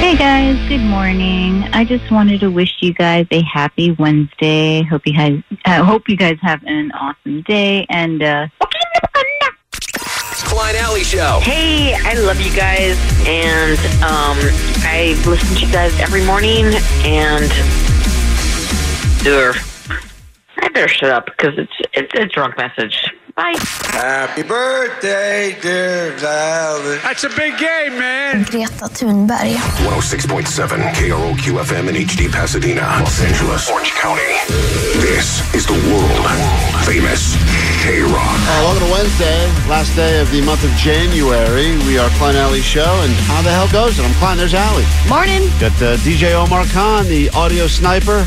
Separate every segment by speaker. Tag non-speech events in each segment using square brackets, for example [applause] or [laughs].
Speaker 1: Hey guys, good morning. I just wanted to wish you guys a happy Wednesday. Hope you guys, uh, hope you guys have an awesome day. And uh,
Speaker 2: It's Klein Alley Show.
Speaker 3: Hey, I love you guys, and um, I listen to you guys every morning. And Ugh. I better shut up because it's it's a drunk message. Bye.
Speaker 4: Happy birthday, dear Valerie.
Speaker 5: That's a big game, man.
Speaker 6: Greta Thunberg.
Speaker 7: 106.7 KROQ FM in HD Pasadena, Los Angeles, Orange County. This is the world famous K Rock.
Speaker 8: All right, welcome to Wednesday, last day of the month of January. We are Klein Alley Show, and how the hell goes it? I'm Klein, there's Alley.
Speaker 9: Morning.
Speaker 8: Got uh, DJ Omar Khan, the audio sniper.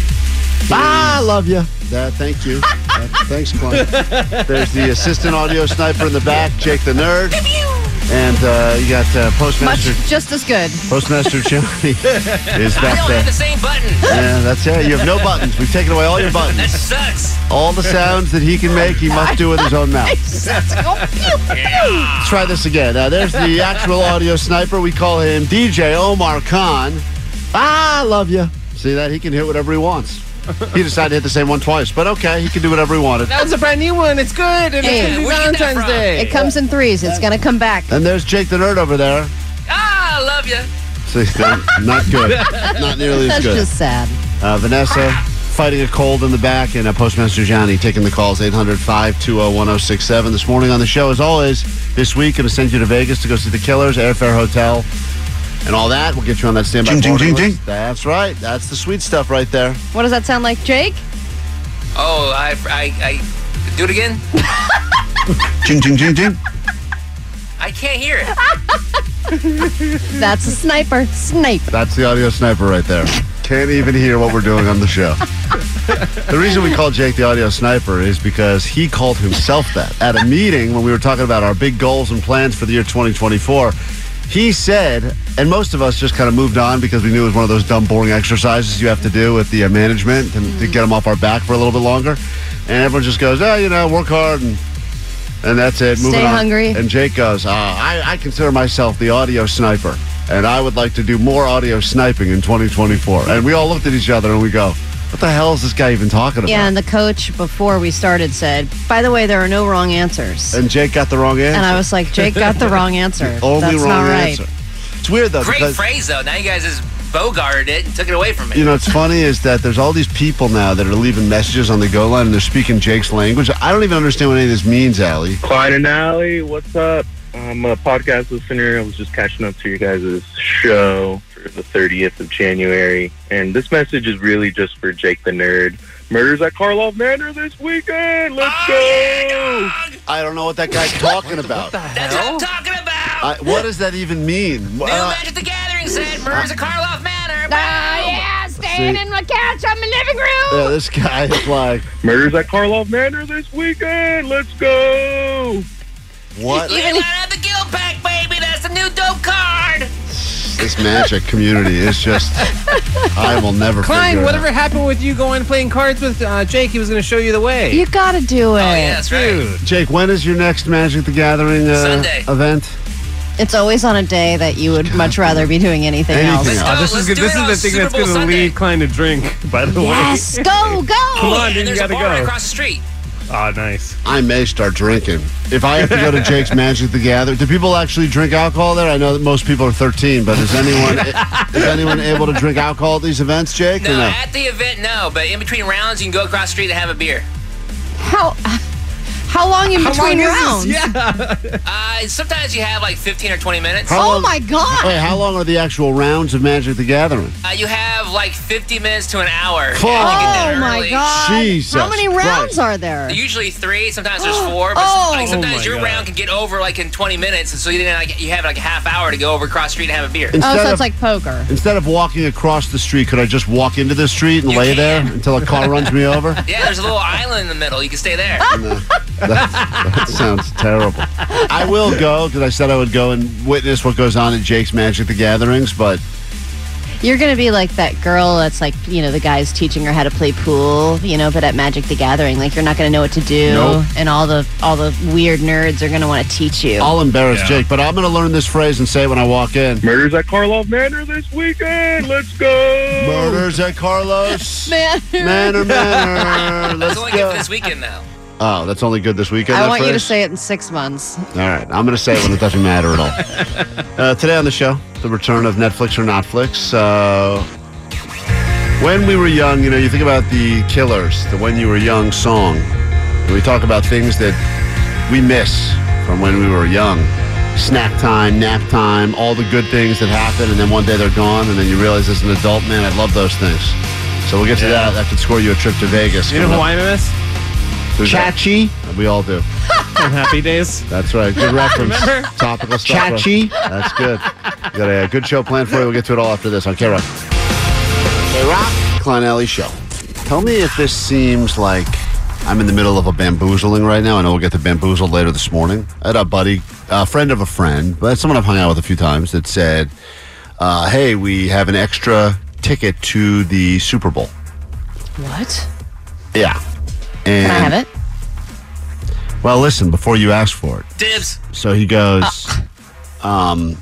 Speaker 8: Bye, I love [laughs] you. That, thank you. Uh, thanks, Klein. There's the assistant audio sniper in the back, Jake the Nerd. And uh, you got uh,
Speaker 9: Much
Speaker 8: Postmaster
Speaker 9: just as good. [laughs]
Speaker 5: [laughs]
Speaker 8: Postmaster Johnny. Is
Speaker 2: I
Speaker 8: that
Speaker 2: don't have the
Speaker 8: there?
Speaker 2: same button.
Speaker 8: Yeah, that's it. You have no buttons. We've taken away all your
Speaker 2: That
Speaker 8: buttons.
Speaker 2: sucks.
Speaker 8: All the sounds that he can make, he must do with
Speaker 6: [laughs]
Speaker 8: his own [laughs] mouth. Let's try this again. Uh, there's the actual audio sniper. We call him DJ Omar Khan. I love you. See that? He can hit whatever he wants. He decided to hit the same one twice, but okay, he can do whatever he wanted.
Speaker 5: That was a brand new one. It's good. And
Speaker 9: Hey,
Speaker 5: it's gonna be
Speaker 2: where'd you get that
Speaker 5: Valentine's
Speaker 2: from?
Speaker 5: Day.
Speaker 9: It comes in threes. It's going to come back.
Speaker 8: And there's Jake the Nerd over there.
Speaker 2: Ah, I love you.
Speaker 8: See, that- not
Speaker 2: [laughs]
Speaker 9: [laughs]
Speaker 8: good. Not nearly as
Speaker 9: That's
Speaker 8: good.
Speaker 9: just sad.
Speaker 8: Uh, Vanessa fighting a cold in the back, and uh, Postmaster Johnny taking the calls 800 520 1067. This morning on the show, as always, this week, going to send you to Vegas to go see the Killers, airfare, hotel, and all that. We'll get you on that standby.
Speaker 7: Ding, ding,
Speaker 8: boarding
Speaker 7: ding,
Speaker 8: list. That's right. That's the sweet stuff right there.
Speaker 9: What does that sound like, Jake?
Speaker 2: Oh, I, I, I, do it again.
Speaker 7: Ding, ding, ding, ding.
Speaker 2: I can't hear it.
Speaker 5: Mm.
Speaker 9: That's a sniper. Snipe.
Speaker 8: That's the audio sniper right there. Can't even hear what we're doing on the show. the reason we call Jake the audio sniper is because he called himself that at a meeting when we were talking about our big goals and plans for the year 2024. He said, and most of us just kind of moved on because we knew it was one of those dumb, boring exercises you have to do with the uh, management to,
Speaker 9: Mm-hmm.
Speaker 8: to get them off our back for a little bit longer. And everyone just goes, oh, you know, work hard and and that's it. Moving
Speaker 9: Stay
Speaker 8: on.
Speaker 9: hungry.
Speaker 8: And Jake goes, uh, I, I consider myself the audio sniper, and I would like to do more audio sniping in 2024. And we all looked at each other and we go, What the hell is this guy even talking about?
Speaker 9: Yeah, and the coach before we started said, by the way, there are no wrong answers.
Speaker 8: And Jake got the wrong answer.
Speaker 9: And I was like, Jake got the
Speaker 8: [laughs]
Speaker 9: wrong answer.
Speaker 8: Only
Speaker 9: That's
Speaker 8: wrong
Speaker 9: not right.
Speaker 8: answer. [laughs] It's weird though.
Speaker 2: Great
Speaker 8: because-
Speaker 2: phrase though. Now you guys just bogarted it and took it away from me.
Speaker 8: You know, what's funny is that there's all these people now that are leaving messages on the go line and they're speaking Jake's language. I don't even understand what any of this means, Allie.
Speaker 10: Klein and Alley, what's up? I'm a podcast listener. I was just catching up to your guys' show for the 30th of January. And this message is really just for Jake the Nerd. Murders at Karlov Manor this weekend. Let's
Speaker 2: Oh,
Speaker 10: go.
Speaker 2: yeah, dog.
Speaker 8: I don't know what that guy's talking about.
Speaker 2: That's what I'm talking about.
Speaker 8: I, what does that even mean? Uh,
Speaker 2: New Magic the Gathering said murders at Karloff Manor. Wow.
Speaker 8: staying in my couch on my living room. Yeah, this guy is like,
Speaker 10: Murders at Karlov Manor this weekend. Let's go.
Speaker 8: what
Speaker 2: Even got out the guild pack, baby. That's the new dope card.
Speaker 8: this magic community is just, I will never figure
Speaker 5: Klein,
Speaker 8: it
Speaker 5: whatever
Speaker 8: out.
Speaker 5: happened with you going playing cards with uh, Jake? He was going to show you the way.
Speaker 9: You gotta do it.
Speaker 2: Oh yeah, that's right.
Speaker 5: Dude.
Speaker 8: Jake, when is your next Magic the Gathering uh,
Speaker 2: Sunday.
Speaker 8: event?
Speaker 9: It's always on a day that you would
Speaker 8: [laughs]
Speaker 9: much rather be doing anything,
Speaker 8: Anything
Speaker 9: else.
Speaker 8: else.
Speaker 2: Oh,
Speaker 5: this
Speaker 2: let's
Speaker 5: is good.
Speaker 2: do
Speaker 5: This
Speaker 2: it
Speaker 5: is
Speaker 2: on
Speaker 5: the thing
Speaker 2: Super
Speaker 5: that's
Speaker 2: Bowl
Speaker 5: going to
Speaker 2: Sunday.
Speaker 5: lead Klein to drink. [laughs] By the way,
Speaker 6: [laughs]
Speaker 9: Yes, go, go.
Speaker 5: Come on,
Speaker 2: And
Speaker 5: dude, you
Speaker 2: there's a
Speaker 5: got to
Speaker 2: bar right
Speaker 5: go.
Speaker 2: across the street.
Speaker 5: Ah, nice.
Speaker 8: I may start drinking.
Speaker 9: Oh,
Speaker 8: If I have to go to Jake's Magic the Gather, do people actually drink alcohol there? I know that most people are 13, but is
Speaker 2: [laughs]
Speaker 8: anyone is anyone able to drink alcohol at these events, Jake? or
Speaker 2: No,
Speaker 8: no?
Speaker 2: at the event, no. But in between rounds, you can go across the street and have a beer.
Speaker 9: How how long in between rounds?
Speaker 5: Yeah.
Speaker 2: [laughs] Uh, sometimes you have like 15 or 20 minutes.
Speaker 8: How
Speaker 9: Oh
Speaker 8: long-
Speaker 9: my god.
Speaker 8: Wait, how long are the actual rounds of Magic the Gathering?
Speaker 2: Uh, you have like 50 minutes to an hour.
Speaker 8: Fuck.
Speaker 2: Yeah, you get
Speaker 9: Oh
Speaker 2: there
Speaker 9: my
Speaker 2: early.
Speaker 9: god.
Speaker 8: Jesus
Speaker 9: How many rounds
Speaker 8: Christ.
Speaker 9: are there?
Speaker 2: Usually three, sometimes
Speaker 9: [gasps]
Speaker 2: there's four, but
Speaker 9: Oh.
Speaker 2: like,
Speaker 5: Oh
Speaker 2: sometimes
Speaker 5: my
Speaker 2: your
Speaker 5: God.
Speaker 2: round can get over like in 20 minutes, and so you didn't like you have like a half hour to go over across the street and have a beer.
Speaker 9: oh,
Speaker 8: Instead
Speaker 9: so
Speaker 8: of-
Speaker 9: it's like [laughs] poker.
Speaker 8: Instead of walking across the street, could I just walk into the street and
Speaker 2: You
Speaker 8: lay
Speaker 2: can.
Speaker 8: there until a car runs me over?
Speaker 2: [laughs] Yeah, there's a little island in the middle. You can stay
Speaker 9: [laughs]
Speaker 2: there.
Speaker 8: That sounds terrible. I will go because I said I would go and witness what goes on at Jake's Magic the Gatherings, but
Speaker 9: You're gonna be like that girl that's like, you know, the guy's teaching her how to play pool, you know, but at Magic the Gathering, like you're not gonna know what to do,
Speaker 8: Nope.
Speaker 9: and all the all the weird nerds are gonna want to teach you.
Speaker 8: I'll embarrass Jake. But I'm going to learn this phrase and say it when I walk in.
Speaker 10: Murders at Karlov Manor this weekend. Let's go.
Speaker 8: Murders at
Speaker 9: [laughs]
Speaker 8: Carlos.
Speaker 9: Man,
Speaker 8: Manor, manor.
Speaker 9: [laughs]
Speaker 2: That's
Speaker 8: Let's
Speaker 2: only good for
Speaker 8: go.
Speaker 2: this weekend though.
Speaker 8: Oh, that's only good this weekend.
Speaker 9: I
Speaker 8: that
Speaker 9: want you to
Speaker 8: phrase?
Speaker 9: say it in six months.
Speaker 8: All right, I'm going to say it when it doesn't matter at all. Uh, today on the show, the return of Netflix or Netflix. Uh, when we were young, you know, you think about the Killers, the "When You Were Young" song. And we talk about things that we miss from when we were young. Snack time, nap time, all the good things that happen, and then one day they're gone, and then you realize as an adult, man, I love those things. So we'll get to that. That could score you a trip to Vegas.
Speaker 5: You know who I miss?
Speaker 8: Chachi. We all
Speaker 5: [laughs]
Speaker 8: do.
Speaker 5: From Happy Days.
Speaker 8: That's right.
Speaker 5: [laughs]
Speaker 8: Good reference.
Speaker 5: Remember?
Speaker 8: Topical stuff. Chachi. That's good. We got a good show planned for you. We'll get to it all after this on K Rock. K Rock. Klein Alley Show. Tell me if this seems like I'm in the middle of a bamboozling right now. I know we'll get to bamboozled later this morning. I had a buddy, a friend of a friend, but someone I've hung out with a few times that said, uh, hey, we have an extra ticket to the Super Bowl.
Speaker 9: What?
Speaker 8: Yeah. And,
Speaker 9: Can I have it?
Speaker 8: Well, listen, before you ask for it.
Speaker 2: Dibs.
Speaker 8: So he goes, um,
Speaker 9: Uh.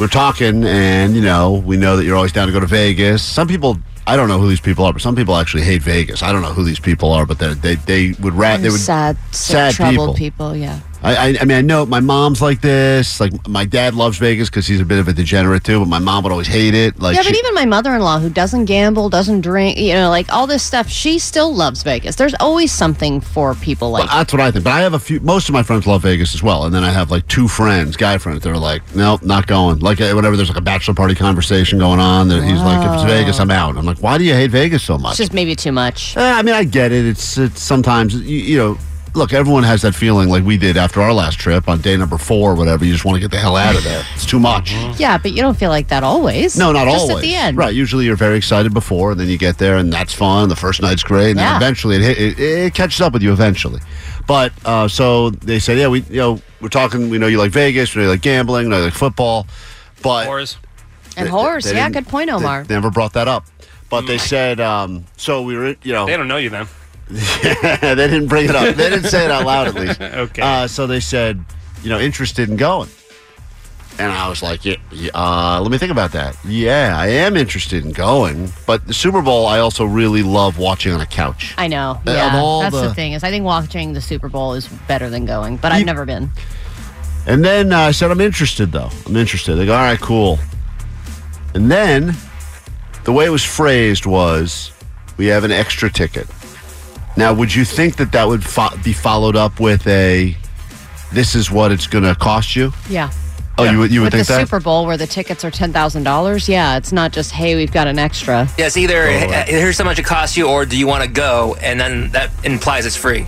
Speaker 8: we're talking, and you know, we know that you're always down to go to Vegas. Some people, I don't know who these people are, but some people actually hate Vegas. I don't know who these people are, but they're- they they would rat. They would
Speaker 9: sad, sick,
Speaker 8: sad
Speaker 9: troubled
Speaker 8: people.
Speaker 9: people. Yeah.
Speaker 8: I, I, I mean, I know my mom's like this. Like my dad loves Vegas because he's a bit of a degenerate too, but my mom would always hate it. Like
Speaker 9: yeah, but
Speaker 8: she-
Speaker 9: even my mother-in-law, who doesn't gamble, doesn't drink, you know, like all this stuff, she still loves Vegas. There's always something for people like.
Speaker 8: Well, that's what I think. But I have a few. Most of my friends love Vegas as well, and then I have like two friends, guy friends. They're like, nope, not going. Like uh, whenever there's like a bachelor party conversation going on, that he's like, if it's Vegas, I'm out. I'm like, why do you hate Vegas so much?
Speaker 9: it's just maybe too much.
Speaker 8: Eh, I mean, I get it. It's it's sometimes you, you know. Look, everyone has that feeling like we did after our last trip on day number four or whatever. You just want to get the hell out of there. It's too much.
Speaker 9: Yeah, but you don't feel like that always.
Speaker 8: No, not
Speaker 9: just
Speaker 8: always.
Speaker 9: Just at the end,
Speaker 8: Right. Usually you're very excited before, and then you get there, and that's fun. The first night's great, and
Speaker 9: Yeah.
Speaker 8: then eventually it, hit, it, it catches up with you eventually. But uh, so they said, yeah, we you know we're talking. We know you like Vegas. We know you like gambling. We know you like football. But
Speaker 2: Whores.
Speaker 9: And
Speaker 8: they-
Speaker 9: horse,
Speaker 8: they
Speaker 9: yeah,
Speaker 8: didn't-
Speaker 9: good point,
Speaker 8: they-
Speaker 9: Omar.
Speaker 8: They never brought that up. But they said, um, so we were, you know,
Speaker 5: Oh. They don't know you then.
Speaker 8: [laughs] they didn't bring it up. They didn't say it out loud, at least.
Speaker 5: Okay.
Speaker 8: Uh, so they said, you know, interested in going. And I was like, yeah, yeah, uh, let me think about that. Yeah, I am interested in going. But the Super Bowl, I also really love watching on a couch.
Speaker 9: I know.
Speaker 8: Of
Speaker 9: Yeah,
Speaker 8: all
Speaker 9: that's the,
Speaker 8: the-
Speaker 9: thing is, I think watching the Super Bowl is better than going, but I've
Speaker 8: You-
Speaker 9: never been.
Speaker 8: And then uh, I said, I'm interested, though. I'm interested. They go, all right, cool. And then the way it was phrased was, we have an extra ticket. Now, would you think that that would fo- be followed up with a, this is what it's going to cost you?
Speaker 9: Yeah,
Speaker 8: Oh, you would you would
Speaker 9: with the
Speaker 8: think that?
Speaker 9: Super Bowl where the tickets are ten thousand dollars, yeah, it's not just hey, we've got an extra.
Speaker 2: Yeah, it's either "Hey, here's how much it costs you, or do you want to go? And then that implies it's free.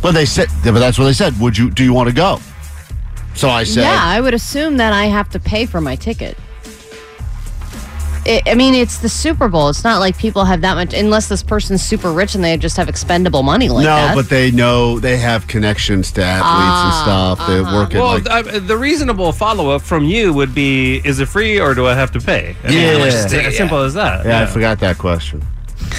Speaker 8: but they said, yeah, but that's what they said. Would you? Do you want to go? So I said,
Speaker 9: Yeah, I would assume that I have to pay for my ticket. I I mean, it's the Super Bowl. It's not like people have that much, unless this person's super rich and they just have expendable money like
Speaker 8: no,
Speaker 9: that. Ah,
Speaker 8: but they know they have connections to athletes and stuff.
Speaker 9: uh-huh.
Speaker 8: They work at
Speaker 5: Well,
Speaker 8: like,
Speaker 5: I, the reasonable follow up from you would be is it free or do I have to pay? I
Speaker 8: Yeah.
Speaker 5: it's
Speaker 8: Yeah.
Speaker 5: as simple as that.
Speaker 8: yeah, I forgot that question.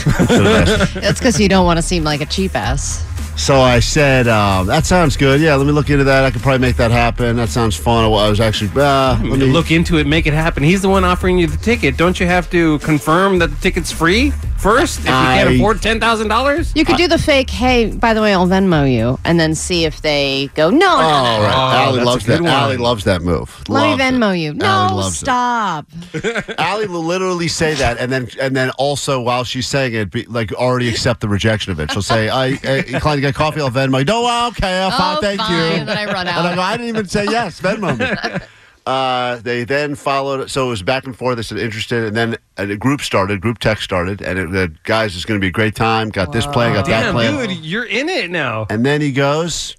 Speaker 8: Should've asked.
Speaker 9: [laughs] That's because you don't want to seem like a cheap ass.
Speaker 8: So I said, um, that sounds good. Yeah, let me look into that. I could probably make that happen. That sounds fun. I was actually, uh, let me
Speaker 5: Hmm, Look into it, make it happen. He's the one offering you the ticket. Don't you have to confirm that the ticket's free first if you
Speaker 8: I-
Speaker 5: can't afford ten thousand dollars?
Speaker 9: You could do the fake, hey, by the way, I'll Venmo you, and then see if they go, no, no,
Speaker 8: Oh,
Speaker 9: no,
Speaker 8: all right.
Speaker 5: Oh,
Speaker 8: Allie
Speaker 5: that's
Speaker 8: loves
Speaker 5: a good
Speaker 8: that.
Speaker 5: one.
Speaker 8: Allie loves that move.
Speaker 9: Let me
Speaker 8: Loves it.
Speaker 9: Venmo you.
Speaker 8: Allie
Speaker 9: No,
Speaker 8: loves it.
Speaker 9: stop. [laughs]
Speaker 8: Allie will literally say that, and then and then also while she's saying it, be, like already accept the rejection of it. She'll say, "I uh, inclined to get coffee. I'll Venmo." No, oh, okay, oh, fine,
Speaker 9: oh,
Speaker 8: thank
Speaker 9: fine.
Speaker 8: you.
Speaker 9: And then I run
Speaker 8: And I
Speaker 9: out.
Speaker 8: go, I didn't even say yes. Venmo me.
Speaker 9: [laughs]
Speaker 8: Uh, they then followed, so it was back and forth. They said interested, and then a group started, group text started, and it, the guys, it's going to be a great time. Got this plan, got that
Speaker 5: Damn,
Speaker 8: plan.
Speaker 5: dude, you're in it now.
Speaker 8: And then he goes,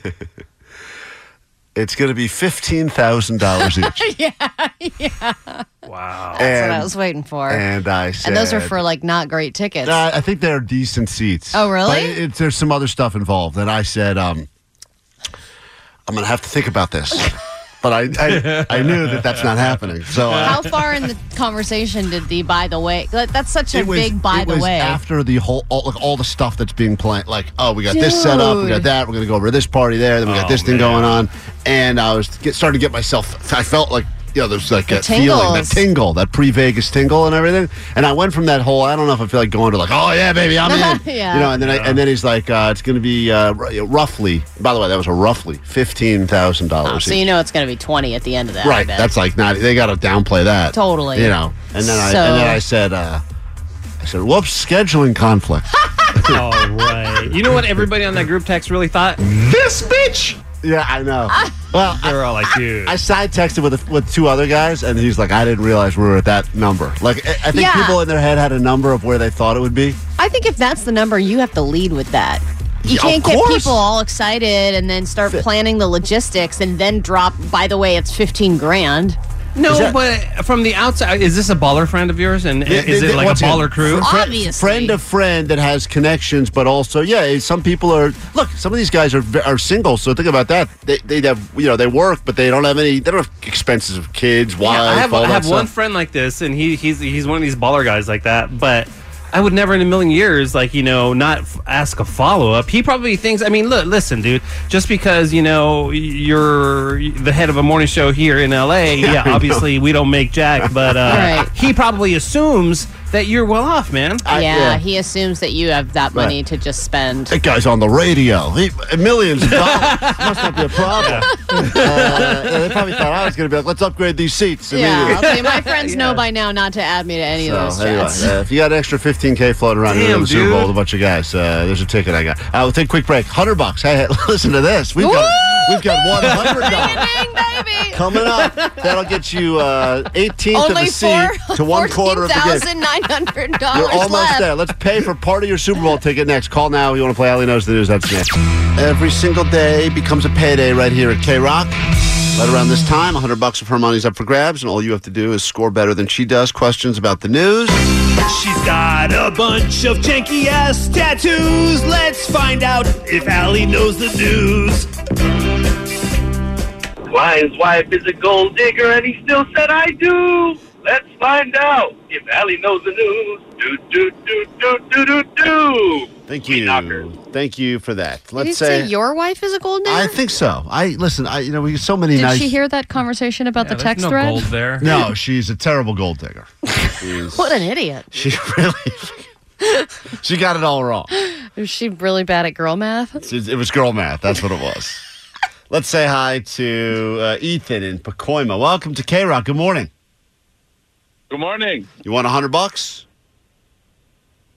Speaker 8: [laughs] It's going to be $15,000 each.
Speaker 5: Wow.
Speaker 9: That's
Speaker 8: and,
Speaker 9: what I was waiting for. And,
Speaker 8: and I said,
Speaker 9: those are for like not great tickets.
Speaker 8: Nah, I think they're decent seats.
Speaker 9: Oh, really?
Speaker 8: But it- it's- there's some other stuff involved. And I said, um, I'm going to have to think about
Speaker 9: [laughs]
Speaker 8: this. but I, I, I knew that that's not happening. So uh, I,
Speaker 9: How far in the conversation did the by the way? like, That's such a
Speaker 8: it was,
Speaker 9: big by
Speaker 8: it
Speaker 9: the
Speaker 8: was
Speaker 9: way.
Speaker 8: after the whole all, like all the stuff that's being planned like oh we got this set up we got
Speaker 9: Dude.
Speaker 8: that we're gonna go over to this party there then we got
Speaker 5: Oh,
Speaker 8: this thing
Speaker 5: man.
Speaker 8: going on and i was get, starting to get myself i felt like you know, there's like a feeling, that
Speaker 9: tingles.
Speaker 8: tingle, that pre-Vegas tingle, and everything. And I went from that whole, I don't know if I feel like going to like, oh yeah, baby,
Speaker 9: [laughs]
Speaker 8: I'm in,
Speaker 9: Yeah.
Speaker 8: you know. And then, I, and then he's like, uh, it's going to be uh, r- roughly. By the way, that was a roughly fifteen thousand
Speaker 9: Oh,
Speaker 8: dollars.
Speaker 9: so you know it's going to be 20 at the end of that. I
Speaker 8: Right.
Speaker 9: bet.
Speaker 8: That's like not. They got to downplay that.
Speaker 9: Totally.
Speaker 8: You know. And then I
Speaker 9: So-
Speaker 8: and then I said, uh, I said, whoops, scheduling
Speaker 9: [laughs]
Speaker 8: conflict.
Speaker 5: All right. You know what everybody on that group text really thought?
Speaker 8: this bitch. Yeah, I know.
Speaker 5: Uh,
Speaker 8: well, I,
Speaker 5: They're all like, dude.
Speaker 8: I side texted with a, with two other guys, and he's like, I didn't realize we were at that number. Like, I, I think
Speaker 9: Yeah.
Speaker 8: people in their head had a number of where they thought it would be.
Speaker 9: I think if that's the number, you have to lead with that. You
Speaker 8: Yeah,
Speaker 9: can't
Speaker 8: of
Speaker 9: get
Speaker 8: course.
Speaker 9: people all excited and then start planning the logistics and then drop, by the way, it's 15 grand.
Speaker 5: no,
Speaker 8: Is that-
Speaker 5: but from the outside, is this a baller friend of yours? And
Speaker 8: Yeah,
Speaker 5: is
Speaker 8: they-
Speaker 5: it
Speaker 8: they-
Speaker 5: like a
Speaker 8: once again,
Speaker 5: baller crew?
Speaker 8: fr- fr-
Speaker 9: Obviously.
Speaker 8: friend of friend that has connections, but also, yeah, eh, some people are. Look, some of these guys are are single, so think about that. They they have you know they work, but they don't have any. They don't have expenses of kids, wife.
Speaker 5: Yeah, I have,
Speaker 8: all
Speaker 5: I
Speaker 8: that
Speaker 5: have
Speaker 8: stuff.
Speaker 5: one friend like this, and he he's he's one of these baller guys like that. But I would never in a million years, like you know, not f- ask a follow up. He probably thinks. I mean, look, listen, dude. Just because you know you're the head of a morning show here in
Speaker 8: [laughs]
Speaker 5: L.A., yeah,
Speaker 8: I know.
Speaker 5: obviously we don't make jack, but uh,
Speaker 9: [laughs] Right.
Speaker 5: he probably assumes that you're well off, man.
Speaker 8: I-
Speaker 9: yeah,
Speaker 8: yeah.
Speaker 9: he assumes that you have that money to just spend.
Speaker 8: That guy's on the radio. He, millions of dollars. [laughs] Must not be a problem. Uh, yeah, they probably thought I was going to be like, let's upgrade these seats
Speaker 9: Yeah, I'll
Speaker 8: immediately.
Speaker 9: tell you, my friends
Speaker 8: [laughs]
Speaker 9: know by now not to add me to any of those
Speaker 8: So, anyway,
Speaker 9: chats.
Speaker 8: uh, if you got an extra 15K floating around here in
Speaker 5: Damn,
Speaker 8: the Super
Speaker 5: dude.
Speaker 8: Bowl with a bunch of guys, uh, there's a ticket I got. Uh, we'll take a quick break. 100 bucks. Hey, [laughs] listen to this. We've got, we've got
Speaker 9: [laughs]
Speaker 8: $100
Speaker 9: baby.
Speaker 8: coming up. That'll get you uh, 18th of
Speaker 9: Only
Speaker 8: a seat
Speaker 9: four,
Speaker 8: to one quarter of the game.
Speaker 9: $14,900
Speaker 8: You're almost
Speaker 9: left.
Speaker 8: there. Let's pay for part of your Super Bowl ticket next. Call now. You want to play Allie Knows the News. That's next. Every single day becomes a payday right here at K Rock. Right around this time, 100 bucks of her money's up for grabs, and all you have to do is score better than she does. Questions about the news.
Speaker 6: She's got a bunch of janky ass tattoos. Let's find out if Allie knows the news.
Speaker 10: Lion's wife is a gold digger, and he still said, I do. Let's find out if Allie knows the news. Do, do, do, do, do, do, do.
Speaker 8: Thank
Speaker 10: Sweet
Speaker 8: you.
Speaker 10: knocker.
Speaker 8: Thank you for that.
Speaker 9: Did
Speaker 8: Let's
Speaker 9: you say, your wife is a gold digger?
Speaker 8: I think so. I listen. I you know we get so many
Speaker 9: Did
Speaker 8: nice.
Speaker 9: she hear that conversation about the text
Speaker 5: no
Speaker 9: thread?
Speaker 5: gold there.
Speaker 8: No, she's a terrible gold
Speaker 9: [laughs]
Speaker 8: digger. She's-
Speaker 9: What an idiot.
Speaker 8: she really. she got it all wrong.
Speaker 9: Is she really bad at girl math?
Speaker 8: It it was girl math. That's what it was. Let's say hi to uh, Ethan in Pacoima. Welcome to K Rock. Good morning.
Speaker 10: Good morning.
Speaker 8: You want a hundred bucks?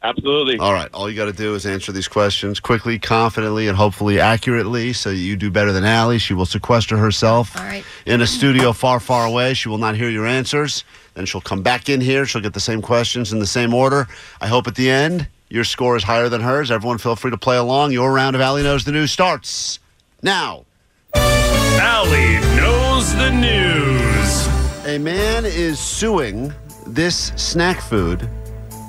Speaker 10: Absolutely.
Speaker 8: All right. All you got to do is answer these questions quickly, confidently, and hopefully accurately, so you do better than Allie. She will sequester herself
Speaker 9: All right.
Speaker 8: in a studio far, far away. She will not hear your answers. Then she'll come back in here. She'll get the same questions in the same order. I hope at the end your score is higher than hers. Everyone, feel free to play along. Your round of Allie knows the news starts now.
Speaker 6: Allie knows the news.
Speaker 8: A man is suing this snack food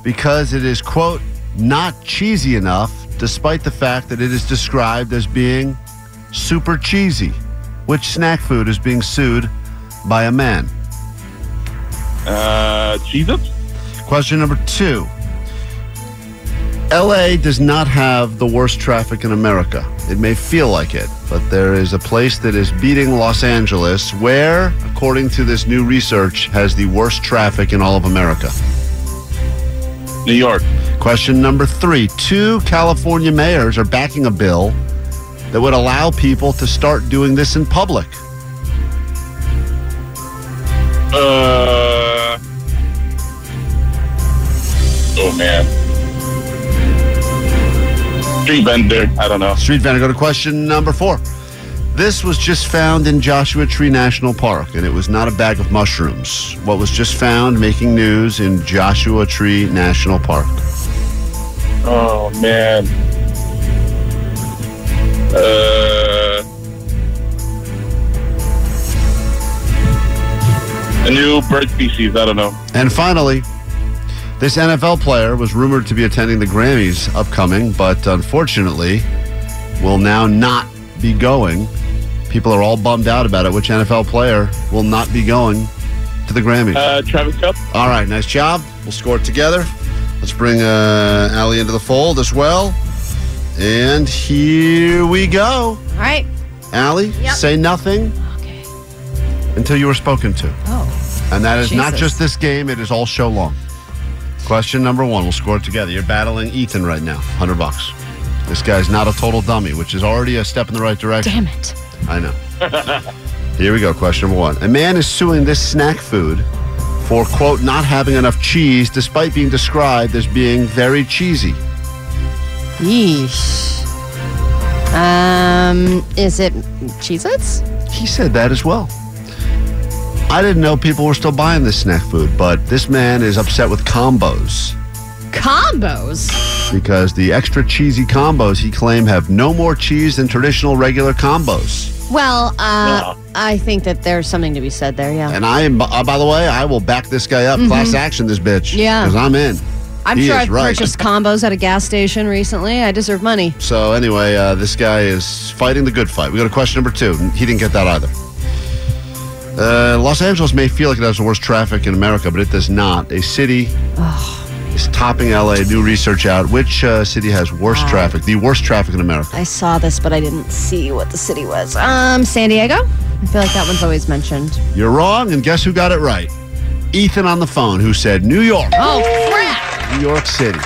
Speaker 8: because it is, quote, not cheesy enough, despite the fact that it is described as being super cheesy. Which snack food is being sued by a man?
Speaker 10: Uh, cheese ups?
Speaker 8: Question number two LA does not have the worst traffic in America. It may feel like it, but there is a place that is beating Los Angeles where, according to this new research, has the worst traffic in all of America.
Speaker 10: New York.
Speaker 8: Question number three. Two California mayors are backing a bill that would allow people to start doing this in public.
Speaker 10: Uh. Oh man. Street vendor. I don't know.
Speaker 8: Street vendor. Go to question number four. This was just found in Joshua Tree National Park, and it was not a bag of mushrooms. What was just found making news in Joshua Tree National Park?
Speaker 10: Oh man. Uh. A new bird species. I don't know.
Speaker 8: And finally, this NFL player was rumored to be attending the Grammys upcoming, but unfortunately will now not be going. People are all bummed out about it. Which NFL player will not be going to the Grammys?
Speaker 10: Uh, Travis Cup.
Speaker 8: All right, nice job. We'll score it together. Let's bring uh, Allie into the fold as well. And here we go.
Speaker 9: All right.
Speaker 8: Allie,
Speaker 9: Yep.
Speaker 8: say nothing until you are spoken to.
Speaker 9: Oh.
Speaker 8: And that is not
Speaker 9: Jesus.
Speaker 8: just this game, it is all show long. Question number one, we'll score it together. You're battling Ethan right now, 100 bucks. This guy's not a total dummy, which is already a step in the right direction.
Speaker 9: Damn it.
Speaker 8: I know. Here we go. Question number one. A man is suing this snack food for, quote, not having enough cheese despite being described as being very cheesy.
Speaker 9: Yeesh. Um, is it Cheez Its?
Speaker 8: He said that as well. I didn't know people were still buying this snack food, but this man is upset with combos.
Speaker 9: Combos?
Speaker 8: because the extra cheesy combos he claimed have no more cheese than traditional regular combos.
Speaker 9: Well,
Speaker 8: Yeah.
Speaker 9: uh, I think that there's something to be said there, yeah.
Speaker 8: And I am, uh, by the way, I will back this guy up.
Speaker 9: Mhm.
Speaker 8: Class action, this bitch.
Speaker 9: Yeah.
Speaker 8: Because I'm in.
Speaker 9: I'm
Speaker 8: He
Speaker 9: sure
Speaker 8: is
Speaker 9: I've
Speaker 8: right.
Speaker 9: purchased combos at a gas station recently. I deserve money.
Speaker 8: So, anyway, uh, this guy is fighting the good fight. We go to question number two. He didn't get that either. Uh, Los Angeles may feel like it has the worst traffic in America, but it does not. A city is topping LA. New research out. Which uh, city has worst traffic? The worst traffic in America.
Speaker 9: I saw this, but I didn't see what the city was. Um, San Diego? I feel like that one's always mentioned.
Speaker 8: You're wrong, and guess who got it right? Ethan on the phone, who said New York.
Speaker 9: Oh, crap!
Speaker 8: New York City.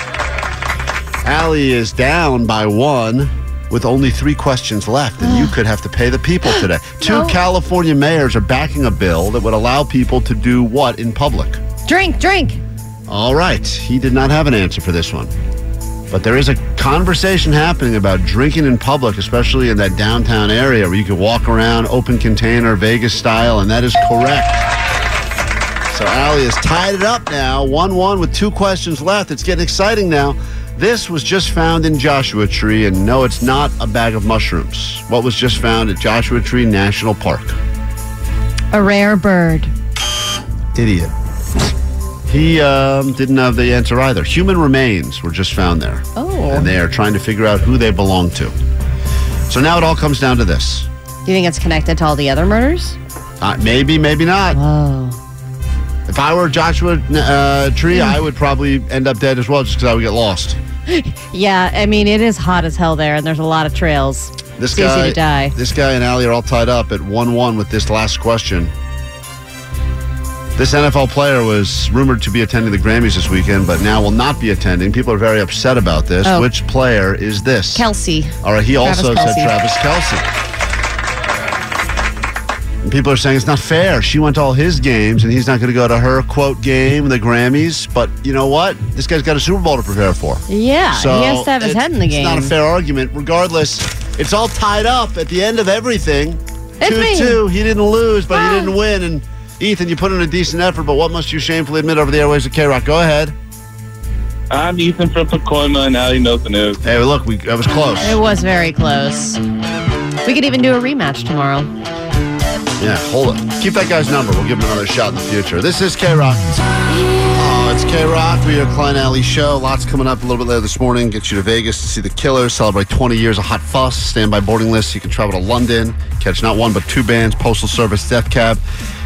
Speaker 8: Allie is down by one with only three questions left, and
Speaker 9: [gasps]
Speaker 8: you could have to pay the people today. Two
Speaker 9: No.
Speaker 8: California mayors are backing a bill that would allow people to do what in public?
Speaker 9: Drink, drink.
Speaker 8: All right, he did not have an answer for this one. But there is a conversation happening about drinking in public, especially in that downtown area where you can walk around open container, Vegas style, and that is correct. So Allie has tied it up now, 1 1 with two questions left. It's getting exciting now. This was just found in Joshua Tree, and no, it's not a bag of mushrooms. What was just found at Joshua Tree National Park?
Speaker 9: A rare bird.
Speaker 8: idiot. He um, didn't have the answer either. Human remains were just found there.
Speaker 9: Oh.
Speaker 8: And they are trying to figure out who they belong to. So now it all comes down to this.
Speaker 9: Do you think it's connected to all the other murders? [laughs]
Speaker 8: Uh, maybe, maybe not. If I were Joshua uh, Tree, I would probably end up dead as well just because I would get lost.
Speaker 9: Yeah, I mean, it is hot as hell there, and there's a lot of trails.
Speaker 8: This
Speaker 9: it's
Speaker 8: guy,
Speaker 9: easy to die.
Speaker 8: This guy and Allie are all tied up at 1 1 with this last question. This NFL player was rumored to be attending the Grammys this weekend, but now will not be attending. People are very upset about this.
Speaker 9: Oh.
Speaker 8: Which player is this?
Speaker 9: Kelsey.
Speaker 8: All right, he
Speaker 9: Travis
Speaker 8: also
Speaker 9: Kelce.
Speaker 8: said Travis Kelsey. And people are saying it's not fair. She went to all his games, and he's not going to go to her quote game, the Grammys. But you know what? This guy's got a Super Bowl to prepare for.
Speaker 9: Yeah,
Speaker 8: So
Speaker 9: he has to have his
Speaker 8: it's-
Speaker 9: head in the game.
Speaker 8: It's not a fair argument. Regardless, it's all tied up at the end of everything.
Speaker 9: It's
Speaker 8: two
Speaker 9: me. Ah.
Speaker 8: two. He didn't lose, but he didn't win. And Ethan, you put in a decent effort, but what must you shamefully admit over the airways of K Rock? Go ahead.
Speaker 10: I'm Ethan from Pacoima, and Allie knows the news.
Speaker 8: Hey, look, we that was close.
Speaker 9: It was very close. We could even do a rematch tomorrow.
Speaker 8: Yeah, hold it. Keep that guy's number. We'll give him another shot in the future. This is K Rock. Oh, it's K Rock. We are Klein Alley Show. Lots coming up a little bit later this morning. Get you to Vegas to see the Killers, celebrate 20 years of Hot Fuss, standby boarding list. You can travel to London, catch not one but two bands, Postal Service, Death Cab.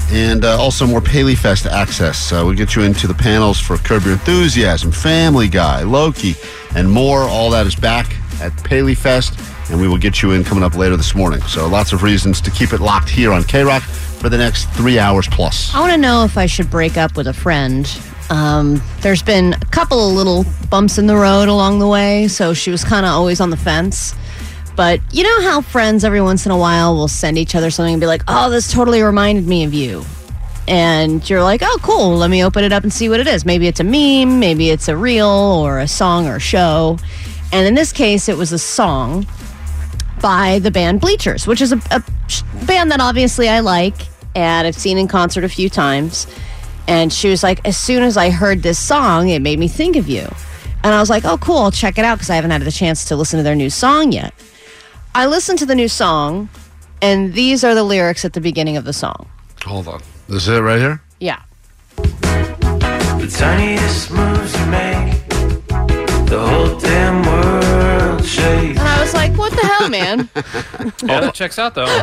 Speaker 8: and uh, also more PaleyFest access. Uh, we'll get you into the panels for Curb Your Enthusiasm, Family Guy, Loki, and more. All that is back at PaleyFest, and we will get you in coming up later this morning. So lots of reasons to keep it locked here on K Rock for the next three hours plus.
Speaker 9: I want to know if I should break up with a friend. Um, there's been a couple of little bumps in the road along the way, so she was kind of always on the fence. But you know how friends every once in a while will send each other something and be like, oh, this totally reminded me of you. And you're like, oh, cool, let me open it up and see what it is. Maybe it's a meme, maybe it's a reel or a song or a show. And in this case, it was a song by the band Bleachers, which is a, a sh- band that obviously I like and I've seen in concert a few times. And she was like, as soon as I heard this song, it made me think of you. And I was like, oh, cool, I'll check it out because I haven't had the chance to listen to their new song yet. I listened to the new song, and these are the lyrics at the beginning of the song.
Speaker 8: Hold on. This is it right here?
Speaker 9: Yeah.
Speaker 11: The tiniest moves you make, the whole damn world shakes.
Speaker 8: [laughs]
Speaker 9: And I was like, what the hell, man?
Speaker 5: Yeah, Oh, that checks out though.
Speaker 8: [laughs]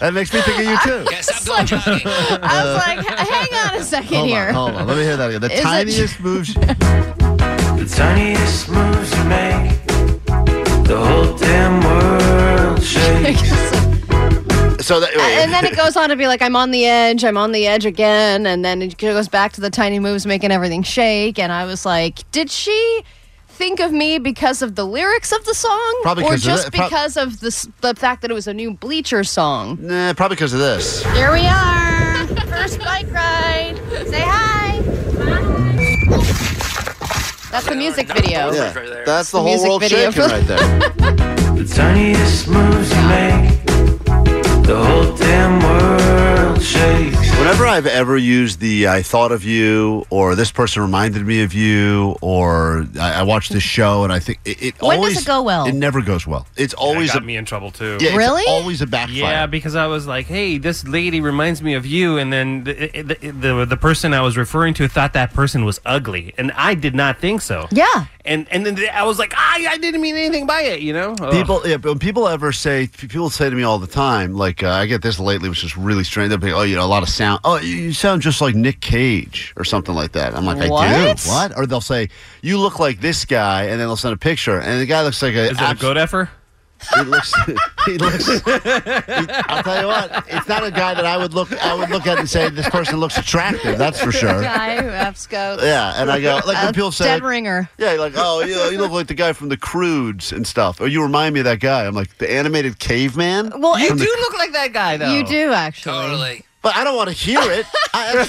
Speaker 8: that makes me think of you
Speaker 5: [laughs]
Speaker 8: too.
Speaker 9: It's like-
Speaker 8: [laughs]
Speaker 9: I was like, hang on a second
Speaker 8: hold
Speaker 9: here.
Speaker 8: on, Uh, hold on. Let me hear that again. The
Speaker 9: Is it-
Speaker 8: tiniest
Speaker 9: [laughs]
Speaker 8: moves.
Speaker 11: The tiniest moves you make, the whole damn world
Speaker 9: [laughs]
Speaker 11: shakes.
Speaker 8: so that,
Speaker 9: Uh, and then it goes on to be like, I'm on the edge, I'm on the edge again. And then it goes back to the tiny moves making everything shake. And I was like, did she think of me because of the lyrics of the song?
Speaker 8: Probably
Speaker 9: or
Speaker 8: 'cause of
Speaker 9: just
Speaker 8: that- prob-
Speaker 9: because of the, s- the fact that it was a new Bleacher song?
Speaker 8: Nah, probably because of this.
Speaker 9: Here we are. First bike ride. Say hi. That's the music video.
Speaker 8: Yeah, that's the,
Speaker 9: The
Speaker 8: whole
Speaker 9: music
Speaker 8: world
Speaker 9: video.
Speaker 8: shaking right there.
Speaker 11: The tiniest moves you make, the whole damn world shakes.
Speaker 8: Whenever I've ever used the I thought of you or this person reminded me of you or I, I watched this show and I think it, it
Speaker 5: When does
Speaker 8: always
Speaker 5: it go well?
Speaker 8: It never goes well. It's always
Speaker 5: got
Speaker 8: a,
Speaker 5: me in trouble too.
Speaker 8: Yeah, it's always a backfire.
Speaker 5: Yeah, because I was like, "Hey, this lady reminds me of you," and then the the, the the person I was referring to thought that person was ugly, and I did not think so.
Speaker 9: [laughs] Yeah.
Speaker 5: And and then I was like, "I I didn't mean anything by it," you know. Ugh.
Speaker 8: People, yeah, but when people ever say, people say to me all the time, like, uh, I get this lately, which is really strange. They'll be, oh, you know, a lot of sound. Oh, you you sound just like Nick Cage or something like that. I'm like, I
Speaker 5: What?
Speaker 8: do. What? Or they'll say, you look like this guy, and then they'll send a picture, and the guy looks like a.
Speaker 5: Is it a good effer?
Speaker 8: He looks. [laughs] he looks. I'll tell you what. It's not a guy that I would look. I would look at and say this person looks attractive. That's for sure.
Speaker 9: [laughs] Guy who have scopes.
Speaker 8: Yeah, and I go, like when
Speaker 9: A
Speaker 8: people say-
Speaker 9: Dead ringer.
Speaker 8: Yeah, like oh, you, you look like the guy from The Crudes and stuff. Or you remind me of that guy. I'm like the animated caveman.
Speaker 9: Well,
Speaker 8: From the-
Speaker 5: look like that guy,
Speaker 9: You do actually. Totally.
Speaker 8: But I don't want to hear it. I,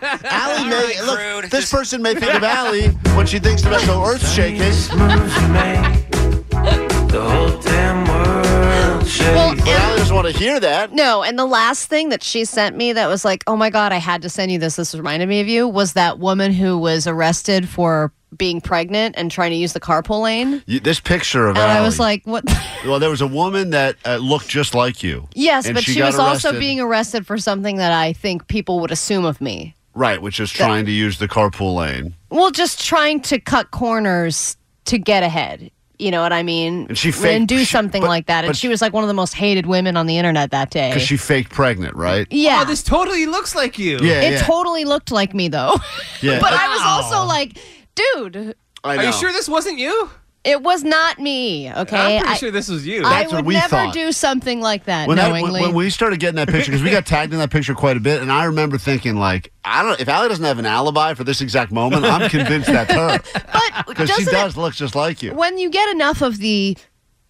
Speaker 8: that's fine. Allie may look. This person may think of Allie when she thinks about the earth shaking.
Speaker 11: The whole damn world shakes.
Speaker 9: Well,
Speaker 8: But Allie doesn't want to hear that.
Speaker 9: No, and the last thing that she sent me that was like, "Oh my god, I had to send you this. This reminded me of you." Was that woman who was arrested for being pregnant and trying to use the carpool lane?
Speaker 8: You- this picture of
Speaker 9: And I
Speaker 8: Allie.
Speaker 9: was like, "What?" [laughs]
Speaker 8: well, there was a woman that uh, looked just like you.
Speaker 9: yes,
Speaker 8: And
Speaker 9: but she,
Speaker 8: got
Speaker 9: was also
Speaker 8: arrested.
Speaker 9: being arrested for something that I think people would assume of me.
Speaker 8: Right, which is trying to use the carpool lane.
Speaker 9: Well, just trying to cut corners to get ahead. You know what I mean?
Speaker 8: And she faked-
Speaker 9: do
Speaker 8: she-
Speaker 9: something
Speaker 8: but-
Speaker 9: like that. And
Speaker 8: but-
Speaker 9: she was like one of the most hated women on the internet that day.
Speaker 8: Because she faked pregnant, right?
Speaker 9: yeah.
Speaker 5: Oh, this totally looks like you.
Speaker 8: Yeah,
Speaker 9: it
Speaker 8: yeah.
Speaker 9: totally looked like me though.
Speaker 8: [laughs] Yeah.
Speaker 9: but I was
Speaker 5: Wow.
Speaker 9: also like, dude,
Speaker 8: I
Speaker 5: Are
Speaker 8: know.
Speaker 5: you sure this wasn't you?
Speaker 9: it was not me. Okay.
Speaker 5: I'm pretty
Speaker 9: I,
Speaker 5: sure this was you.
Speaker 9: I
Speaker 8: That's what
Speaker 9: would
Speaker 8: we
Speaker 9: never
Speaker 8: thought.
Speaker 9: do something like that
Speaker 8: When, that, when,
Speaker 9: knowingly.
Speaker 8: when we started getting that picture, because we got tagged in that picture quite a bit, and I remember thinking, like, I don't. If Allie doesn't have an alibi for this exact moment, I'm convinced that's her
Speaker 9: [laughs]
Speaker 8: [laughs]
Speaker 9: but
Speaker 8: because she
Speaker 9: doesn't
Speaker 8: does look just like you.
Speaker 9: when you get enough of the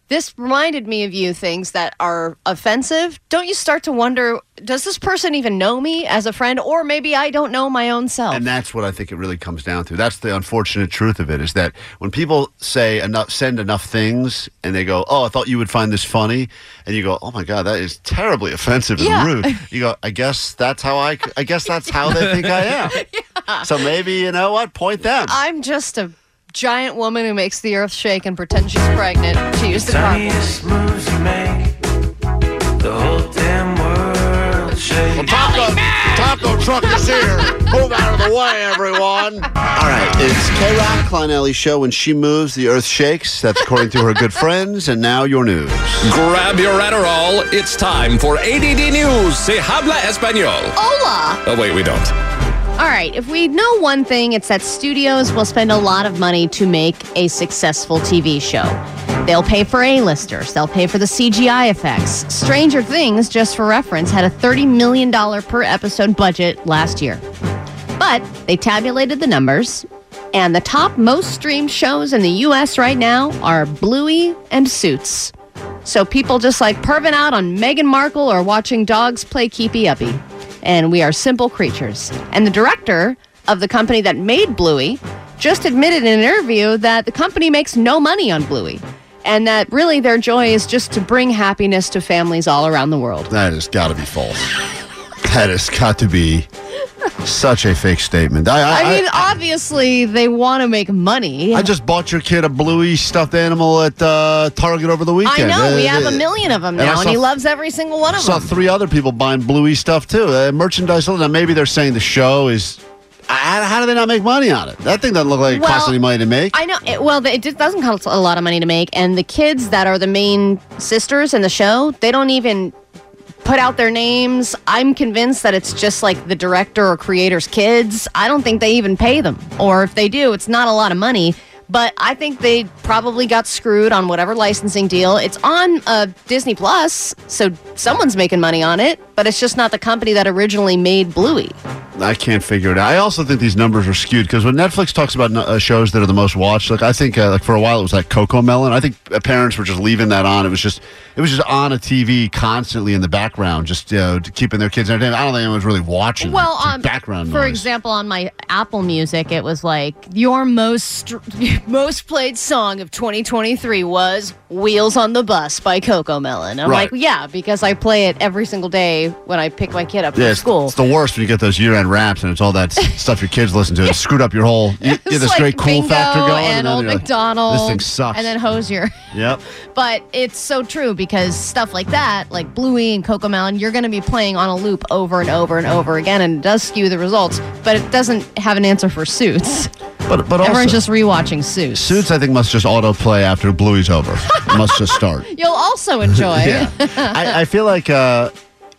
Speaker 9: this reminded me of you things that are offensive, don't you start to wonder, does this person even know me as a friend? Or maybe I don't know my own self.
Speaker 8: And that's what I think it really comes down to. That's the unfortunate truth of it is that when people say enough, send enough things, and they go, "Oh, I thought you would find this funny," and you go, "Oh my god, that is terribly offensive and
Speaker 9: Yeah.
Speaker 8: rude." You go, "I guess that's how I. I guess that's how they think I am."
Speaker 9: [laughs]
Speaker 8: So maybe you know what? Point them.
Speaker 9: I'm just a giant woman who makes the earth shake and pretends she's pregnant to use the carpool.
Speaker 11: Tiniest moves you make, the whole damn world shakes.
Speaker 8: Taco, taco truck is here. Move out of the way, everyone. All right, it's K Rock Kleinelli's show. When she moves, the earth shakes. That's according to her good friends. And now your news.
Speaker 12: Grab your Adderall. It's time for ADD News. Se habla español.
Speaker 9: Hola.
Speaker 12: Oh, wait, we don't.
Speaker 9: All right, if we know one thing, it's that studios will spend a lot of money to make a successful TV show. They'll pay for A-listers, they'll pay for the CGI effects. Stranger Things, just for reference, had a $30 million per episode budget last year. But they tabulated the numbers, and the top most streamed shows in the U.S. right now are Bluey and Suits. So people just like perving out on Meghan Markle or watching dogs play keepy uppy. And we are simple creatures. And the director of the company that made Bluey just admitted in an interview that the company makes no money on Bluey. And that really their joy is just to bring happiness to families all around the world.
Speaker 8: That has got to be false. That has got to be such a fake statement. I, I,
Speaker 9: I mean, obviously, they want to make money.
Speaker 8: I just bought your kid a bluey stuffed animal at uh, Target over the
Speaker 9: I
Speaker 8: weekend.
Speaker 9: know. We
Speaker 8: Uh,
Speaker 9: have a million of them
Speaker 8: and I
Speaker 9: now, and he
Speaker 8: saw-
Speaker 9: loves every single one of
Speaker 8: saw
Speaker 9: them.
Speaker 8: three other people buying bluey stuff too. Uh, merchandise. Now maybe they're saying the show is. How, how do they not make money on it? That thing doesn't look like it costs any money to make.
Speaker 9: I know. It, well, it just doesn't cost a lot of money to make, and the kids that are the main sisters in the show, they don't even put out their names. I'm convinced that it's just like the director or creator's kids. I don't think they even pay them, or if they do, it's not a lot of money. But I think they probably got screwed on whatever licensing deal. It's on uh, Disney Plus, so someone's making money on it, but it's just not the company that originally made Bluey.
Speaker 8: I can't figure it out. I also think these numbers are skewed because when Netflix talks about uh, shows that are the most watched, like I think uh, like for a while it was like Coco Melon. I think uh, parents were just leaving that on. It was just it was just on a TV constantly in the background, just you know, to keeping their kids entertained. I don't think anyone's really watching. it.
Speaker 9: Well,
Speaker 8: It's just
Speaker 9: um,
Speaker 8: background
Speaker 9: For
Speaker 8: noise.
Speaker 9: example, on my Apple Music, it was like your most str- [laughs] most played song of 2023 was "Wheels on the Bus" by Coco Melon. I'm
Speaker 8: Right.
Speaker 9: like, yeah, because I play it every single day when I pick my kid up
Speaker 8: yeah,
Speaker 9: from
Speaker 8: it's,
Speaker 9: school.
Speaker 8: it's the worst when you get those year-end raps and it's all that s- stuff your kids listen to. It screwed up your
Speaker 9: [laughs]
Speaker 8: whole. You, you
Speaker 9: It's
Speaker 8: have this
Speaker 9: like
Speaker 8: great cool
Speaker 9: Bingo
Speaker 8: factor going,
Speaker 9: and,
Speaker 8: then
Speaker 9: Old
Speaker 8: you're like,
Speaker 9: McDonald.
Speaker 8: this thing sucks.
Speaker 9: And then [laughs] Hosier.
Speaker 8: yep.
Speaker 9: But it's so true because stuff like that, like Bluey and Coco Melon, you're going to be playing on a loop over and over and over again, and it does skew the results. But it doesn't have an answer for Suits.
Speaker 8: [laughs] But but also,
Speaker 9: everyone's just rewatching Suits.
Speaker 8: Suits I think must just autoplay after Bluey's over. It must just start.
Speaker 9: You'll also enjoy. [laughs]
Speaker 8: Yeah. I, I feel like uh,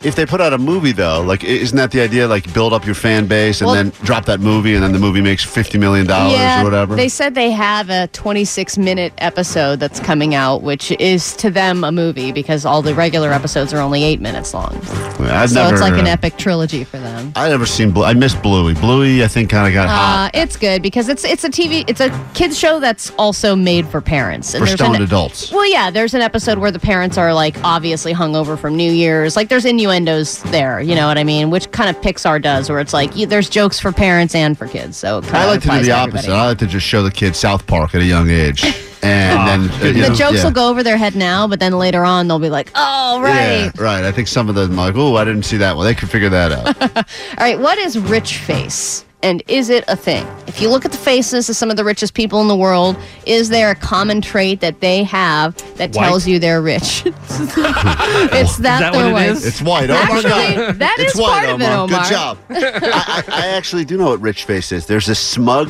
Speaker 8: if they put out a movie though, like i- isn't that the idea? Like build up your fan base and
Speaker 9: Well-
Speaker 8: then drop that movie, and then the movie makes fifty million dollars or whatever.
Speaker 9: They said they have a 26 minute episode that's coming out, which is to them a movie because all the regular episodes are only eight minutes long.
Speaker 8: I've
Speaker 9: so
Speaker 8: never,
Speaker 9: it's like an
Speaker 8: uh,
Speaker 9: epic trilogy for them.
Speaker 8: I never seen. Blue. I miss Bluey. Bluey, I think, kind of got hot.
Speaker 9: Uh, it's good because it's it's a TV it's a kids show that's also made for parents
Speaker 8: For
Speaker 9: there's
Speaker 8: stoned adults.
Speaker 9: Well, yeah, there's an episode where the parents are like obviously hungover from New Year's. Like there's innuendos there, you know what I mean? Which kind of Pixar does, where it's like you, there's jokes for parents and for kids. So it kinda
Speaker 8: I like to do
Speaker 9: applies
Speaker 8: the
Speaker 9: everybody.
Speaker 8: opposite. I like to just show the kids South Park at a young
Speaker 9: [laughs]
Speaker 8: age, and then uh, you
Speaker 9: the
Speaker 8: know,
Speaker 9: jokes
Speaker 8: yeah.
Speaker 9: will go over their head now, but then later on they'll be like, "Oh, right,
Speaker 8: Yeah, right. I think some of them like, oh, I didn't see that one. They could figure that out.
Speaker 9: all right." What is rich face, and is it a thing? If you look at the faces of some of the richest people in the world, is there a common trait that they have that
Speaker 8: White?
Speaker 9: tells you they're rich? [laughs] it's that, they're white.
Speaker 8: It's white. Oh
Speaker 9: Actually,
Speaker 8: my god,
Speaker 9: that
Speaker 8: it's
Speaker 9: is
Speaker 8: white,
Speaker 9: part of it.
Speaker 8: Omar.
Speaker 9: Omar.
Speaker 8: Good job.
Speaker 9: [laughs]
Speaker 8: I, I, I actually do know what rich face is. There's this smug,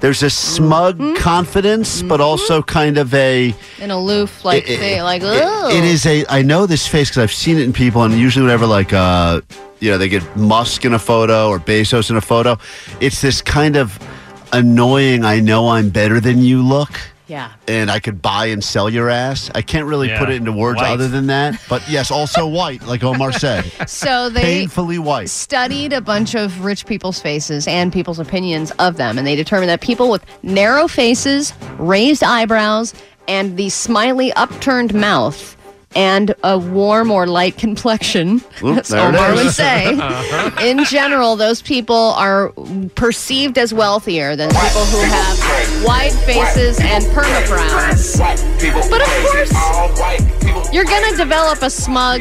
Speaker 8: there's this smug
Speaker 9: Mm-hmm.
Speaker 8: confidence, but also kind of a.
Speaker 9: An aloof, like
Speaker 8: It- it-
Speaker 9: thing, like
Speaker 8: it-
Speaker 9: "Ooh."
Speaker 8: it is a. I know this face because I've seen it in people, and usually whenever like uh, you know, they get Musk in a photo or Bezos in a photo, it's this kind of annoying. I know I'm better than you look.
Speaker 9: Yeah.
Speaker 8: And I could buy and sell your ass. I can't really
Speaker 13: Yeah.
Speaker 8: put it into words
Speaker 13: White.
Speaker 8: other than that. But yes, also white, like Omar
Speaker 13: [laughs]
Speaker 8: said.
Speaker 9: So they
Speaker 8: Painfully white.
Speaker 9: studied a bunch of rich people's faces and people's opinions of them, and they determined that people with narrow faces, raised eyebrows, and the smiley upturned mouth, and a warm or light complexion,
Speaker 14: Oop,
Speaker 9: as
Speaker 14: there it
Speaker 9: Omar
Speaker 14: is.
Speaker 9: would say, [laughs]
Speaker 14: Uh-huh. [laughs]
Speaker 9: in general, those people are perceived as wealthier than people who have wide faces and perma browns. But of course, you're gonna develop a smug,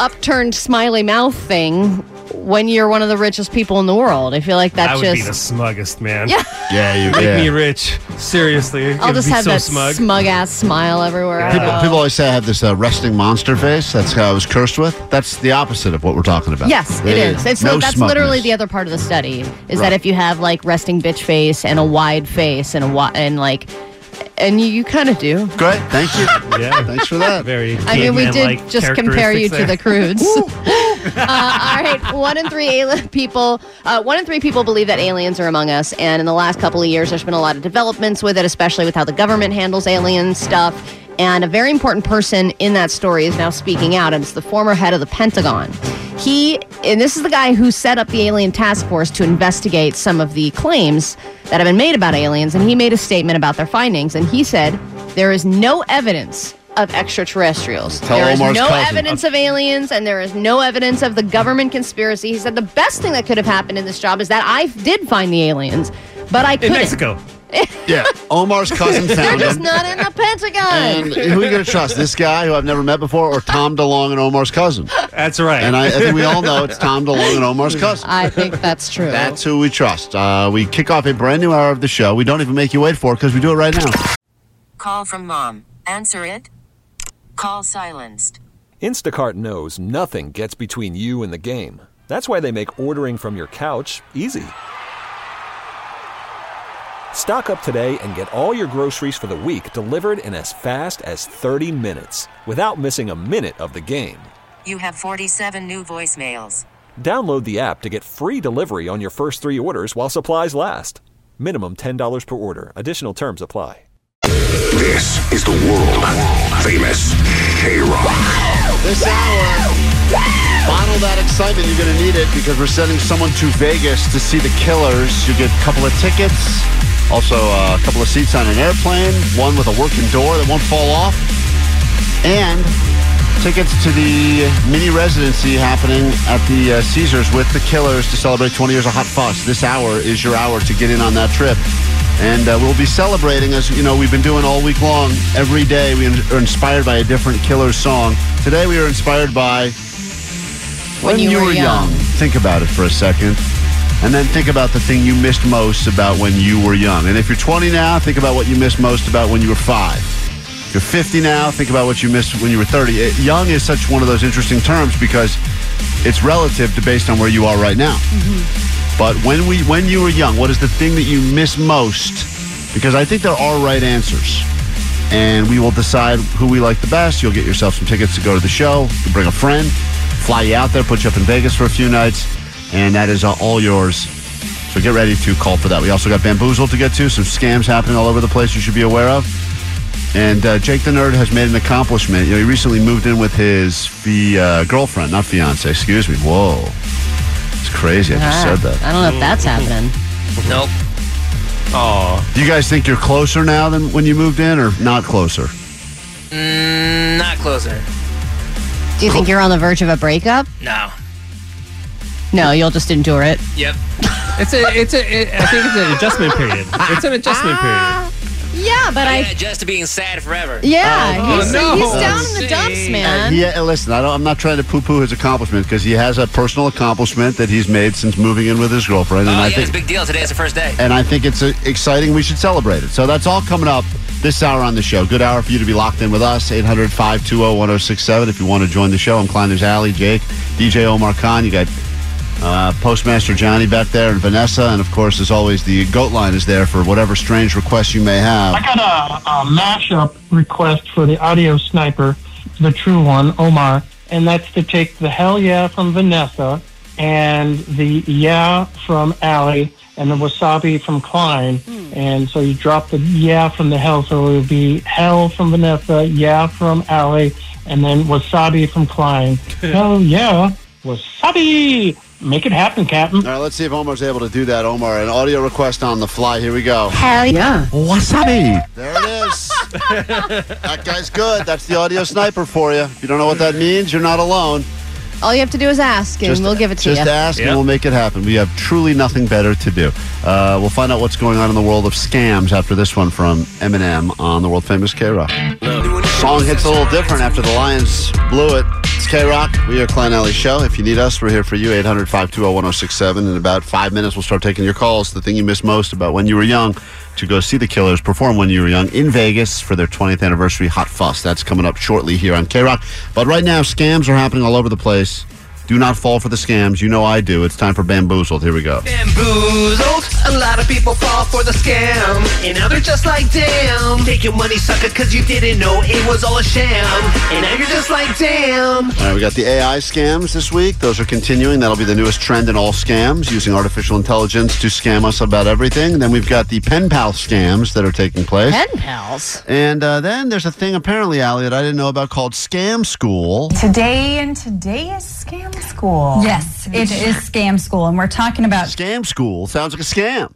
Speaker 9: upturned, smiley mouth thing when you're one of the richest people in the world. I feel like that's
Speaker 5: I would
Speaker 9: just
Speaker 5: be the smuggest man.
Speaker 9: Yeah.
Speaker 8: Yeah, you-
Speaker 5: make
Speaker 8: yeah.
Speaker 5: me rich. Seriously,
Speaker 9: I'll
Speaker 5: It'd
Speaker 9: just
Speaker 5: be
Speaker 9: have
Speaker 5: so
Speaker 9: that smug.
Speaker 5: smug.
Speaker 9: ass smile everywhere. I
Speaker 8: People,
Speaker 9: go.
Speaker 8: people always say I have this uh, resting monster face. That's how I was cursed with. That's the opposite of what we're talking about.
Speaker 9: Yes, it is. It's
Speaker 8: no
Speaker 9: that's
Speaker 8: smugness.
Speaker 9: literally the other part of the study is
Speaker 8: Right.
Speaker 9: that if you have like resting bitch face and a wide face and a wi- and like and you, you kind of do.
Speaker 8: Great, thank you.
Speaker 5: [laughs] yeah,
Speaker 8: thanks for that.
Speaker 5: Very.
Speaker 9: I mean, we did
Speaker 5: caveman-like
Speaker 9: just compare you to the
Speaker 5: characteristics
Speaker 9: crudes. uh, all right, one in three alien people. Uh, one in three people believe that aliens are among us, and in the last couple of years, there's been a lot of developments with it, especially with how the government handles alien stuff. And a very important person in that story is now speaking out, and it's the former head of the Pentagon. He, and this is the guy who set up the Alien Task Force to investigate some of the claims that have been made about aliens, and he made a statement about their findings, and he said, There is no evidence of extraterrestrials.
Speaker 8: Tell
Speaker 9: there is
Speaker 8: Omar's
Speaker 9: no
Speaker 8: cousin.
Speaker 9: evidence of aliens, and there is no evidence of the government conspiracy. He said the best thing that could have happened in this job is that I did find the aliens, but I
Speaker 8: In
Speaker 9: couldn't.
Speaker 8: Mexico. [laughs] yeah, Omar's cousin
Speaker 9: [laughs] They're
Speaker 8: found
Speaker 9: just
Speaker 8: him.
Speaker 9: not in the Pentagon.
Speaker 8: And who are you going to trust? This guy who I've never met before, or Tom DeLong and Omar's cousin?
Speaker 5: That's right.
Speaker 8: And I, I think we all know it's Tom DeLong and Omar's cousin.
Speaker 9: I think that's true.
Speaker 8: That's who we trust. Uh, we kick off a brand new hour of the show. We don't even make you wait for it because we do it right now.
Speaker 13: Call from mom. Answer it. Call silenced.
Speaker 14: Instacart knows nothing gets between you and the game. That's why they make ordering from your couch easy. Stock up today and get all your groceries for the week delivered in as fast as 30 minutes without missing a minute of the game.
Speaker 13: You have 47 new voicemails.
Speaker 14: Download the app to get free delivery on your first three orders while supplies last. Minimum $10 per order. Additional terms apply.
Speaker 7: This is the world famous K Rock.
Speaker 8: This hour, bottle that excitement. You're going to need it because we're sending someone to Vegas to see the Killers. You get a couple of tickets, also uh, a couple of seats on an airplane, one with a working door that won't fall off, and tickets to the mini residency happening at the uh, Caesars with the Killers to celebrate 20 years of Hot Fuss. This hour is your hour to get in on that trip. And uh, we'll be celebrating, as you know, we've been doing all week long. Every day we are inspired by a different Killers song. Today we are inspired by When, You, Were young. Think about it for a second. And then think about the thing you missed most about when you were young. And if you're 20 now, think about what you missed most about when you were five. If you're 50 now, think about what you missed when you were 30. It- young is such one of those interesting terms because it's relative to based on where you are right now. But when we when you were young, what is the thing that you miss most? Because I think there are right answers. And we will decide who we like the best. You'll get yourself some tickets to go to the show. You bring a friend, fly you out there, put you up in Vegas for a few nights, and that is uh, all yours. So get ready to call for that. We also got Bamboozle to get to, some scams happening all over the place you should be aware of. And uh, Jake the Nerd has made an accomplishment. You know, he recently moved in with his fi- uh, girlfriend, not fiance, excuse me. Whoa. It's crazy. I just
Speaker 9: Ah,
Speaker 8: said that.
Speaker 9: I don't know if that's happening.
Speaker 2: Nope.
Speaker 8: Oh. Do you guys think you're closer now than when you moved in or not closer?
Speaker 2: Mm, not closer.
Speaker 9: Do you think you're on the verge of a breakup?
Speaker 2: No.
Speaker 9: No, you'll just endure it.
Speaker 2: Yep.
Speaker 5: It's a. It's a. It, I think it's an adjustment period. It's an adjustment period.
Speaker 9: Yeah, but I.
Speaker 2: Oh, Just to being sad forever.
Speaker 9: Yeah,
Speaker 5: Oh,
Speaker 9: he's,
Speaker 5: no.
Speaker 9: he's down in the dumps, man.
Speaker 8: Uh, yeah, listen, I don't, I'm not trying to poo-poo his accomplishment because he has a personal accomplishment that he's made since moving in with his girlfriend, and
Speaker 2: Oh, yeah,
Speaker 8: I
Speaker 2: it's a
Speaker 8: think
Speaker 2: big deal. Today's the first day.
Speaker 8: and I think it's uh, exciting. We should celebrate it. So that's all coming up this hour on the show. Good hour for you to be locked in with us. 800-520-1067 if you want to join the show. I'm Kleiner's Alley, Jake, DJ Omar Khan. You got uh, Postmaster Johnny back there and Vanessa, and of course, as always, the goat line is there for whatever strange requests you may have.
Speaker 15: I got a, a mashup request for the audio sniper, the true one, Omar, and that's to take the hell yeah from Vanessa and the yeah from Allie and the wasabi from Klein. And so you drop the yeah from the hell, so it would be hell from Vanessa, yeah from Allie, and then wasabi from Klein. hell yeah, wasabi! Make it happen, Captain.
Speaker 8: All right, let's see if Omar's able to do that. Omar, an audio request on the fly. Here we go.
Speaker 9: Hell yeah.
Speaker 8: Wasabi. There it is. that guy's good. That's the audio sniper for you. If you don't know what that means, you're not alone.
Speaker 9: All you have to do is ask, and we'll give it to
Speaker 8: just
Speaker 9: you.
Speaker 8: ask and we'll make it happen. We have truly nothing better to do. Uh, we'll find out what's going on in the world of scams after this one from Eminem on the world famous K Rock. Song hits a little different after the Lions blew it. It's K Rock. We are Klein Alley Show. If you need us, we're here for you. 800 520 1067. In about five minutes, we'll start taking your calls. The thing you missed most about when you were young to go see the Killers perform when you were young in Vegas for their 20th anniversary Hot Fuss. That's coming up shortly here on K Rock. But right now, scams are happening all over the place. Do not fall for the scams. You know I do. It's time for Bamboozled. Here we go.
Speaker 11: Bamboozled. A lot of people fall for the scam. And now they're just like, damn. Take your money, sucker, cause you didn't know it was all a sham. And now you're just like, damn.
Speaker 8: All right, we got the AI scams this week. Those are continuing. That'll be the newest trend in all scams, using artificial intelligence to scam us about everything. Then we've got the pen pal scams that are taking place.
Speaker 16: Pen pals.
Speaker 8: And uh, then there's a thing apparently, Allie, that I didn't know about called Scam School.
Speaker 17: Today and today is scam school.
Speaker 16: Yes, it is scam school, and we're talking about
Speaker 8: Scam School sounds like a scam.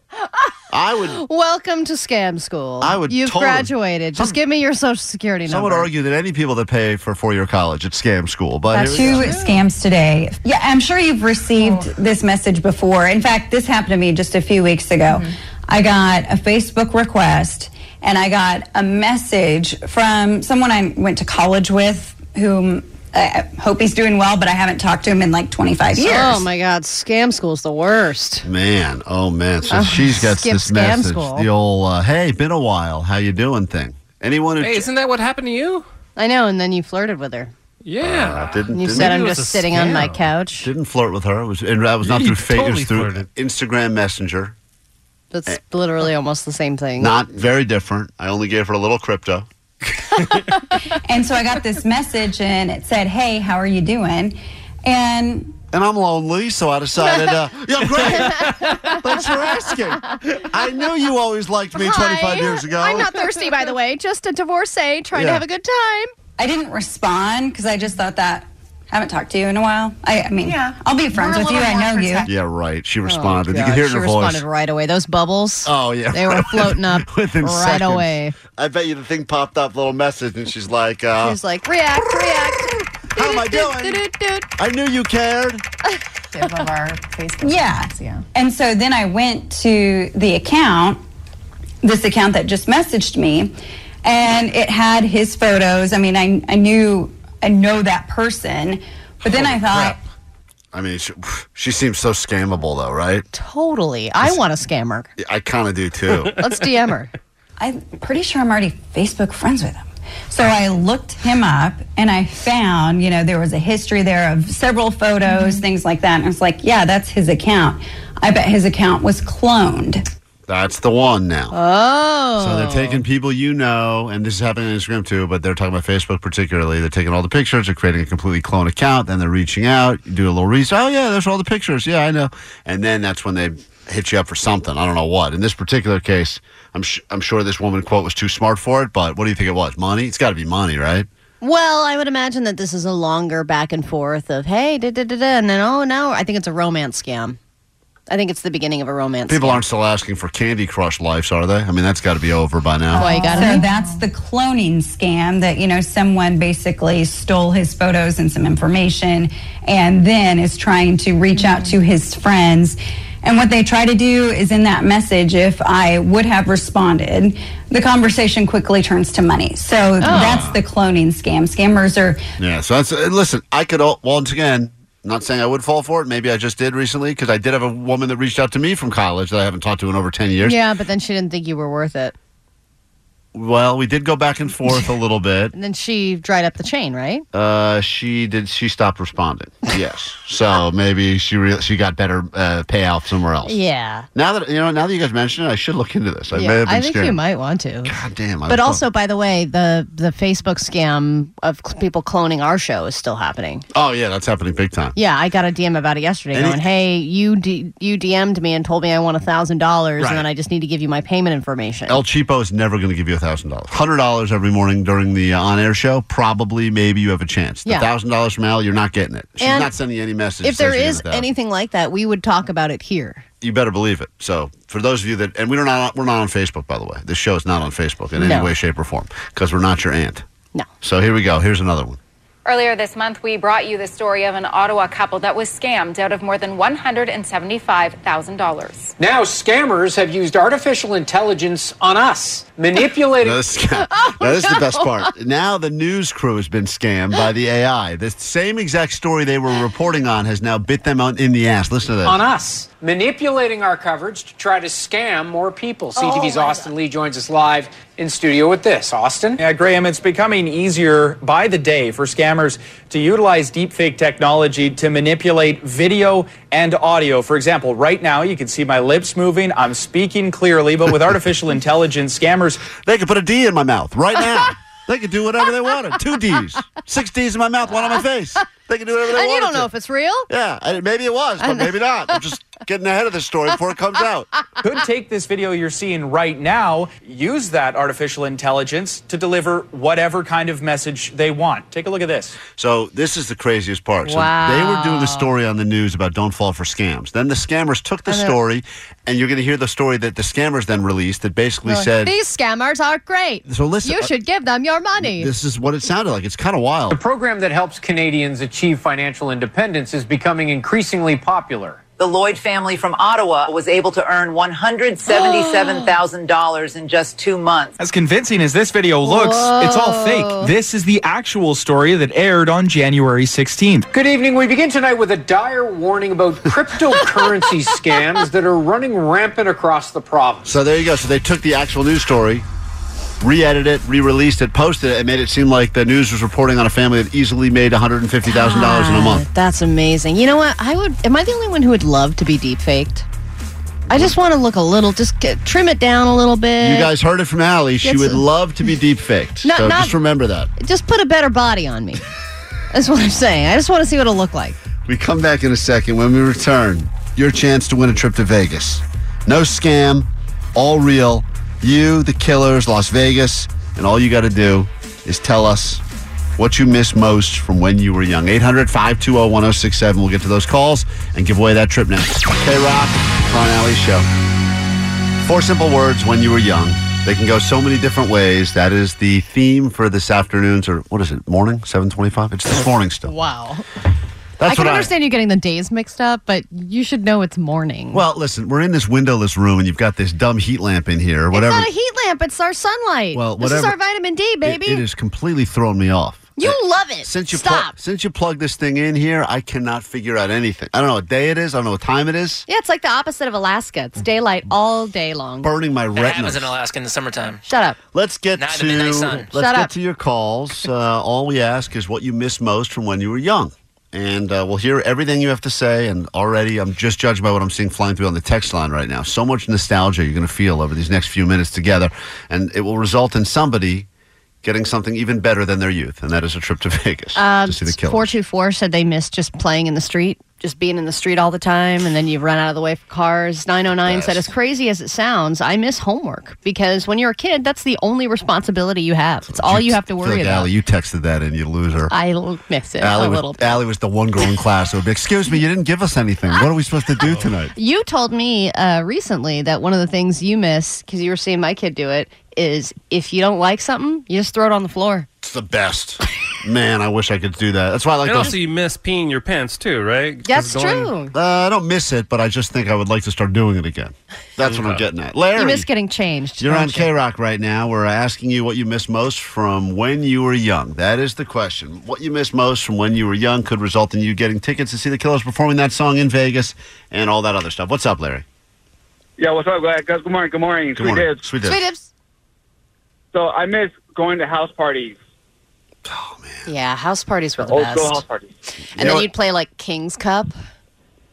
Speaker 8: I would.
Speaker 9: Welcome to scam school.
Speaker 8: I would
Speaker 9: You've
Speaker 8: totally-
Speaker 9: graduated. Just give me your social security
Speaker 8: Some would
Speaker 9: number.
Speaker 8: argue that any people that pay for four-year college, it's scam school. But
Speaker 16: Uh,
Speaker 8: here we
Speaker 16: two
Speaker 8: go.
Speaker 16: scams today. Yeah, I'm sure you've received
Speaker 17: Oh.
Speaker 16: this message before. In fact, this happened to me just a few weeks ago.
Speaker 17: Mm-hmm.
Speaker 16: I got a Facebook request and I got a message from someone I went to college with, whom I I hope he's doing well, but I haven't talked to him in like 25 years. [laughs]
Speaker 9: Oh my God, scam school's the worst.
Speaker 8: Man, oh man! So
Speaker 9: Oh,
Speaker 8: she's got
Speaker 9: skip
Speaker 8: this
Speaker 9: scam
Speaker 8: message,
Speaker 9: school.
Speaker 8: the old uh, "Hey, been a while, how you doing?" thing. Anyone who
Speaker 9: Hey,
Speaker 5: isn't that what happened to you?
Speaker 9: I know, and then you flirted with her.
Speaker 8: Yeah, Uh, didn't,
Speaker 9: You
Speaker 8: didn't-
Speaker 9: said I'm just sitting on my couch.
Speaker 8: Didn't flirt with her. It was, and that was not
Speaker 9: You
Speaker 8: through Facebook.
Speaker 9: totally
Speaker 8: it was through Instagram Messenger.
Speaker 9: That's literally almost the same thing.
Speaker 8: Eh.
Speaker 9: [laughs]
Speaker 8: Not very different. I only gave her a little crypto.
Speaker 16: and so I got this message and it said, Hey, how are you doing? And
Speaker 8: and I'm lonely, so I decided,
Speaker 9: [laughs]
Speaker 8: uh,
Speaker 11: [laughs]
Speaker 8: yeah, great. Thanks for asking. I knew you always liked me 25 years ago.
Speaker 9: I'm not thirsty, by the way. Just a divorcee trying to
Speaker 8: Yeah.
Speaker 9: have a good time.
Speaker 16: I didn't respond because I just thought that I haven't talked to you in a while. I, I mean, I'll be friends
Speaker 9: We're a
Speaker 16: with you.
Speaker 9: little
Speaker 16: I know you.
Speaker 8: [laughs] Yeah, right. She responded. you
Speaker 9: God,
Speaker 8: could hear it in
Speaker 9: Oh, she
Speaker 8: her
Speaker 9: responded
Speaker 8: voice.
Speaker 9: right away. Those bubbles.
Speaker 8: Oh yeah,
Speaker 9: they were floating up
Speaker 8: [laughs] Within
Speaker 9: right
Speaker 8: seconds.
Speaker 9: away.
Speaker 8: I bet you the thing popped up, little message, and she's like, uh,
Speaker 9: She's like, react, react.
Speaker 8: "How am I doing? I knew you cared."
Speaker 17: Of our Facebook.
Speaker 16: Yeah. And so then I went to the account, this account that just messaged me, and it had his photos. I mean, I, I knew, I know that person. But then I thought,
Speaker 8: I mean, she, she seems so scammable, though, right?
Speaker 9: Totally. I want a scammer.
Speaker 8: I kind of do too.
Speaker 9: [laughs] Let's DM her.
Speaker 16: I'm pretty sure I'm already Facebook friends with him. So I looked him up and I found, you know, there was a history there of several photos,
Speaker 9: Mm-hmm.
Speaker 16: things like that. And I was like, yeah, that's his account. I bet his account was cloned.
Speaker 8: That's the one now.
Speaker 9: Oh.
Speaker 8: So they're taking people you know, and this is happening on Instagram too, but they're talking about Facebook particularly. They're taking all the pictures, they're creating a completely clone account, then they're reaching out, you do a little research. Oh, yeah, there's all the pictures. Yeah, I know. And then that's when they hit you up for something. I don't know what. In this particular case, I'm, sh- I'm sure this woman, quote, was too smart for it, but what do you think it was? Money? It's got to be money, right?
Speaker 9: Well, I would imagine that this is a longer back and forth of hey, da da da da, and then oh no, I think it's a romance scam. I think it's the beginning of a romance.
Speaker 8: People
Speaker 9: scam.
Speaker 8: aren't still asking for Candy Crush lives, are they? I mean, that's got to be over by now.
Speaker 9: Boy, you got
Speaker 16: so
Speaker 9: me.
Speaker 16: that's the cloning scam that, you know, someone basically stole his photos and some information and then is trying to reach out to his friends. And what they try to do is in that message, if I would have responded, the conversation quickly turns to money. So that's the cloning scam. Scammers are
Speaker 8: Yeah, so that's uh, listen. I could all, once again, not saying I would fall for it. Maybe I just did recently because I did have a woman that reached out to me from college that I haven't talked to in over ten years.
Speaker 9: Yeah, but then she didn't think you were worth it,
Speaker 8: Well, we did go back and forth a little bit.
Speaker 9: and then she dried up the chain, right?
Speaker 8: Uh, she did. She stopped responding. Yes. so maybe she re- she got better uh, payoff somewhere else.
Speaker 9: Yeah.
Speaker 8: Now that you know, now that you guys mention it, I should look into this. I may
Speaker 9: yeah,
Speaker 8: have been
Speaker 9: I think
Speaker 8: scared.
Speaker 9: you might want to.
Speaker 8: God damn. I
Speaker 9: But
Speaker 8: was-
Speaker 9: also, by the way, the the Facebook scam of cl- people cloning our show is still happening.
Speaker 8: Oh yeah, that's happening big time.
Speaker 9: Yeah, I got a DM about it yesterday,
Speaker 8: And
Speaker 9: going,
Speaker 8: it-
Speaker 9: "Hey, you d- you DM'd me and told me I want a thousand dollars,
Speaker 8: Right.
Speaker 9: and then I just need to give you my payment information."
Speaker 8: El Cheapo is never going to give you a thousand dollars. Hundred dollars every morning during the uh, on-air show. Probably, maybe you have a chance. The
Speaker 9: Yeah.
Speaker 8: thousand dollars from Al, you're not getting it. She's
Speaker 9: And
Speaker 8: not sending you any message.
Speaker 9: if
Speaker 8: that says
Speaker 9: there
Speaker 8: you're
Speaker 9: is
Speaker 8: getting a thousand.
Speaker 9: anything like that, we would talk about it here.
Speaker 8: you better believe it. So, for those of you that, and we're not we're not on Facebook, by the way. This show is not on Facebook in any
Speaker 9: No.
Speaker 8: way, shape, or form because we're not your aunt.
Speaker 9: No. [laughs]
Speaker 8: So here we go. Here's another one.
Speaker 18: Earlier this month, we brought you the story of an Ottawa couple that was scammed out of more than $175,000.
Speaker 19: Now, scammers have used artificial intelligence on us, manipulating. [laughs]
Speaker 9: Oh,
Speaker 8: now, this is the best part. Now the news crew has been scammed by the AI. The same exact story they were reporting on has now bit them out in the ass. Listen to
Speaker 19: on
Speaker 8: that.
Speaker 19: us, manipulating our coverage to try to scam more people. CTV's
Speaker 20: my
Speaker 19: Austin Lee joins us live in studio with this. Austin?
Speaker 20: Yeah, Graham, it's becoming easier by the day for scammers to utilize deepfake technology to manipulate video and audio. For example, right now you can see my lips moving. I'm speaking clearly, but with artificial intelligence, scammers.
Speaker 8: They could put a D in my mouth right now. [laughs] they could do whatever they wanted. Two D's, six D's in my mouth, one on my
Speaker 9: [laughs]
Speaker 8: face. They can do whatever they
Speaker 9: and
Speaker 8: wanted
Speaker 9: you don't
Speaker 8: to.
Speaker 9: know if it's real.
Speaker 8: Yeah, I- maybe it was, but maybe not. I'm
Speaker 9: [laughs]
Speaker 8: just getting ahead of the story before it comes out.
Speaker 20: Could take this video you're seeing right now, use that artificial intelligence to deliver whatever kind of message they want. Take a look at this.
Speaker 8: So this is the craziest part. So they were doing a story on the news about don't fall for scams. Then the scammers took the
Speaker 9: And then-
Speaker 8: story, and you're going to hear the story that the scammers then released that basically
Speaker 9: Really.
Speaker 8: said
Speaker 9: These scammers are great.
Speaker 8: So listen,
Speaker 9: you
Speaker 8: uh,
Speaker 9: should give them your money.
Speaker 8: this is what it sounded like. It's kind of wild.
Speaker 19: The program that helps Canadians achieve financial independence is becoming increasingly popular.
Speaker 21: The Lloyd family from Ottawa was able to earn $177,000 in just two months.
Speaker 22: As convincing as this video looks, it's all
Speaker 21: Whoa.
Speaker 22: fake. This is the actual story that aired on January 16th.
Speaker 19: Good evening. We begin tonight with a dire warning
Speaker 8: [laughs]
Speaker 19: about cryptocurrency scams that are running rampant across the province.
Speaker 8: So there you go. So they took the actual news story, re-edited it, re-released it, posted it, and made it seem like the news was reporting on a family that easily made $150,000 in a month.
Speaker 9: That's amazing. You know what? I would. Am I the only one who would love to be deep faked? I just want to look a little. Just get, trim it down a little bit.
Speaker 8: You guys heard it from Allie. She
Speaker 9: It's-
Speaker 8: would love to be deep faked.
Speaker 9: Eh. Not-
Speaker 8: so
Speaker 9: not-
Speaker 8: just remember that.
Speaker 9: Just put a better body
Speaker 8: [laughs]
Speaker 9: on me. That's what I'm saying. I just want to see what it'll look like.
Speaker 8: We come back in a second. When we return, your chance to win a trip to Vegas. No scam, all real. You, the killers, Las Vegas, and all you got to do is tell us what you miss most from when you were young. 800 520 1067. We'll get to those calls and give away that trip next. K Rock, Ron Alley Show. Four simple words when you were young. They can go so many different ways. That is the theme for this afternoon's, or what is it, morning? 725? It's this morning still.
Speaker 9: Wow.
Speaker 8: That's
Speaker 9: I can
Speaker 8: what I,
Speaker 9: understand you getting the days mixed up, but you should know it's morning.
Speaker 8: Well, listen, we're in this windowless room, and you've got this dumb heat lamp in here, or whatever.
Speaker 9: It's not a heat lamp. It's our sunlight.
Speaker 8: Well,
Speaker 9: This is
Speaker 8: whatever.
Speaker 9: our vitamin D,
Speaker 8: It-
Speaker 9: baby.
Speaker 8: it is completely thrown me off.
Speaker 9: You love it.
Speaker 8: Since you plu-
Speaker 9: Stop.
Speaker 8: since you plug this thing in here, I cannot figure out anything. I don't know what day it is. I don't know what time it is.
Speaker 9: yeah, it's like the opposite of Alaska. It's daylight all day long.
Speaker 8: Burning my
Speaker 2: That happens in
Speaker 8: retina.
Speaker 2: Alaska in the summertime.
Speaker 9: Shut up.
Speaker 8: Let's get
Speaker 2: Not in the
Speaker 8: to
Speaker 2: midnight
Speaker 8: let's
Speaker 2: sun.
Speaker 8: get
Speaker 2: Shut up.
Speaker 8: to your
Speaker 9: [laughs]
Speaker 8: calls. Uh, all we ask is what you miss most from when you were young, and uh, we'll hear everything you have to say. And already, I'm just judging by what I'm seeing flying through on the text line right now. So much nostalgia you're going to feel over these next few minutes together, and it will result in somebody getting something even better than their youth, and that is a trip to [laughs] Vegas
Speaker 9: Um,
Speaker 8: to see the killer.
Speaker 9: 424 said they miss just playing in the street, just being in the street all the time, and then you run out of the way for cars. 909 said, as crazy as it sounds, I miss homework because when you're a kid, that's the only responsibility you have. It's all you have to
Speaker 8: I feel
Speaker 9: worry
Speaker 8: like
Speaker 9: about.
Speaker 8: Allie, you texted that in, you loser.
Speaker 9: I l- miss it
Speaker 8: Allie
Speaker 9: a
Speaker 8: was,
Speaker 9: little bit.
Speaker 8: Allie was the one girl in class who would be, excuse me, you didn't give us anything. What are we supposed to
Speaker 9: [laughs]
Speaker 8: do tonight?
Speaker 9: You told me uh, recently that one of the things you miss, because you were seeing my kid do it, is if you don't like something, you just throw it on the floor.
Speaker 8: It's the best. Man, I wish I could do that. That's why I like
Speaker 5: and
Speaker 8: those.
Speaker 5: also, you miss peeing your pants too, right? 'Cause going-
Speaker 8: Uh, I don't miss it, but I just think I would like to start doing it again. That's what I'm getting at. Larry,
Speaker 9: You miss getting changed.
Speaker 8: you're on
Speaker 9: don't you?
Speaker 8: K Rock right now. We're asking you what you miss most from when you were young. That is the question. What you miss most from when you were young could result in you getting tickets to see the Killers performing that song in Vegas and all that other stuff. What's up, Larry?
Speaker 23: Yeah, what's up, guys? Good morning. Good morning. Sweet
Speaker 8: morning.
Speaker 23: Dibs.
Speaker 8: Sweet dibs. Sweet
Speaker 23: So I miss going to house parties.
Speaker 9: Yeah, house parties were the
Speaker 18: Oh,
Speaker 23: Old
Speaker 9: best.
Speaker 23: school house parties.
Speaker 9: And then you'd play like King's Cup.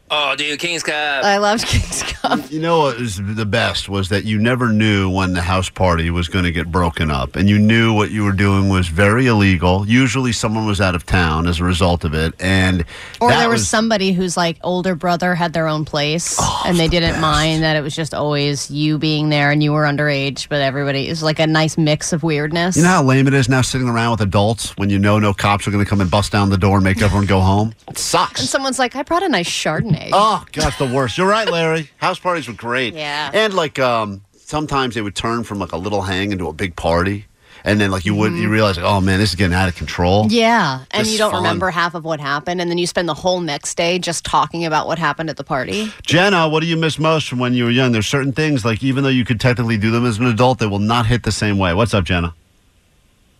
Speaker 2: Oh, dude, King's Cup.
Speaker 9: I loved King's Cup.
Speaker 8: You know what was the best was that you never knew when the house party was going to get broken up, and you knew what you were doing was very illegal. Usually, someone was out of town as a result of it, and
Speaker 9: Or
Speaker 8: that
Speaker 9: there
Speaker 8: was
Speaker 9: was,
Speaker 8: Oh,
Speaker 9: somebody whose like older brother had their own place and they didn't mind that it was just always you being there and you were underage, but everybody it was like a nice mix of weirdness.
Speaker 8: You know how lame it is now sitting around with adults when you know no cops are going to come and bust down the door and make everyone go home? It sucks.
Speaker 9: and someone's like, I brought a nice Chardonnay.
Speaker 8: Oh, gosh, the worst. You're right, Larry. House parties were great.
Speaker 9: Yeah.
Speaker 8: And like um, sometimes they would turn from like a little hang into a big party. and then like you would you realize like oh man this is getting out of control.
Speaker 9: Mm. Yeah, and
Speaker 8: This
Speaker 9: you
Speaker 8: is
Speaker 9: don't
Speaker 8: fun.
Speaker 9: remember half of what happened, and then you spend the whole next day just talking about what happened at the party.
Speaker 8: Jenna, what do you miss most from when you were young? There's certain things like even though you could technically do them as an adult, they will not hit the same way. What's up, Jenna?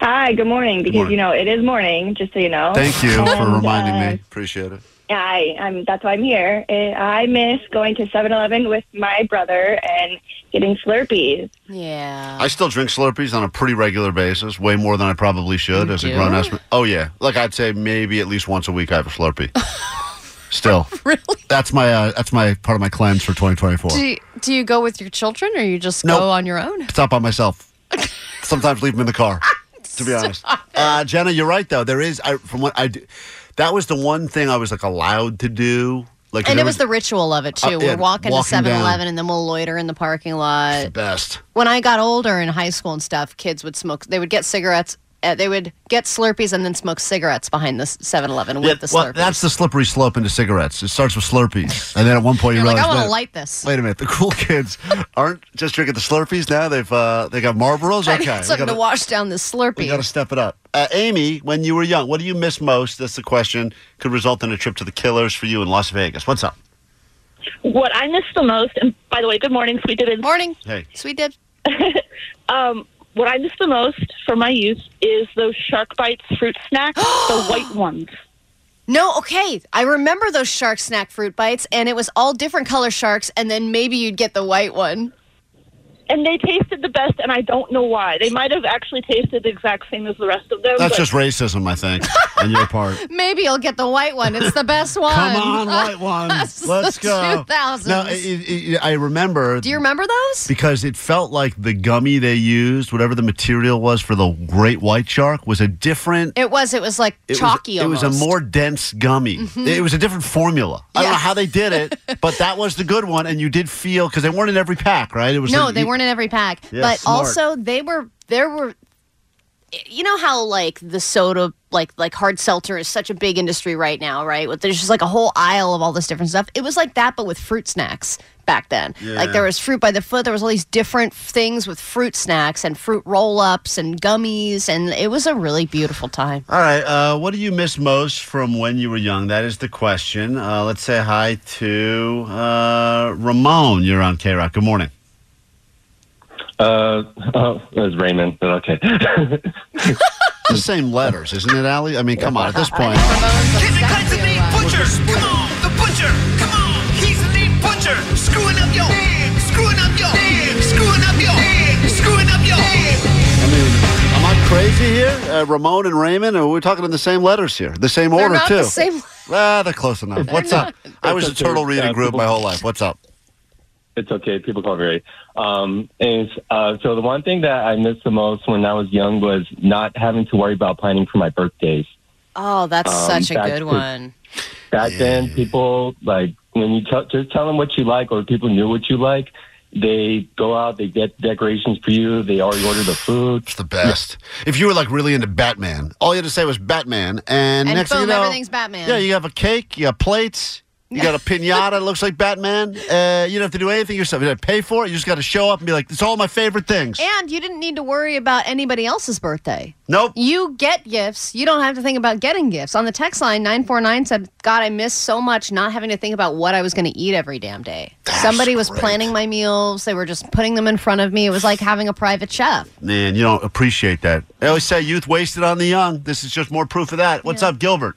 Speaker 1: Hi, good morning. Because you know it is morning, just so you
Speaker 9: Oh,
Speaker 1: know.
Speaker 8: Thank you for
Speaker 1: And,
Speaker 8: reminding
Speaker 1: uh,
Speaker 8: me. Appreciate it.
Speaker 1: I, I'm that's why I'm here. Uh, I miss going to 7-Eleven with my brother and getting Slurpees.
Speaker 9: Yeah.
Speaker 8: I still drink Slurpees on a pretty regular basis, way more than I probably should as a
Speaker 1: do?
Speaker 8: grown ass. Oh yeah, like I'd say maybe at least once a week I have a
Speaker 9: [laughs]
Speaker 8: Slurpee. still, really? That's my uh, that's my part of my cleanse for 2024.
Speaker 9: Do you, do you go with your children, or you just
Speaker 8: No.
Speaker 9: go on your own?
Speaker 8: Stop by
Speaker 9: [laughs]
Speaker 8: myself. Sometimes leave them in the car. To be honest, uh, Jenna, you're right though. There is I, from what I do, that was the one thing I was like allowed to do. Like
Speaker 9: and
Speaker 8: there
Speaker 9: it was the ritual of it too.
Speaker 8: Uh, yeah,
Speaker 9: We're walking, to
Speaker 8: walking down.
Speaker 9: 7-Eleven, and then we'll loiter in the parking lot.
Speaker 8: best.
Speaker 9: When I got older in high school and stuff, kids would smoke. They would get cigarettes. Uh, they would get Slurpees and then smoke cigarettes behind the 7-Eleven with the
Speaker 8: well,
Speaker 9: Slurpee.
Speaker 8: that's the slippery slope into cigarettes. It starts with Slurpees, and then at one point you
Speaker 9: You're like,
Speaker 8: realize,
Speaker 9: I want
Speaker 8: wait-
Speaker 9: to light this.
Speaker 8: Wait a minute, the cool kids aren't just drinking the Slurpees now. They've uh, they got Marlboros.
Speaker 9: [laughs] I
Speaker 8: Okay,
Speaker 9: need
Speaker 8: we
Speaker 9: something
Speaker 8: gotta,
Speaker 9: to wash down this Slurpee.
Speaker 8: we gotta step it up. Uh, Amy, when you were young, what do you miss most? That's the question. Could result in a trip to the Killers for you in Las Vegas. What's up?
Speaker 1: What I miss the most, and by the way, good morning, sweet dibbins.
Speaker 9: Morning,
Speaker 8: Hey,
Speaker 9: sweet dibs.
Speaker 1: [laughs] um, what I miss the most from my youth is those shark bites fruit snacks,
Speaker 9: [gasps]
Speaker 1: the white ones.
Speaker 9: No, okay. I remember those shark snack fruit bites, and it was all different color sharks, and then maybe you'd get the white one.
Speaker 1: And they tasted the best, and I don't know why. They might have actually tasted the exact same as the rest of them.
Speaker 8: That's
Speaker 1: but
Speaker 8: just racism, I think, on your part.
Speaker 9: [laughs] Maybe you'll get the white one. It's the best one.
Speaker 8: Come on, white
Speaker 9: [laughs]
Speaker 8: ones. Let's go.
Speaker 9: 2000s.
Speaker 8: No, it, it, it- I remember.
Speaker 9: Do you remember those?
Speaker 8: Because it felt like the gummy they used, whatever the material was for the great white shark, was a different
Speaker 9: It was. It was like
Speaker 8: It
Speaker 9: chalky.
Speaker 8: was, it was a
Speaker 9: almost.
Speaker 8: more dense gummy.
Speaker 9: Mhm.
Speaker 8: It was a different formula. I don't know
Speaker 9: Yes.
Speaker 8: how they did
Speaker 9: [laughs]
Speaker 8: it, but that was the good one, and you did feel because they weren't in every pack, right? It was
Speaker 9: no,
Speaker 8: like-
Speaker 9: they weren't in every pack.
Speaker 8: Yeah,
Speaker 9: but
Speaker 8: smart.
Speaker 9: also, they were. There were. You know how like the soda, like like hard seltzer, is such a big industry right now, right? With there's just like a whole aisle of all this different stuff. It was like that, but with fruit snacks back then. Like
Speaker 3: Yeah.
Speaker 9: there was fruit by the foot. There was all these different things with fruit snacks and fruit roll ups and gummies, and it was a really beautiful time.
Speaker 8: All right. Uh, what do you miss most from when you were young? That is the question. Uh, let's say hi to uh, Ramon. You're on K Rock. Good morning.
Speaker 4: Uh, oh, it was Raymond, but okay.
Speaker 8: [laughs] the same letters, isn't it, Allie? I mean, come on. At
Speaker 4: [laughs]
Speaker 8: this point,
Speaker 11: Kevin Klein's a mean butcher. Come on, the butcher. Come on, he's a mean butcher. Screwing up your egg. Screwing up your egg. Screwing up your egg. Screwing up your egg.
Speaker 8: I mean, am I crazy here? Uh, Ramon and Raymond, or we're talking in the same letters here, the same order
Speaker 9: not
Speaker 8: too.
Speaker 9: the same-
Speaker 8: Ah, they're close enough.
Speaker 4: They're
Speaker 8: What's
Speaker 4: not.
Speaker 8: up? I was a
Speaker 4: It's okay.
Speaker 8: turtle reading
Speaker 4: Yeah,
Speaker 8: group
Speaker 4: people-
Speaker 8: my whole life. What's up?
Speaker 4: it's okay. People call me Ray. Um, is uh, so the one thing that I missed the most when I was young was not having to worry about planning for my birthdays.
Speaker 9: Oh, that's
Speaker 4: Um,
Speaker 9: such a
Speaker 4: back
Speaker 9: good
Speaker 4: to-
Speaker 9: one.
Speaker 4: Back then, people like when you tell just tell them what you like, or people knew what you like. They go out, they get decorations for you. They already order the food. It's
Speaker 8: the best. If you were like really into Batman, all you had to say was Batman, and,
Speaker 9: And
Speaker 8: next
Speaker 9: boom,
Speaker 8: thing you know,
Speaker 9: everything's Batman.
Speaker 8: Yeah, you have a cake, you have plates, you
Speaker 9: [laughs]
Speaker 8: got a pinata that looks like Batman. Uh, you don't have to do anything yourself. You don't have to pay for it. You just got to show up and be like, "It's all my favorite things."
Speaker 9: And you didn't need to worry about anybody else's birthday.
Speaker 8: Nope.
Speaker 9: You get gifts. You don't have to think about getting gifts. On the text line, 949 said, God, I miss so much not having to think about what I was going to eat every damn day. Somebody was planning my meals, they were just putting them in front of me. It was like having a private chef.
Speaker 8: Man, you don't appreciate that. I always say youth wasted on the young. This is just more proof of that. What's up, Gilbert?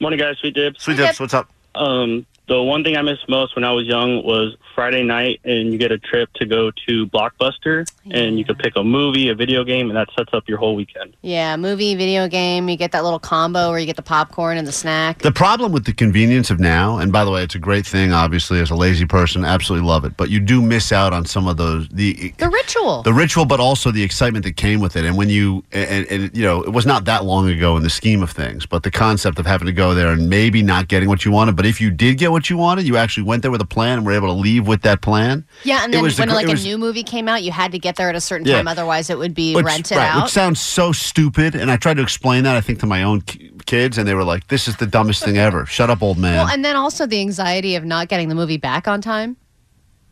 Speaker 24: Morning, guys. Sweet dips.
Speaker 8: Sweet dips. What's up?
Speaker 24: Um, the one thing I missed most when I was young was Friday night, and you get a trip to go to Blockbuster, and you could pick a movie, a video game, and that sets up your whole weekend.
Speaker 9: Yeah, movie, video game. You get that little combo where you get the popcorn and the snack.
Speaker 8: The problem with the convenience of now, and by the way, it's a great thing. Obviously, as a lazy person, absolutely love it. But you do miss out on some of those the
Speaker 9: The ritual.
Speaker 8: the ritual, but also the excitement that came with it. And when you and, and you know, it was not that long ago in the scheme of things, but the concept of having to go there and maybe not getting what you wanted, but if you did get what you wanted, you actually went there with a plan and were able to leave with that plan.
Speaker 9: yeah, and
Speaker 8: It
Speaker 9: then
Speaker 8: was the
Speaker 9: when
Speaker 8: gr-
Speaker 9: like
Speaker 8: it
Speaker 9: a
Speaker 8: was-
Speaker 9: new movie came out, you had to get there at a certain
Speaker 8: Yeah.
Speaker 9: time, otherwise it would be
Speaker 8: Which-
Speaker 9: rented
Speaker 8: right,
Speaker 9: out.
Speaker 8: Which sounds so stupid, and I tried to explain that I think to my own ki- kids, and they were like, "This is the dumbest thing ever." Shut up, old man.
Speaker 9: Well, and then also the anxiety of not getting the movie back on time.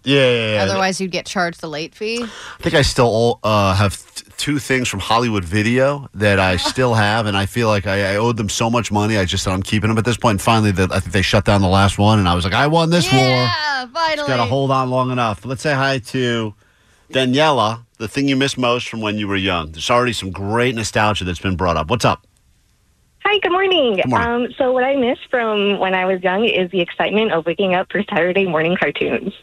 Speaker 8: yeah, yeah, yeah.
Speaker 9: Otherwise, you'd get charged the late fee.
Speaker 8: I think I still all, uh, have th- two things from Hollywood Video that I still have, and I feel like I, I owed them so much money. I just said I'm keeping them at this point. And finally, the, I think they shut down the last one, and I was like, I won this war.
Speaker 9: yeah,
Speaker 8: Just
Speaker 9: finally.
Speaker 8: gotta hold on long enough. Let's say hi to Daniela, the thing you miss most from when you were young. There's already some great nostalgia that's been brought up. What's up?
Speaker 3: Hi, good morning.
Speaker 8: Good morning.
Speaker 3: Um, so, what I miss from when I was young is the excitement of waking up for Saturday morning cartoons.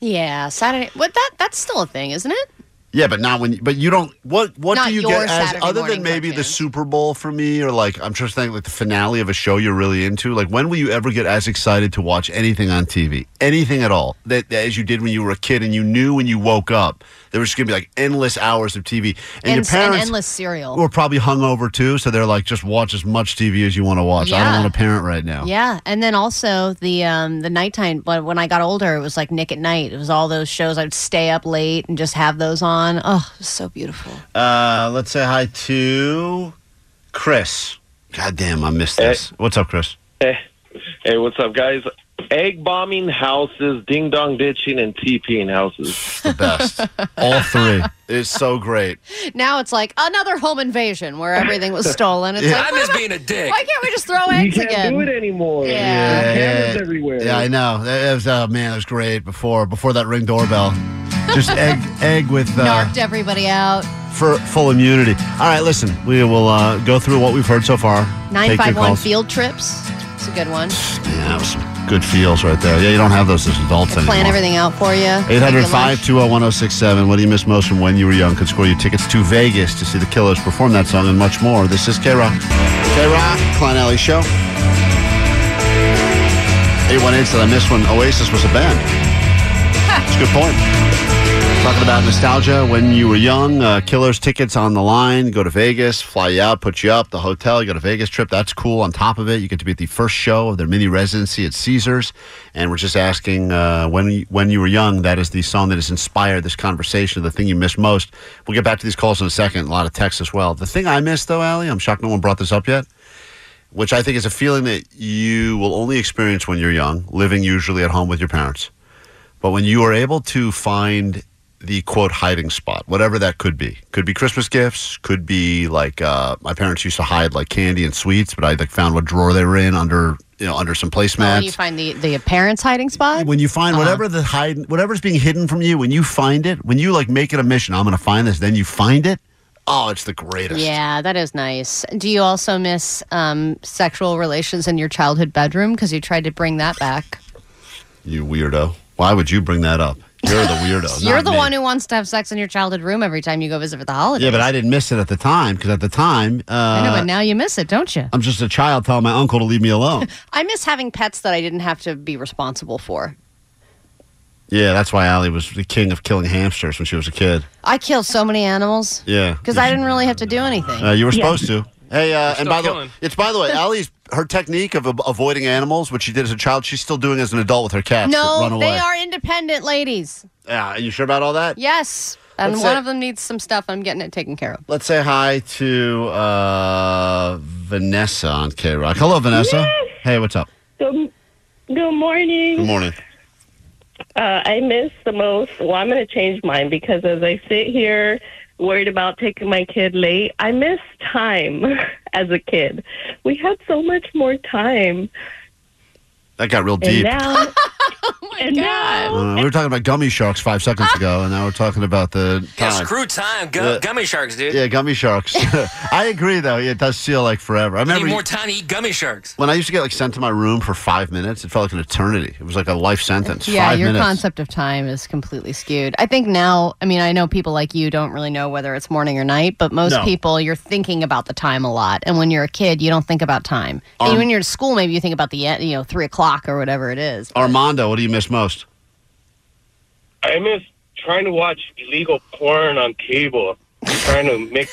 Speaker 9: yeah, Saturday. What that? That's still a thing, isn't it?
Speaker 8: Yeah, but not when. You, but you don't. What What
Speaker 9: Not
Speaker 8: do you
Speaker 9: your
Speaker 8: get as
Speaker 9: Saturday
Speaker 8: other than
Speaker 9: morning
Speaker 8: maybe the Super Bowl for me, or like I'm just thinking like the finale of a show you're really into. Like when will you ever get as excited to watch anything on TV, anything at all, that, that as you did when you were a kid and you knew when you woke up there was going to be like endless hours of TV, and, your parents
Speaker 9: endless cereal.
Speaker 8: were probably hungover too, so they're like just watch as much TV as you want to watch. I
Speaker 9: Yeah.
Speaker 8: don't want to parent right now.
Speaker 9: Yeah, and then also the um the nighttime. But when I got older, it was like Nick at Night. It was all those shows. I'd stay up late and just have those on. Oh, it was so beautiful.
Speaker 8: Uh, let's say hi to Chris. God damn, I missed this. What's up, Chris?
Speaker 6: Hey, hey, what's up, guys? Egg bombing houses, ding dong ditching, and TPing houses.
Speaker 8: The best. All three. [laughs] It's so great.
Speaker 9: Now it's like another home invasion where everything was stolen.
Speaker 8: [laughs]
Speaker 9: It's
Speaker 8: Yeah.
Speaker 9: like,
Speaker 8: I'm
Speaker 9: why
Speaker 8: just
Speaker 9: not-
Speaker 8: being a dick.
Speaker 9: Why can't we just throw eggs again?
Speaker 6: anymore.
Speaker 9: Yeah.
Speaker 6: Cameras everywhere.
Speaker 8: Yeah, I know. That was oh man, it was great before before that ring doorbell. Just egg egg with uh,
Speaker 9: Narked everybody out.
Speaker 8: for full immunity. All right, listen, we will uh, go through what we've heard so far. Take your
Speaker 9: 951
Speaker 8: calls.
Speaker 9: field trips. It's a good one.
Speaker 8: Yeah, that was some good feels right there. Yeah, you don't have those as adults anymore.
Speaker 9: Plan everything out for you.
Speaker 8: 800 520 1067. What do you miss most from when you were young? Could score you tickets to Vegas to see the Killers perform that song and much more. This is K Rock. K Rock, Klein Alley Show. 818 said I missed when Oasis was a band. It's a good point. Talking about nostalgia when you were young, uh, Killers tickets on the line. Go to Vegas, fly you out, put you up, the hotel. You got a Vegas trip. That's cool. On top of it, you get to be at the first show of their mini residency at Caesars. And we're just asking uh, when you- when you were young. That is the song that has inspired this conversation. The thing you miss most. We'll get back to these calls in a second. A lot of texts as well. The thing I miss though, Allie, I'm shocked no one brought this up yet which I think is a feeling that you will only experience when you're young, living usually at home with your parents. But when you are able to find the quote hiding spot, whatever that could be, could be Christmas gifts, could be like uh, my parents used to hide like candy and sweets, but I like found what drawer they were in under you know under some
Speaker 9: When
Speaker 8: placemats.
Speaker 9: you find the, the parents' hiding spot. Uh-huh.
Speaker 8: When you find whatever the hide, whatever's being hidden from you, when you find it, when you like make it a mission, I'm going to find this. Then you find it. Oh, it's the greatest.
Speaker 9: Yeah, that is nice. Do you also miss um, sexual relations in your childhood bedroom because you tried to bring that back?
Speaker 8: You weirdo. Why would you bring that up? You're the [laughs] weirdo.
Speaker 9: You're
Speaker 8: not
Speaker 9: the
Speaker 8: me.
Speaker 9: one who wants to have sex in your childhood room every time you go visit for the holidays.
Speaker 8: Yeah, but I didn't miss it at the time because at the time, uh,
Speaker 9: I know, but now you miss it, don't you?
Speaker 8: I'm just a child telling my uncle to leave me [laughs] alone.
Speaker 9: I miss having pets that I didn't have to be responsible for.
Speaker 8: yeah, that's why Allie was the king of killing hamsters when she was a kid.
Speaker 9: I killed so many animals
Speaker 8: Yeah,
Speaker 9: because I didn't really have to do anything.
Speaker 8: Uh, you were supposed to. Hey, uh,
Speaker 9: still
Speaker 8: and by the
Speaker 9: killing.
Speaker 8: way, it's by the [laughs] way, Allie's her technique of a- avoiding animals, which she did as a child, she's still doing as an adult with her cats. that run
Speaker 9: No,
Speaker 8: away. Uh,
Speaker 9: they are independent ladies.
Speaker 8: Yeah, are you sure about all that?
Speaker 9: Yes. And
Speaker 8: Let's
Speaker 9: one
Speaker 8: say-
Speaker 9: of them needs some stuff. I'm getting it taken care of.
Speaker 8: Let's say hi to uh, Vanessa on K Rock. Hello, Vanessa. Hey, what's up?
Speaker 10: Good, good morning.
Speaker 8: Good morning.
Speaker 10: Uh, I miss the most. Well, I'm going to change mine because as I sit here worried about taking my kid late, I miss time [laughs] as a kid. We had so much more time.
Speaker 8: That got real
Speaker 10: And
Speaker 8: deep.
Speaker 10: now, and now
Speaker 8: Uh, we were talking about gummy sharks five seconds ago, and now we're talking about the
Speaker 2: Yeah,
Speaker 8: time.
Speaker 2: screw time. Gu-
Speaker 8: Yeah.
Speaker 2: Gummy sharks, dude.
Speaker 8: Yeah, gummy
Speaker 9: [laughs]
Speaker 8: sharks. [laughs] I agree, though. It does feel like forever. I
Speaker 2: I need
Speaker 8: remember
Speaker 2: more time to eat gummy sharks. [laughs]
Speaker 8: when I used to get like sent to my room for five minutes. It felt like an eternity. It was like a life sentence.
Speaker 9: yeah,
Speaker 8: five
Speaker 9: your
Speaker 8: minutes.
Speaker 9: concept of time is completely skewed. I think now, I mean, I know people like you don't really know whether it's morning or night, but most
Speaker 8: No.
Speaker 9: people, you're thinking about the time a lot. And when you're a kid, you don't think about time. And
Speaker 8: Um,
Speaker 9: when you're at school, maybe you think about the, uh, you know, three o'clock or whatever it is.
Speaker 8: Armando, what do you miss most?
Speaker 23: I miss trying to watch illegal porn on cable, trying to
Speaker 9: [laughs]
Speaker 23: make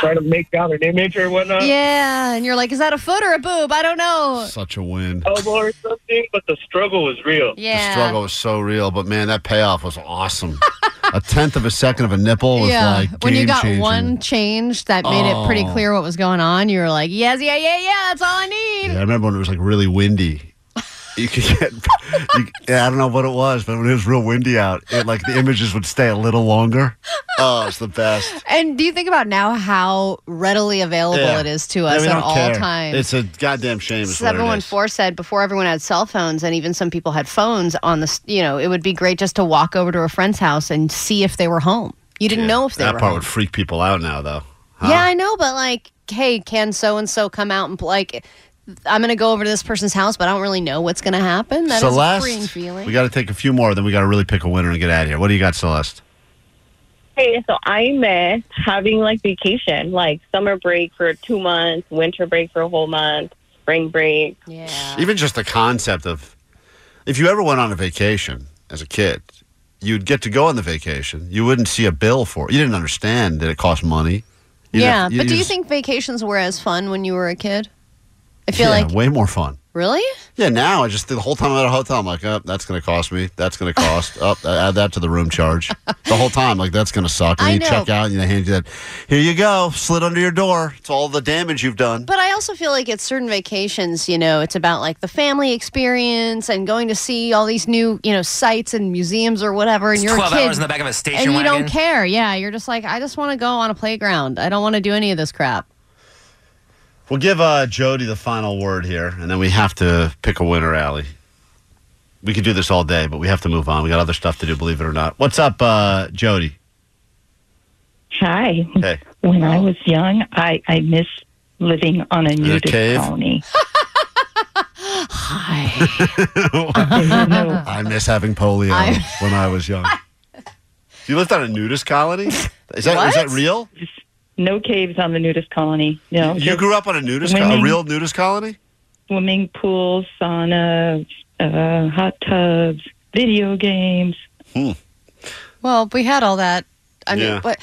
Speaker 23: trying to make out an image or
Speaker 7: Uh,
Speaker 23: whatnot.
Speaker 9: yeah. And you're like, is that a foot or a boob? I don't know.
Speaker 8: Such a win.
Speaker 23: elbow or something, but the struggle was real.
Speaker 8: The
Speaker 9: Oh, Yeah.
Speaker 8: struggle was so real, but man, that payoff was awesome. a tenth of a second of a nipple was
Speaker 9: yeah.
Speaker 8: like game
Speaker 9: when you got
Speaker 8: changing.
Speaker 9: one change that made it pretty
Speaker 8: Oh.
Speaker 9: clear what was going on, you were like, yes, yeah, yeah, yeah, that's all I need.
Speaker 8: Yeah, I remember when it was like really windy. you could get. You, yeah, I don't know what it was, but when it was real windy out, it like the images would stay a little longer. Oh, it's the best.
Speaker 7: And do you think about now how readily available
Speaker 8: Yeah.
Speaker 7: it is to
Speaker 8: Yeah,
Speaker 7: us
Speaker 8: we
Speaker 7: at
Speaker 8: don't
Speaker 7: all
Speaker 8: care.
Speaker 7: times?
Speaker 8: It's a goddamn shame. Is what it
Speaker 9: Seven one
Speaker 8: is.
Speaker 9: four said before everyone had cell phones, and even some people had phones on the. s- You know, it would be great just to walk over to a friend's house and see if they were home. You didn't know if they
Speaker 8: that
Speaker 9: were
Speaker 8: part
Speaker 9: home.
Speaker 8: would freak people out now, though.
Speaker 9: Yeah, I know, but like, hey, can so and so come out and like? I'm going to go over to this person's house, but I don't really know what's going to happen. That is
Speaker 8: Celeste,
Speaker 9: a freeing feeling.
Speaker 8: we got to take a few more. Then we got to really pick a winner and get out of here. What do you got, Celeste?
Speaker 10: Hey, so I miss having like vacation, like summer break for two months, winter break for a whole month, spring break.
Speaker 8: Even just the concept of if you ever went on a vacation as a kid, you'd get to go on the vacation. You wouldn't see a bill for it. You didn't understand that it cost money. You'd
Speaker 9: yeah,
Speaker 8: have-
Speaker 9: but do you
Speaker 8: just-
Speaker 9: think vacations were as fun when you were a kid? I feel
Speaker 8: yeah,
Speaker 9: like
Speaker 8: way more fun.
Speaker 9: really.
Speaker 8: Yeah, now I just the whole time I'm at a hotel, I'm like, oh, that's going to cost me. That's going to
Speaker 9: [laughs]
Speaker 8: cost. Up, oh, add that to the room charge. The whole time, like that's going to suck. And
Speaker 9: I
Speaker 8: then you
Speaker 9: know.
Speaker 8: check out, and they hand you that. Here you go, slid under your door. It's all the damage you've done.
Speaker 9: But I also feel like at certain vacations, you know, it's about like the family experience and going to see all these new, you know, sites and museums or whatever. And
Speaker 2: It's
Speaker 9: you're a
Speaker 2: 12
Speaker 9: kid,
Speaker 2: hours in the back of a station
Speaker 9: and you
Speaker 2: wagon.
Speaker 9: don't care. Yeah, you're just like, I just want to go on a playground. I don't want to do any of this crap.
Speaker 8: We'll give uh, Jody the final word here, and then we have to pick a winner, Allie. We could do this all day, but we have to move on. We got other stuff to do, believe it or not. What's up, uh,
Speaker 12: [laughs]
Speaker 8: Jody?
Speaker 12: Hi.
Speaker 8: Hey.
Speaker 12: When I was young, I, I miss living on a nudist
Speaker 8: cave?
Speaker 12: colony.
Speaker 8: I miss having polio
Speaker 12: I-
Speaker 8: when I was young. [laughs] You lived on a nudist colony? Is that is
Speaker 12: What?
Speaker 8: that real?
Speaker 12: No caves on the nudist colony. No.
Speaker 8: You grew up on a nudist, co- a
Speaker 12: Swimming.
Speaker 8: real nudist colony?
Speaker 12: Swimming pools, sauna, uh, hot tubs, video games.
Speaker 8: Hmm.
Speaker 9: Well, we had all that. I
Speaker 12: Yeah.
Speaker 9: mean, but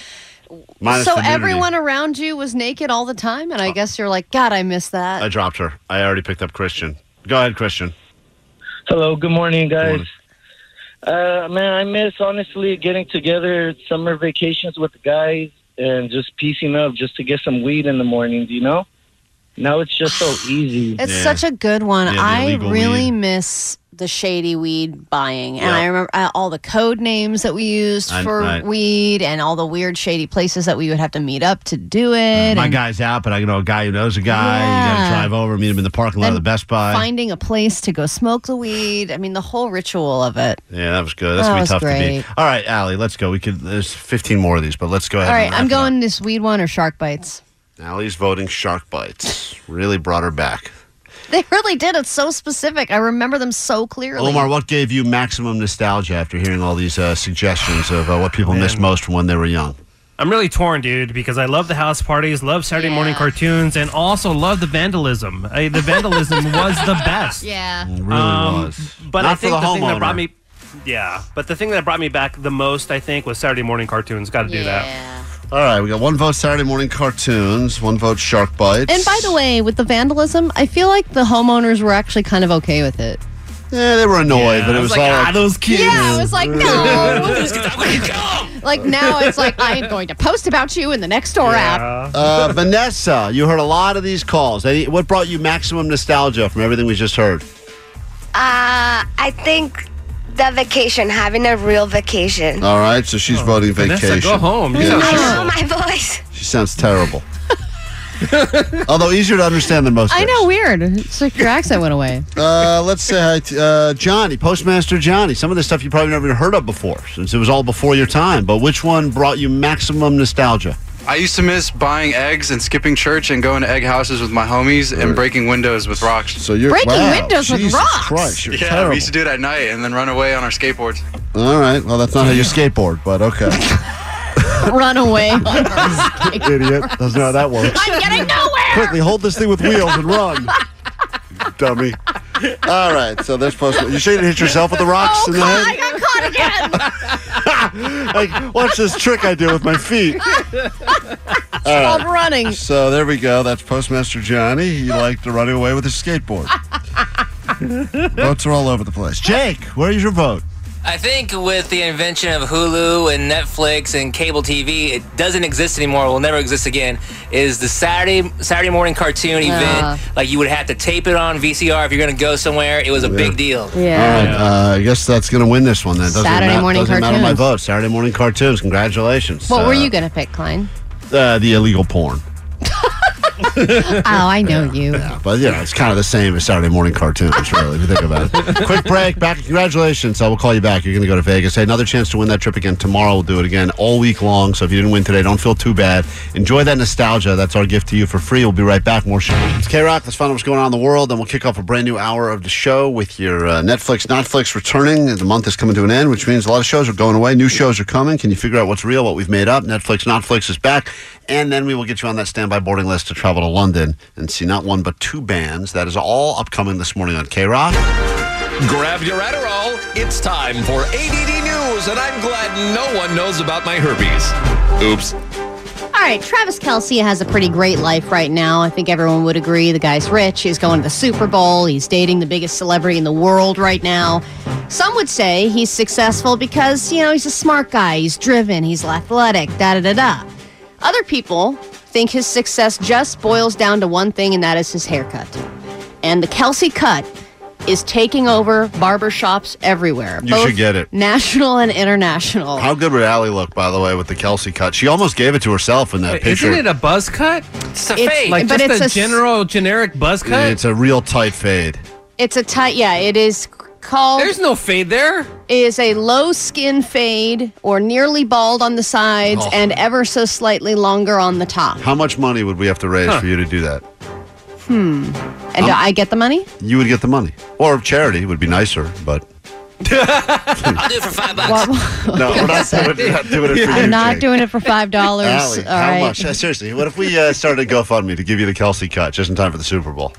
Speaker 8: Minus
Speaker 9: so
Speaker 8: the nudity.
Speaker 9: everyone around you was naked all the time, and I guess you're like, God, I miss that.
Speaker 8: I dropped her. I already picked up Christian. Go ahead, Christian.
Speaker 13: Hello, good morning, guys. Uh, man, I miss honestly getting together summer vacations with the guys and just piecing up just to get some weed in the mornings, you know? Now it's just so easy.
Speaker 9: It's such a good one.
Speaker 13: Yeah, the
Speaker 9: I
Speaker 13: illegal
Speaker 9: really miss the shady weed buying, and I remember uh, all the code names that we used
Speaker 8: I-
Speaker 9: for
Speaker 8: I-
Speaker 9: weed, and all the weird shady places that we would have to meet up to do it.
Speaker 8: Uh, My
Speaker 9: and
Speaker 8: guy's out, but I know a guy who knows a guy. You got
Speaker 9: Yeah.
Speaker 8: to drive over, meet him in the parking lot of the
Speaker 9: And
Speaker 8: Best Buy.
Speaker 9: Finding a place to go smoke the weed. I mean, the whole ritual of it.
Speaker 8: Yeah, that was good. That's
Speaker 9: That
Speaker 8: gonna be
Speaker 9: was
Speaker 8: tough to
Speaker 9: great.
Speaker 8: beat. All right, Allie, let's go. We could. There's 15 more of these, but let's go
Speaker 9: All
Speaker 8: ahead.
Speaker 9: right,
Speaker 8: and
Speaker 9: I'm going this weed one or shark bites. [laughs]
Speaker 8: Allie's voting shark bites. Really brought her back.
Speaker 9: They really did. It's so specific. I remember them so clearly.
Speaker 8: Omar, what gave you maximum nostalgia after hearing all these uh, suggestions of uh, what people miss most from when they were young?
Speaker 5: I'm really torn, dude, because I love the house parties, love Saturday morning cartoons, and also love the vandalism. I, the [laughs] vandalism was the best. Um,
Speaker 9: Yeah.
Speaker 8: really was.
Speaker 5: But
Speaker 8: Not
Speaker 5: I
Speaker 8: for
Speaker 5: think the,
Speaker 8: the
Speaker 5: thing that brought
Speaker 8: homeowner.
Speaker 5: me, yeah. But the thing that brought me back the most, I think, was Saturday morning cartoons. Got to do that.
Speaker 8: All right, we got one vote Saturday morning cartoons, one vote shark bites.
Speaker 9: and by the way, with the vandalism, I feel like the homeowners were actually kind of okay with it.
Speaker 8: yeah, they were annoyed, but it
Speaker 5: I
Speaker 8: was,
Speaker 5: was like,
Speaker 8: all
Speaker 5: "Ah, those kids."
Speaker 9: Yeah, I was
Speaker 5: [laughs]
Speaker 9: like, no.
Speaker 8: Those kids,
Speaker 9: like now it's like I am going to post about you in the next door app.
Speaker 8: Uh, Vanessa, you heard a lot of these calls. Any, what brought you maximum nostalgia from everything we just heard?
Speaker 14: Uh, I think the vacation, having a real vacation.
Speaker 8: All right, so she's voting
Speaker 5: Oh, Vanessa,
Speaker 8: vacation.
Speaker 5: go home. You
Speaker 8: Yeah.
Speaker 5: sound
Speaker 14: I
Speaker 25: Oh,
Speaker 14: know my voice.
Speaker 8: She sounds terrible.
Speaker 5: [laughs]
Speaker 8: Although easier to understand than most.
Speaker 9: I
Speaker 8: kids.
Speaker 9: know, weird. It's like your accent went away.
Speaker 8: Uh, let's say hi to, uh, Johnny, Postmaster Johnny. Some of this stuff you probably never even heard of before, since it was all before your time. But which one brought you maximum nostalgia?
Speaker 26: I used to miss buying eggs and skipping church and going to egg houses with my homies and breaking windows with rocks.
Speaker 8: So you're
Speaker 26: breaking
Speaker 8: wow,
Speaker 26: windows
Speaker 8: with Jesus rocks? Christ, you're
Speaker 26: yeah,
Speaker 8: terrible.
Speaker 26: we used to do it at night and then run away on our skateboards.
Speaker 8: All right. Well, that's not how you skateboard, but okay.
Speaker 5: [laughs]
Speaker 9: Run
Speaker 8: [laughs]
Speaker 9: away.
Speaker 8: Idiot doesn't know how that works.
Speaker 9: I'm getting nowhere.
Speaker 8: Quickly, hold this thing with wheels and run, dummy. All right. So there's postman. You sure you didn't hit yourself with the rocks
Speaker 9: Oh,
Speaker 6: Oh,
Speaker 8: in the head?
Speaker 9: got caught again.
Speaker 8: [laughs] like, watch this
Speaker 9: [laughs]
Speaker 8: trick I do with my
Speaker 1: [laughs]
Speaker 8: feet.
Speaker 9: It's
Speaker 8: All right.
Speaker 9: called running.
Speaker 8: So there we go. That's Postmaster Johnny. He liked to run
Speaker 9: [laughs]
Speaker 8: away with his skateboard. Votes are all over the place. Jake, where is your vote?
Speaker 2: I think with the invention of Hulu and Netflix and cable TV, it doesn't exist anymore. Will never exist again. Is the Saturday Saturday morning cartoon
Speaker 8: Yeah.
Speaker 2: event like you would have to tape it on VCR if you're going to go somewhere? It was a big deal.
Speaker 8: All right, uh, I guess that's going to win this one. Then doesn't
Speaker 9: Saturday
Speaker 8: ma-
Speaker 9: morning
Speaker 8: doesn't matter my
Speaker 9: cartoons.
Speaker 8: vote. Saturday morning cartoons. Congratulations.
Speaker 9: What
Speaker 8: Uh,
Speaker 9: were you going to pick, Klein?
Speaker 8: Uh, the illegal porn.
Speaker 9: oh, I know you.
Speaker 8: But you know, it's kind of the same as Saturday morning cartoons, really, if you think about [laughs] it. Quick break, back. Congratulations. I will call you back. You're going to go to Vegas. Hey, another chance to win that trip again tomorrow. We'll do it again all week long. So if you didn't win today, don't feel too bad. Enjoy that nostalgia. That's our gift to you for free. We'll be right back. More show. It's K Rock. Let's find out what's going on in the world. Then we'll kick off a brand new hour of the show with your uh, Netflix, Netflix returning. The month is coming to an end, which means a lot of shows are going away. New shows are coming. Can you figure out what's real, what we've made up? Netflix, Netflix is back. And then we will get you on that standby boarding list to travel to London and see not one but two bands. That is all upcoming this morning on K Rock.
Speaker 15: Grab your Adderall. It's time for ADD news, and I'm glad no one knows about my herpes. Oops.
Speaker 9: All right, Travis Kelsey has a pretty great life right now. I think everyone would agree. The guy's rich. He's going to the Super Bowl. He's dating the biggest celebrity in the world right now. Some would say he's successful because, you know, he's a smart guy. He's driven. He's athletic. Da da da da. Other people think his success just boils down to one thing, and that is his haircut. And the Kelsey cut is taking over barber shops everywhere.
Speaker 8: You should get it.
Speaker 9: National and international.
Speaker 8: How good would Allie look, by the way, with the Kelsey cut? She almost gave it to herself in that picture.
Speaker 5: Isn't it a buzz cut?
Speaker 2: It's
Speaker 9: a It's- fade.
Speaker 5: Like
Speaker 9: but
Speaker 5: just
Speaker 9: it's
Speaker 5: a,
Speaker 9: a s-
Speaker 5: general, generic buzz cut.
Speaker 8: It's a real tight fade.
Speaker 9: It's a tight, yeah, it is called.
Speaker 5: There's no fade there.
Speaker 9: Is a low skin fade or nearly bald on the sides
Speaker 8: Oh.
Speaker 9: and ever so slightly longer on the top.
Speaker 8: How much money would we have to raise
Speaker 9: Huh.
Speaker 8: for you to do that?
Speaker 9: Hmm. And do
Speaker 5: Um,
Speaker 9: I get the money?
Speaker 8: You would get the money. Or charity would be nicer, but.
Speaker 2: I'll do it for five
Speaker 9: What-
Speaker 8: No, we're not doing it, not
Speaker 9: [laughs]
Speaker 8: doing [laughs] it for you.
Speaker 9: I'm not
Speaker 8: Jake.
Speaker 9: doing it for five dollars. All
Speaker 8: Allie,
Speaker 9: right.
Speaker 8: how much? Uh, Seriously, what if we uh, started GoFundMe to give you the Kelsey cut just in time for the Super Bowl?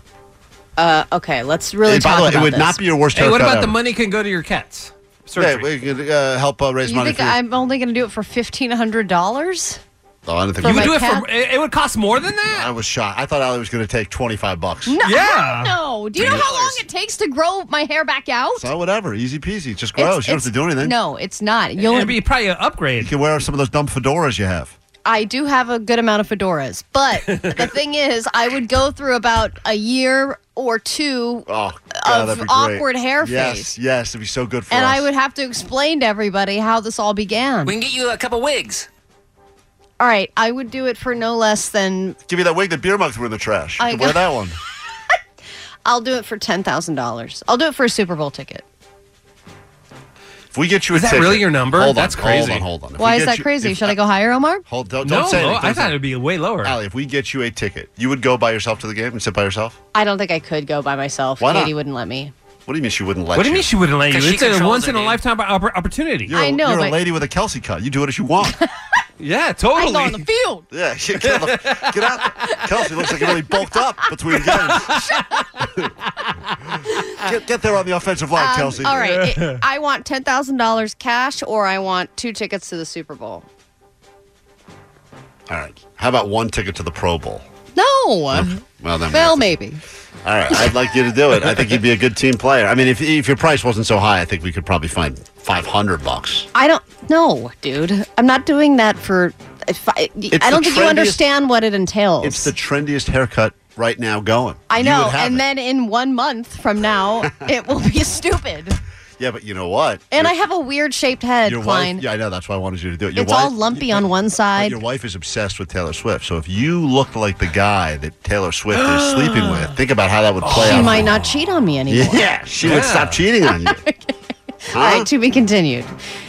Speaker 9: Uh, okay, let's really
Speaker 8: Hey, by
Speaker 9: talk
Speaker 8: the way, it
Speaker 9: about
Speaker 8: would
Speaker 9: this.
Speaker 8: not be your worst
Speaker 5: Hey, what
Speaker 8: haircut
Speaker 5: about the
Speaker 8: ever.
Speaker 5: money can go to your cats?
Speaker 8: Yeah, we could uh, help uh, raise
Speaker 9: You
Speaker 8: money
Speaker 9: think
Speaker 8: for. your-
Speaker 9: I'm only going to do it for fifteen hundred dollars?
Speaker 8: oh, I didn't think
Speaker 9: for
Speaker 8: we-
Speaker 9: my You would do it for-
Speaker 5: It, would cost more than that.
Speaker 8: I was shocked. I thought Allie was going to take twenty five bucks.
Speaker 9: No, no. Do you know how long it takes to grow my hair back out?
Speaker 8: So whatever, easy peasy, just grows.
Speaker 9: It's-
Speaker 8: you don't have
Speaker 9: it's-
Speaker 8: to do anything.
Speaker 9: No, it's not. You'll
Speaker 8: be
Speaker 5: probably an upgrade.
Speaker 8: You can wear some of those dumb fedoras you have.
Speaker 9: I do have a good amount of fedoras, but
Speaker 2: [laughs]
Speaker 9: the thing is, I would go through about a year or two,
Speaker 8: Oh,
Speaker 9: Of
Speaker 8: God, that'd be great.
Speaker 9: awkward hair
Speaker 8: yes,
Speaker 9: face.
Speaker 8: Yes, it'd be so good for
Speaker 9: and
Speaker 8: us.
Speaker 9: I would have to explain to everybody how this all began.
Speaker 2: We can get you a couple wigs.
Speaker 9: All right, I would do it for no less than
Speaker 8: Give me that wig that beer mug threw in the trash. You
Speaker 9: I
Speaker 8: can wear
Speaker 9: got-
Speaker 8: that one.
Speaker 9: I'll do it for ten thousand dollars. I'll do it for a Super Bowl ticket.
Speaker 8: If we get you a
Speaker 5: Is that
Speaker 8: ticket-
Speaker 5: really your number?
Speaker 8: Hold on,
Speaker 5: That's crazy.
Speaker 8: Hold on, hold on. If
Speaker 9: Why
Speaker 8: we
Speaker 9: is
Speaker 8: get
Speaker 9: that
Speaker 8: you-
Speaker 9: crazy?
Speaker 8: if-
Speaker 9: Should I go higher, Omar?
Speaker 8: Hold, don't,
Speaker 5: No,
Speaker 8: don't say
Speaker 5: no,
Speaker 8: anything.
Speaker 5: I thought it'd be way lower.
Speaker 8: Allie, if we get you a ticket, you would go by yourself to the game and sit by yourself?
Speaker 9: I don't think I could go by myself.
Speaker 8: Why not?
Speaker 9: Katie wouldn't let me.
Speaker 8: What do you mean she wouldn't let you?
Speaker 5: What do you mean she wouldn't let you?
Speaker 8: 'Cause she
Speaker 5: It's a
Speaker 8: controls
Speaker 5: once
Speaker 8: it,
Speaker 5: in a
Speaker 8: dude.
Speaker 5: lifetime opp- opportunity.
Speaker 8: You're, a-
Speaker 9: I know,
Speaker 8: You're a
Speaker 9: but-
Speaker 8: lady with a Kelsey cut. You do it as you want.
Speaker 5: yeah, totally.
Speaker 9: I go on the field.
Speaker 8: Yeah, [laughs] get, get, out the- get out. Kelsey looks like he really bulked up between games.
Speaker 9: [laughs]
Speaker 8: get, get there on the offensive line,
Speaker 9: Um,
Speaker 8: Kelsey.
Speaker 9: all
Speaker 8: [laughs]
Speaker 9: right, it- I want ten thousand dollars cash, or I want two tickets to the Super Bowl.
Speaker 8: all right. How about one ticket to the Pro Bowl?
Speaker 9: No.
Speaker 8: Well, then.
Speaker 9: Well, maybe.
Speaker 8: All right. I'd like you to do it. I think you'd be a good team player. I mean, if, if your price wasn't so high, I think we could probably find 500 bucks.
Speaker 9: I don't. No, dude. I'm not doing that for. If I,
Speaker 8: It's
Speaker 9: I don't
Speaker 8: the
Speaker 9: think you
Speaker 8: trendiest-
Speaker 9: understand what it entails.
Speaker 8: It's the trendiest haircut right now going.
Speaker 9: I
Speaker 8: You
Speaker 9: know,
Speaker 8: would have
Speaker 9: and
Speaker 8: it.
Speaker 9: then in one month
Speaker 8: [laughs]
Speaker 9: from now, it will be stupid.
Speaker 8: Yeah, but you know what?
Speaker 9: And
Speaker 8: Your-
Speaker 9: I have a weird shaped head,
Speaker 8: your
Speaker 9: Klein.
Speaker 8: wife. Yeah, I know. That's why I wanted you to do it. Your
Speaker 9: it's
Speaker 8: wife,
Speaker 9: all lumpy on one
Speaker 8: But
Speaker 9: side.
Speaker 8: your wife is obsessed with Taylor Swift. So if you looked like the guy that Taylor Swift
Speaker 9: [gasps]
Speaker 8: is sleeping with, think about how that would play
Speaker 9: She
Speaker 8: out. for
Speaker 9: might
Speaker 8: you. [laughs]
Speaker 9: not cheat on me anymore.
Speaker 8: Yeah, she would stop cheating on you. Huh?
Speaker 9: All right, to be continued.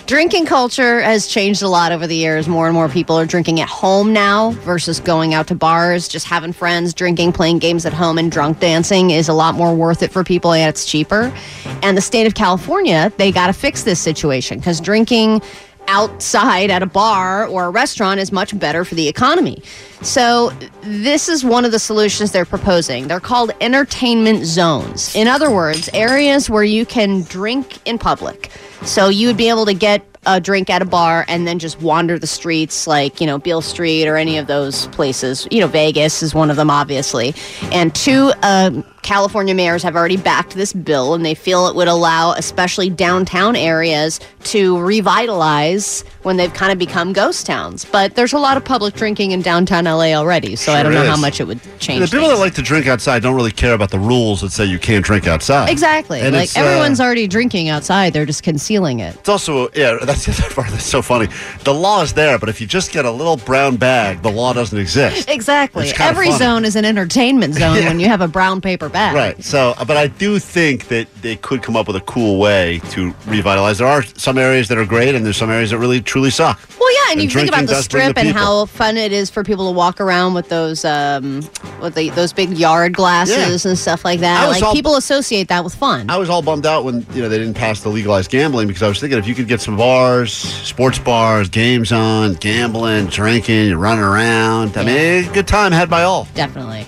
Speaker 9: Drinking culture has changed a lot over the years. More and more people are drinking at home now versus going out to bars, just having friends, drinking, playing games at home, and drunk dancing is a lot more worth it for people, and it's cheaper. And the state of California, they got to fix this situation because drinking outside at a bar or a restaurant is much better for the economy. So, this is one of the solutions they're proposing. They're called entertainment zones. In other words, areas where you can drink in public. So you would be able to get a drink at a bar and then just wander the streets, like, you know, Beale Street or any of those places. You know, Vegas is one of them, obviously. And two um, California mayors have already backed this bill, and they feel it would allow, especially downtown areas, to revitalize when they've kind of become ghost towns. But there's a lot of public drinking in downtown LA already, so I
Speaker 8: Sure
Speaker 9: don't know
Speaker 8: is.
Speaker 9: how much it would
Speaker 8: And the
Speaker 9: change.
Speaker 8: people that like to drink outside don't really care about the rules that say you can't drink outside.
Speaker 9: Exactly.
Speaker 8: And
Speaker 9: like
Speaker 8: it's, uh,
Speaker 9: everyone's already drinking outside, they're just concealing it.
Speaker 8: It's also yeah. That's the other [laughs] part that's so funny. The law is there, but if you just get a little brown bag, the law doesn't exist.
Speaker 9: Exactly.
Speaker 8: It's kinda
Speaker 9: Every
Speaker 8: funny.
Speaker 9: zone is an entertainment zone when you have a brown paper bag.
Speaker 8: Right. So, uh, but I do think that they could come up with a cool way to revitalize. There are some areas that are great, and there's some areas that really truly suck.
Speaker 9: Well, yeah, and,
Speaker 8: And
Speaker 9: you think
Speaker 8: drinking
Speaker 9: about the
Speaker 8: does bring the
Speaker 9: strip and
Speaker 8: people.
Speaker 9: how fun it is for people to walk around with those um, with the, those big yard glasses and stuff like
Speaker 8: I
Speaker 9: that.
Speaker 8: was
Speaker 9: Like
Speaker 8: all-
Speaker 9: people associate that with fun.
Speaker 8: I was all bummed out when you know they didn't pass the legalized gambling because I was thinking if you could get some bars, sports bars, games on, gambling, drinking, running around. I mean, a good time had by all.
Speaker 9: Definitely.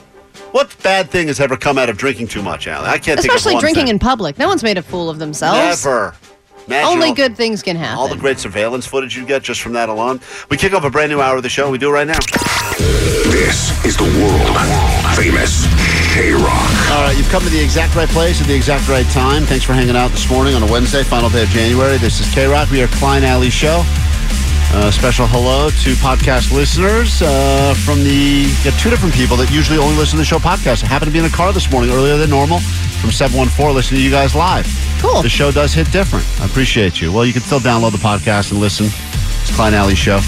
Speaker 8: What bad thing has ever come out of drinking too much, Allie? I can't
Speaker 9: Especially
Speaker 8: think of one
Speaker 9: drinking
Speaker 8: thing.
Speaker 9: in public. No one's made a fool of themselves.
Speaker 8: Never. Imagine
Speaker 9: Only
Speaker 8: all-
Speaker 9: good things can happen.
Speaker 8: All the great surveillance footage you get just from that alone. We kick off a brand new hour of the show. We do it right now.
Speaker 16: This is the world famous K Rock.
Speaker 8: All right, you've come to the exact right place at the exact right time. Thanks for hanging out this morning on a Wednesday, final day of January. This is K Rock. We are Klein Alley Show. Uh, special hello to podcast listeners uh, from the got two different people that usually only listen to the show podcast. I happened to be in a car this morning earlier than normal from 714 listening to you guys live. Cool. The show does hit different. I appreciate you. Well, you can still download the podcast and listen. It's Klein Alley Show.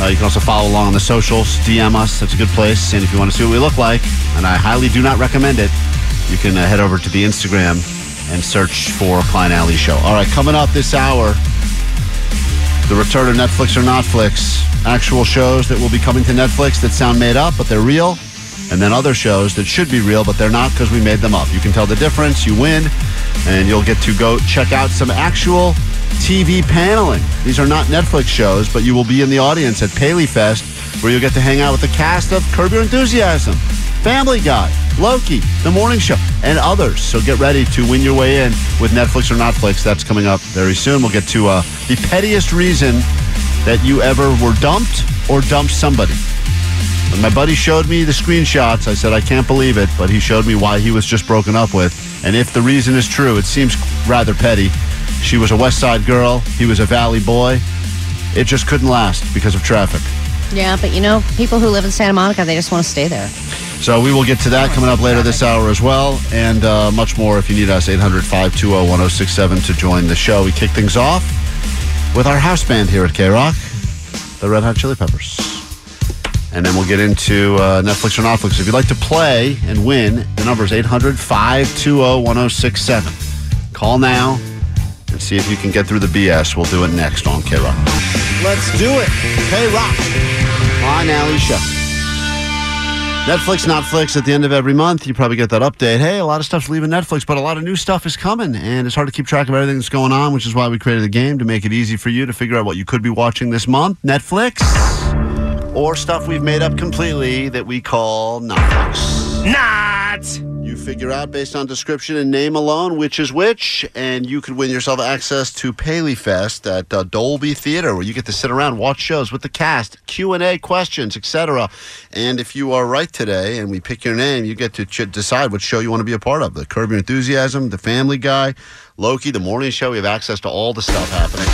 Speaker 8: Uh, you can also follow along on the socials, DM us. That's a good place. And if you want to see what we look like, and I highly do not recommend it, you can uh, head over to the Instagram and search for Klein Alley Show. All right, coming up this hour, the return of Netflix or Notflix. Actual shows that will be coming to Netflix that sound made up, but they're real. And then other shows that should be real, but they're not because we made them up. You can tell the difference, you win, and you'll get to go check out some actual TV paneling. These are not Netflix shows, but you will be in the audience at Paley Fest where you'll get to hang out with the cast of Curb Your Enthusiasm, Family Guy, Loki, The Morning Show, and others. So get ready to win your way in with Netflix or Notflix. That's coming up very soon. We'll get to uh, the pettiest reason that you ever were dumped or dumped somebody. When my buddy showed me the screenshots, I said, I can't believe it, but he showed me why he was just broken up with. And if the reason is true, it seems rather petty. She was a West Side girl, he was a Valley boy. It just couldn't last because of traffic.
Speaker 9: Yeah, but you know, people who live in Santa Monica, they just want to stay there.
Speaker 8: So we will get to that coming up later this hour as well, and uh, much more if you need us, 800 520 1067 to join the show. We kick things off with our house band here at K Rock, the Red Hot Chili Peppers. And then we'll get into uh, Netflix or Netflix. If you'd like to play and win, the number is 800 520 1067. Call now and see if you can get through the BS. We'll do it next on K Rock. Let's do it. K Rock on Alley Show. Netflix, Netflix. At the end of every month, you probably get that update. Hey, a lot of stuff's leaving Netflix, but a lot of new stuff is coming, and it's hard to keep track of everything that's going on, which is why we created the game to make it easy for you to figure out what you could be watching this month. Netflix, or stuff we've made up completely that we call Netflix. Not. You figure out based on description and name alone which is which, and you could win yourself access to Paley Fest at uh, Dolby Theater, where you get to sit around, watch shows with the cast, Q and A questions, etc. And if you are right today, and we pick your name, you get to ch- decide what show you want to be a part of: the Curb Your Enthusiasm, the Family Guy, Loki, the Morning Show. We have access to all the stuff happening.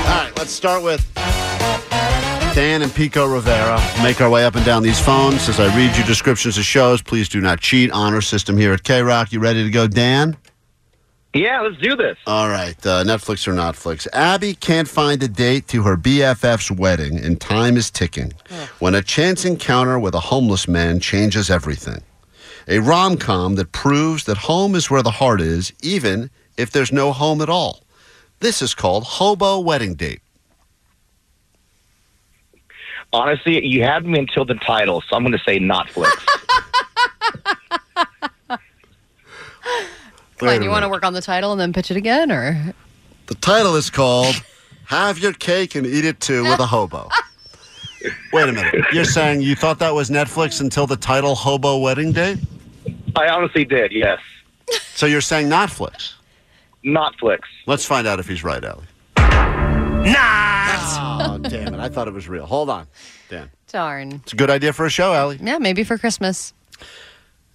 Speaker 8: All right, let's start with Dan and Pico Rivera. We'll Make our way up and down these phones as I read you descriptions of shows. Please do not cheat. Honor system here at K Rock. You ready to go, Dan?
Speaker 23: Yeah, let's do this.
Speaker 8: All right, uh, Netflix or Netflix. Abby can't find a date to her BFF's wedding, and time is ticking. When a chance encounter with a homeless man changes everything. A rom com that proves that home is where the heart is, even if there's no home at all. This is called Hobo Wedding Date.
Speaker 17: Honestly, you had me until the title, so I'm going to say not flick.
Speaker 9: Glenn, you want to work on the title and then pitch it again, or
Speaker 8: The title is called Have Your Cake and Eat It Too with
Speaker 23: [laughs]
Speaker 8: a Hobo. Wait a minute. You're saying you thought that was Netflix until the title Hobo Wedding Date?
Speaker 23: I honestly did, yes.
Speaker 8: So you're saying Netflix?
Speaker 17: Netflix.
Speaker 8: Let's find out if he's right, Allie.
Speaker 9: [laughs]
Speaker 8: Oh, [laughs] damn it. I thought it was real. Hold on. Dan.
Speaker 9: Darn.
Speaker 8: It's a good idea for a show, Allie.
Speaker 9: Yeah, maybe for Christmas.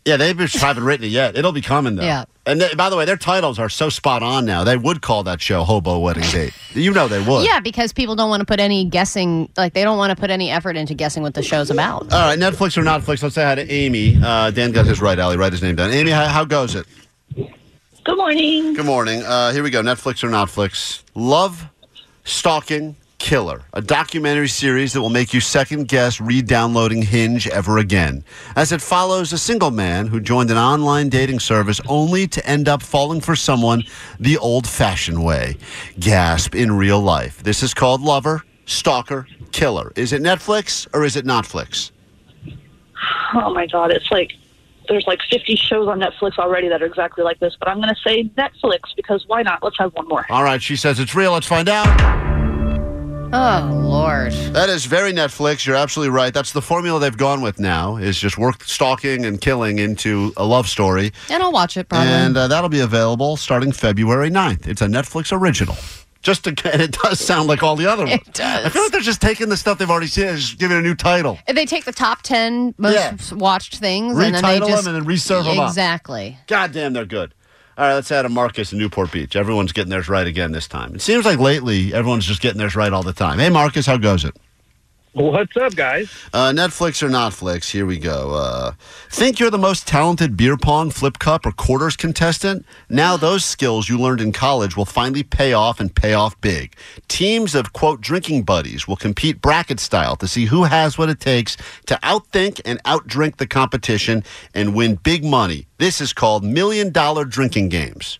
Speaker 8: Yeah, they just haven't written it yet. It'll be coming, though.
Speaker 9: Yeah.
Speaker 8: And they, by the way, their titles are so spot on now. They would call that show Hobo Wedding Date. You know they would.
Speaker 9: Yeah, because people don't want to put any guessing, like, they don't want to put any effort into guessing what the show's about.
Speaker 8: All right, Netflix or Netflix, let's say hi to Amy. Uh, Dan got his right, Allie. Write his name down. Amy, how, how goes it?
Speaker 1: Good morning.
Speaker 8: Good morning. Uh, here we go. Netflix or Netflix. Love, Stalking, Killer. A documentary series that will make you second guess re-downloading Hinge ever again. As it follows a single man who joined an online dating service only to end up falling for someone the old-fashioned way. Gasp in real life. This is called Lover, Stalker, Killer. Is it Netflix or is it Netflix?
Speaker 1: [laughs] Oh my god, it's like there's like 50 shows on Netflix already that are exactly like this, but I'm going to say Netflix because why not? Let's have one more.
Speaker 8: All right, she says it's real. Let's find out.
Speaker 9: Oh, Lord.
Speaker 8: That is very Netflix. You're absolutely right. That's the formula they've gone with now is just work stalking and killing into a love story.
Speaker 9: And I'll watch it probably.
Speaker 8: And uh, that'll be available starting February 9th. It's a Netflix original. Just to, and [laughs] it does sound like all the other ones.
Speaker 9: [laughs] It does.
Speaker 8: I feel like they're just taking the stuff they've already seen and just giving it a new title.
Speaker 9: they take the top 10 most watched things and then they
Speaker 8: Retitle 'em
Speaker 9: just.
Speaker 8: and then reserve 'em up.
Speaker 9: Exactly.
Speaker 8: God damn, they're good. All right, let's add a Marcus in Newport Beach. Everyone's getting theirs right again this time. It seems like lately everyone's just getting theirs right all the time. Hey, Marcus, how goes it?
Speaker 23: What's up, guys?
Speaker 8: Uh, Netflix or Netflix? Here we go. Uh, think you're the most talented beer pong, flip cup, or quarters contestant? Now those skills you learned in college will finally pay off and pay off big. Teams of quote drinking buddies will compete bracket style to see who has what it takes to outthink and outdrink the competition and win big money. This is called million dollar drinking games.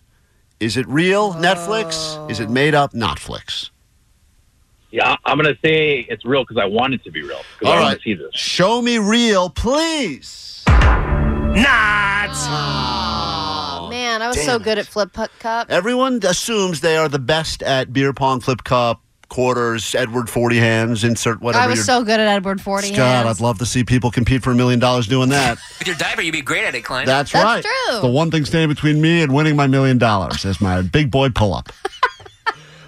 Speaker 8: Is it real Netflix? Is it made up Netflix?
Speaker 18: Yeah, I'm gonna say it's real because I want it to be real. 'cause
Speaker 8: All
Speaker 18: I
Speaker 8: right.
Speaker 18: want to see this.
Speaker 8: Show me real, please. Not. Oh,
Speaker 9: Man, I was so good at Flip Puck Cup.
Speaker 8: Ah. Everyone assumes they are the best at beer pong, flip cup, quarters, Edward forty hands, insert whatever.
Speaker 9: I was
Speaker 8: you're-
Speaker 9: so good at Edward 40.
Speaker 8: God, I'd love to see people compete for a million dollars doing that.
Speaker 2: With your diaper, you'd be great at it, Klein.
Speaker 8: That's, right. It's the one thing standing between me and winning my million dollars is my big boy pull up.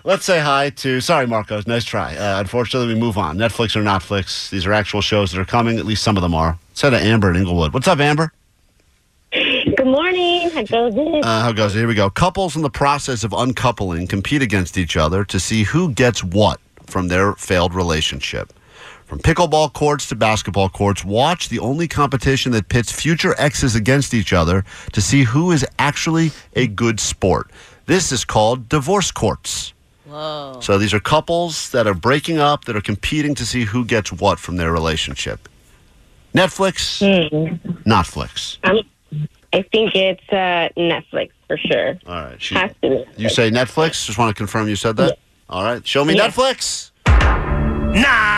Speaker 8: Let's say hi to. Sorry, Marcos. Nice try. Uh, unfortunately, we move on. Netflix or Netflix. These are actual shows that are coming. At least some of them are. Let's head to Amber in Inglewood. What's up, Amber?
Speaker 19: Good morning. How goes it?
Speaker 8: Uh, how it goes? Here we go. Couples in the process of uncoupling compete against each other to see who gets what from their failed relationship. From pickleball courts to basketball courts, watch the only competition that pits future exes against each other to see who is actually a good sport. This is called divorce courts.
Speaker 9: Whoa.
Speaker 8: So these are couples that are breaking up, that are competing to see who gets what from their relationship. Netflix,
Speaker 10: Hmm.
Speaker 8: Netflix.
Speaker 19: Um, I think it's uh, Netflix for sure.
Speaker 8: All right. She,
Speaker 19: Has to be.
Speaker 8: You say Netflix? Just want to confirm you said that? All right. Show me
Speaker 19: Yeah.
Speaker 8: Netflix.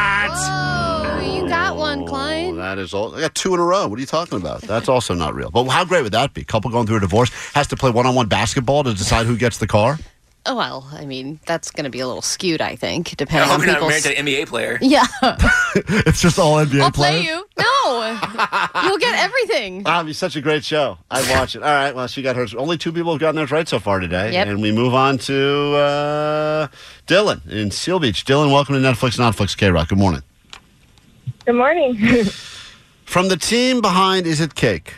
Speaker 9: Oh, you got one, Klein.
Speaker 8: That is all. I got two in a row. What are you talking about? That's also not real. But how great would that be? Couple going through a divorce has to play one on one basketball to decide who gets the car. [laughs]
Speaker 9: Oh, well, I mean, that's going to be a little skewed, I think,
Speaker 2: I
Speaker 9: depending
Speaker 2: hope
Speaker 9: on
Speaker 2: you're not
Speaker 9: people's.
Speaker 2: married
Speaker 9: [laughs]
Speaker 2: to an NBA player.
Speaker 9: yeah.
Speaker 8: it's just all NBA
Speaker 9: I'll play
Speaker 8: players.
Speaker 9: you. No. You'll get everything.
Speaker 8: Wow, it'd be such a great show. I'd watch it. All right. Well, she got hers. Only two people have gotten theirs right so far today.
Speaker 9: Yep.
Speaker 8: And we move on to uh, Dylan in Seal Beach. Dylan, welcome to Netflix, Netflix K Rock. Good morning.
Speaker 19: Good morning. [laughs]
Speaker 8: From the team behind Is It Cake?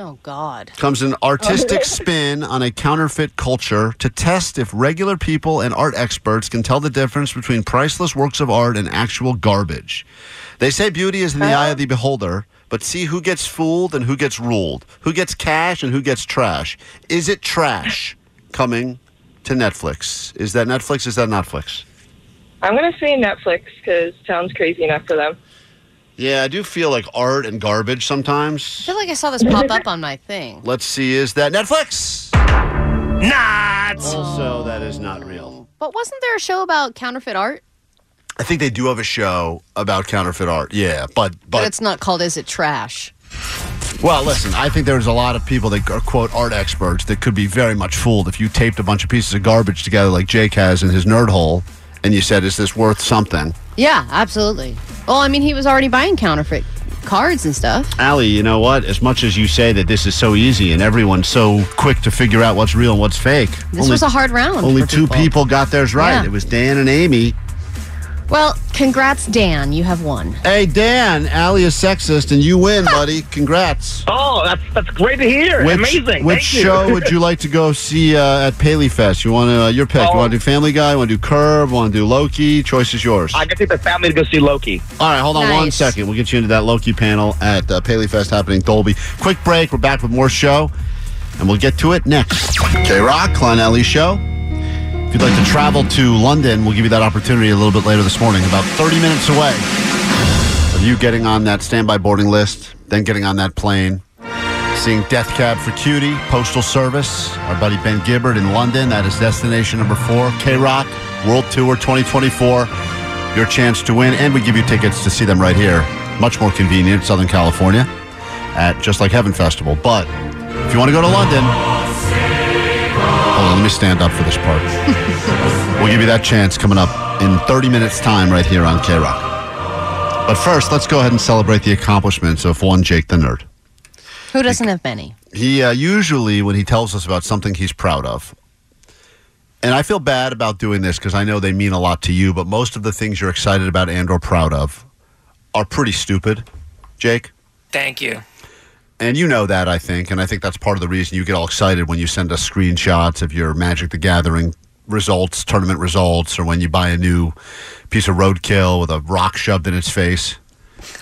Speaker 9: Oh, God.
Speaker 8: comes an artistic spin on a counterfeit culture to test if regular people and art experts can tell the difference between priceless works of art and actual garbage. They say beauty is in the eye of the beholder, but see who gets fooled and who gets ruled, who gets cash and who gets trash. Is it trash coming to Netflix? Is that Netflix? Is that Netflix?
Speaker 20: I'm gonna say Netflix because sounds crazy enough for them.
Speaker 8: Yeah, I do feel like art and garbage sometimes.
Speaker 9: I feel like I saw this pop up on my thing.
Speaker 8: Let's see, is that Netflix? Not. Also, that is not real.
Speaker 9: But wasn't there a show about counterfeit art?
Speaker 8: I think they do have a show about counterfeit art. Yeah, but
Speaker 9: But,
Speaker 8: but
Speaker 9: it's not called Is It Trash?
Speaker 8: well, listen. I think there's a lot of people that are quote art experts that could be very much fooled if you taped a bunch of pieces of garbage together like Jake has in his nerd hole, and you said, "Is this worth something?"
Speaker 9: Yeah, absolutely. Well, I mean, he was already buying counterfeit cards and stuff.
Speaker 8: Allie, you know what? As much as you say that this is so easy and everyone's so quick to figure out what's real and what's fake,
Speaker 9: This was a hard round
Speaker 8: Only
Speaker 9: for
Speaker 8: two people.
Speaker 9: people.
Speaker 8: got theirs right.
Speaker 9: Yeah.
Speaker 8: It was Dan and Amy.
Speaker 9: Well, congrats, Dan. You have won.
Speaker 8: Hey, Dan, Allie is sexist, and you
Speaker 17: [laughs]
Speaker 8: win, buddy. Congrats.
Speaker 17: Oh, that's that's great to hear.
Speaker 8: Which,
Speaker 17: Amazing.
Speaker 8: Which
Speaker 17: Thank you. [laughs]
Speaker 8: show would you like to go see uh, at Paley Fest? You want to? Uh, your pick.
Speaker 17: Oh.
Speaker 8: You want to do Family Guy? Want to do Curb? Want to do Loki? Choice is yours.
Speaker 17: I can take the family to go see Loki.
Speaker 8: All right, hold on one second. We'll get you into that Loki panel at uh, Paley Fest happening in Dolby. Quick break. We're back with more show, and we'll get to it next. K Rock, Klein Alley Show. If you'd like to travel to London, we'll give you that opportunity a little bit later this morning, about 30 minutes away of you getting on that standby boarding list, then getting on that plane, seeing Death Cab for Cutie, Postal Service, our buddy Ben Gibbard in London. That is destination number four, K Rock World Tour 2024. Your chance to win, and we give you tickets to see them right here. Much more convenient, Southern California, at Just Like Heaven Festival. But if you want to go to London, Hold on, let me stand up for this part. [laughs] we'll give you that chance coming up in 30 minutes' time right here on K Rock. But first, let's go ahead and celebrate the accomplishments of one Jake the Nerd.
Speaker 9: Who doesn't have many?
Speaker 8: He uh, usually, when he tells us about something he's proud of, and I feel bad about doing this because I know they mean a lot to you, but most of the things you're excited about and or proud of are pretty stupid, Jake.
Speaker 2: Thank you.
Speaker 8: And you know that, I think. And I think that's part of the reason you get all excited when you send us screenshots of your Magic the Gathering results, tournament results, or when you buy a new piece of roadkill with a rock shoved in its face.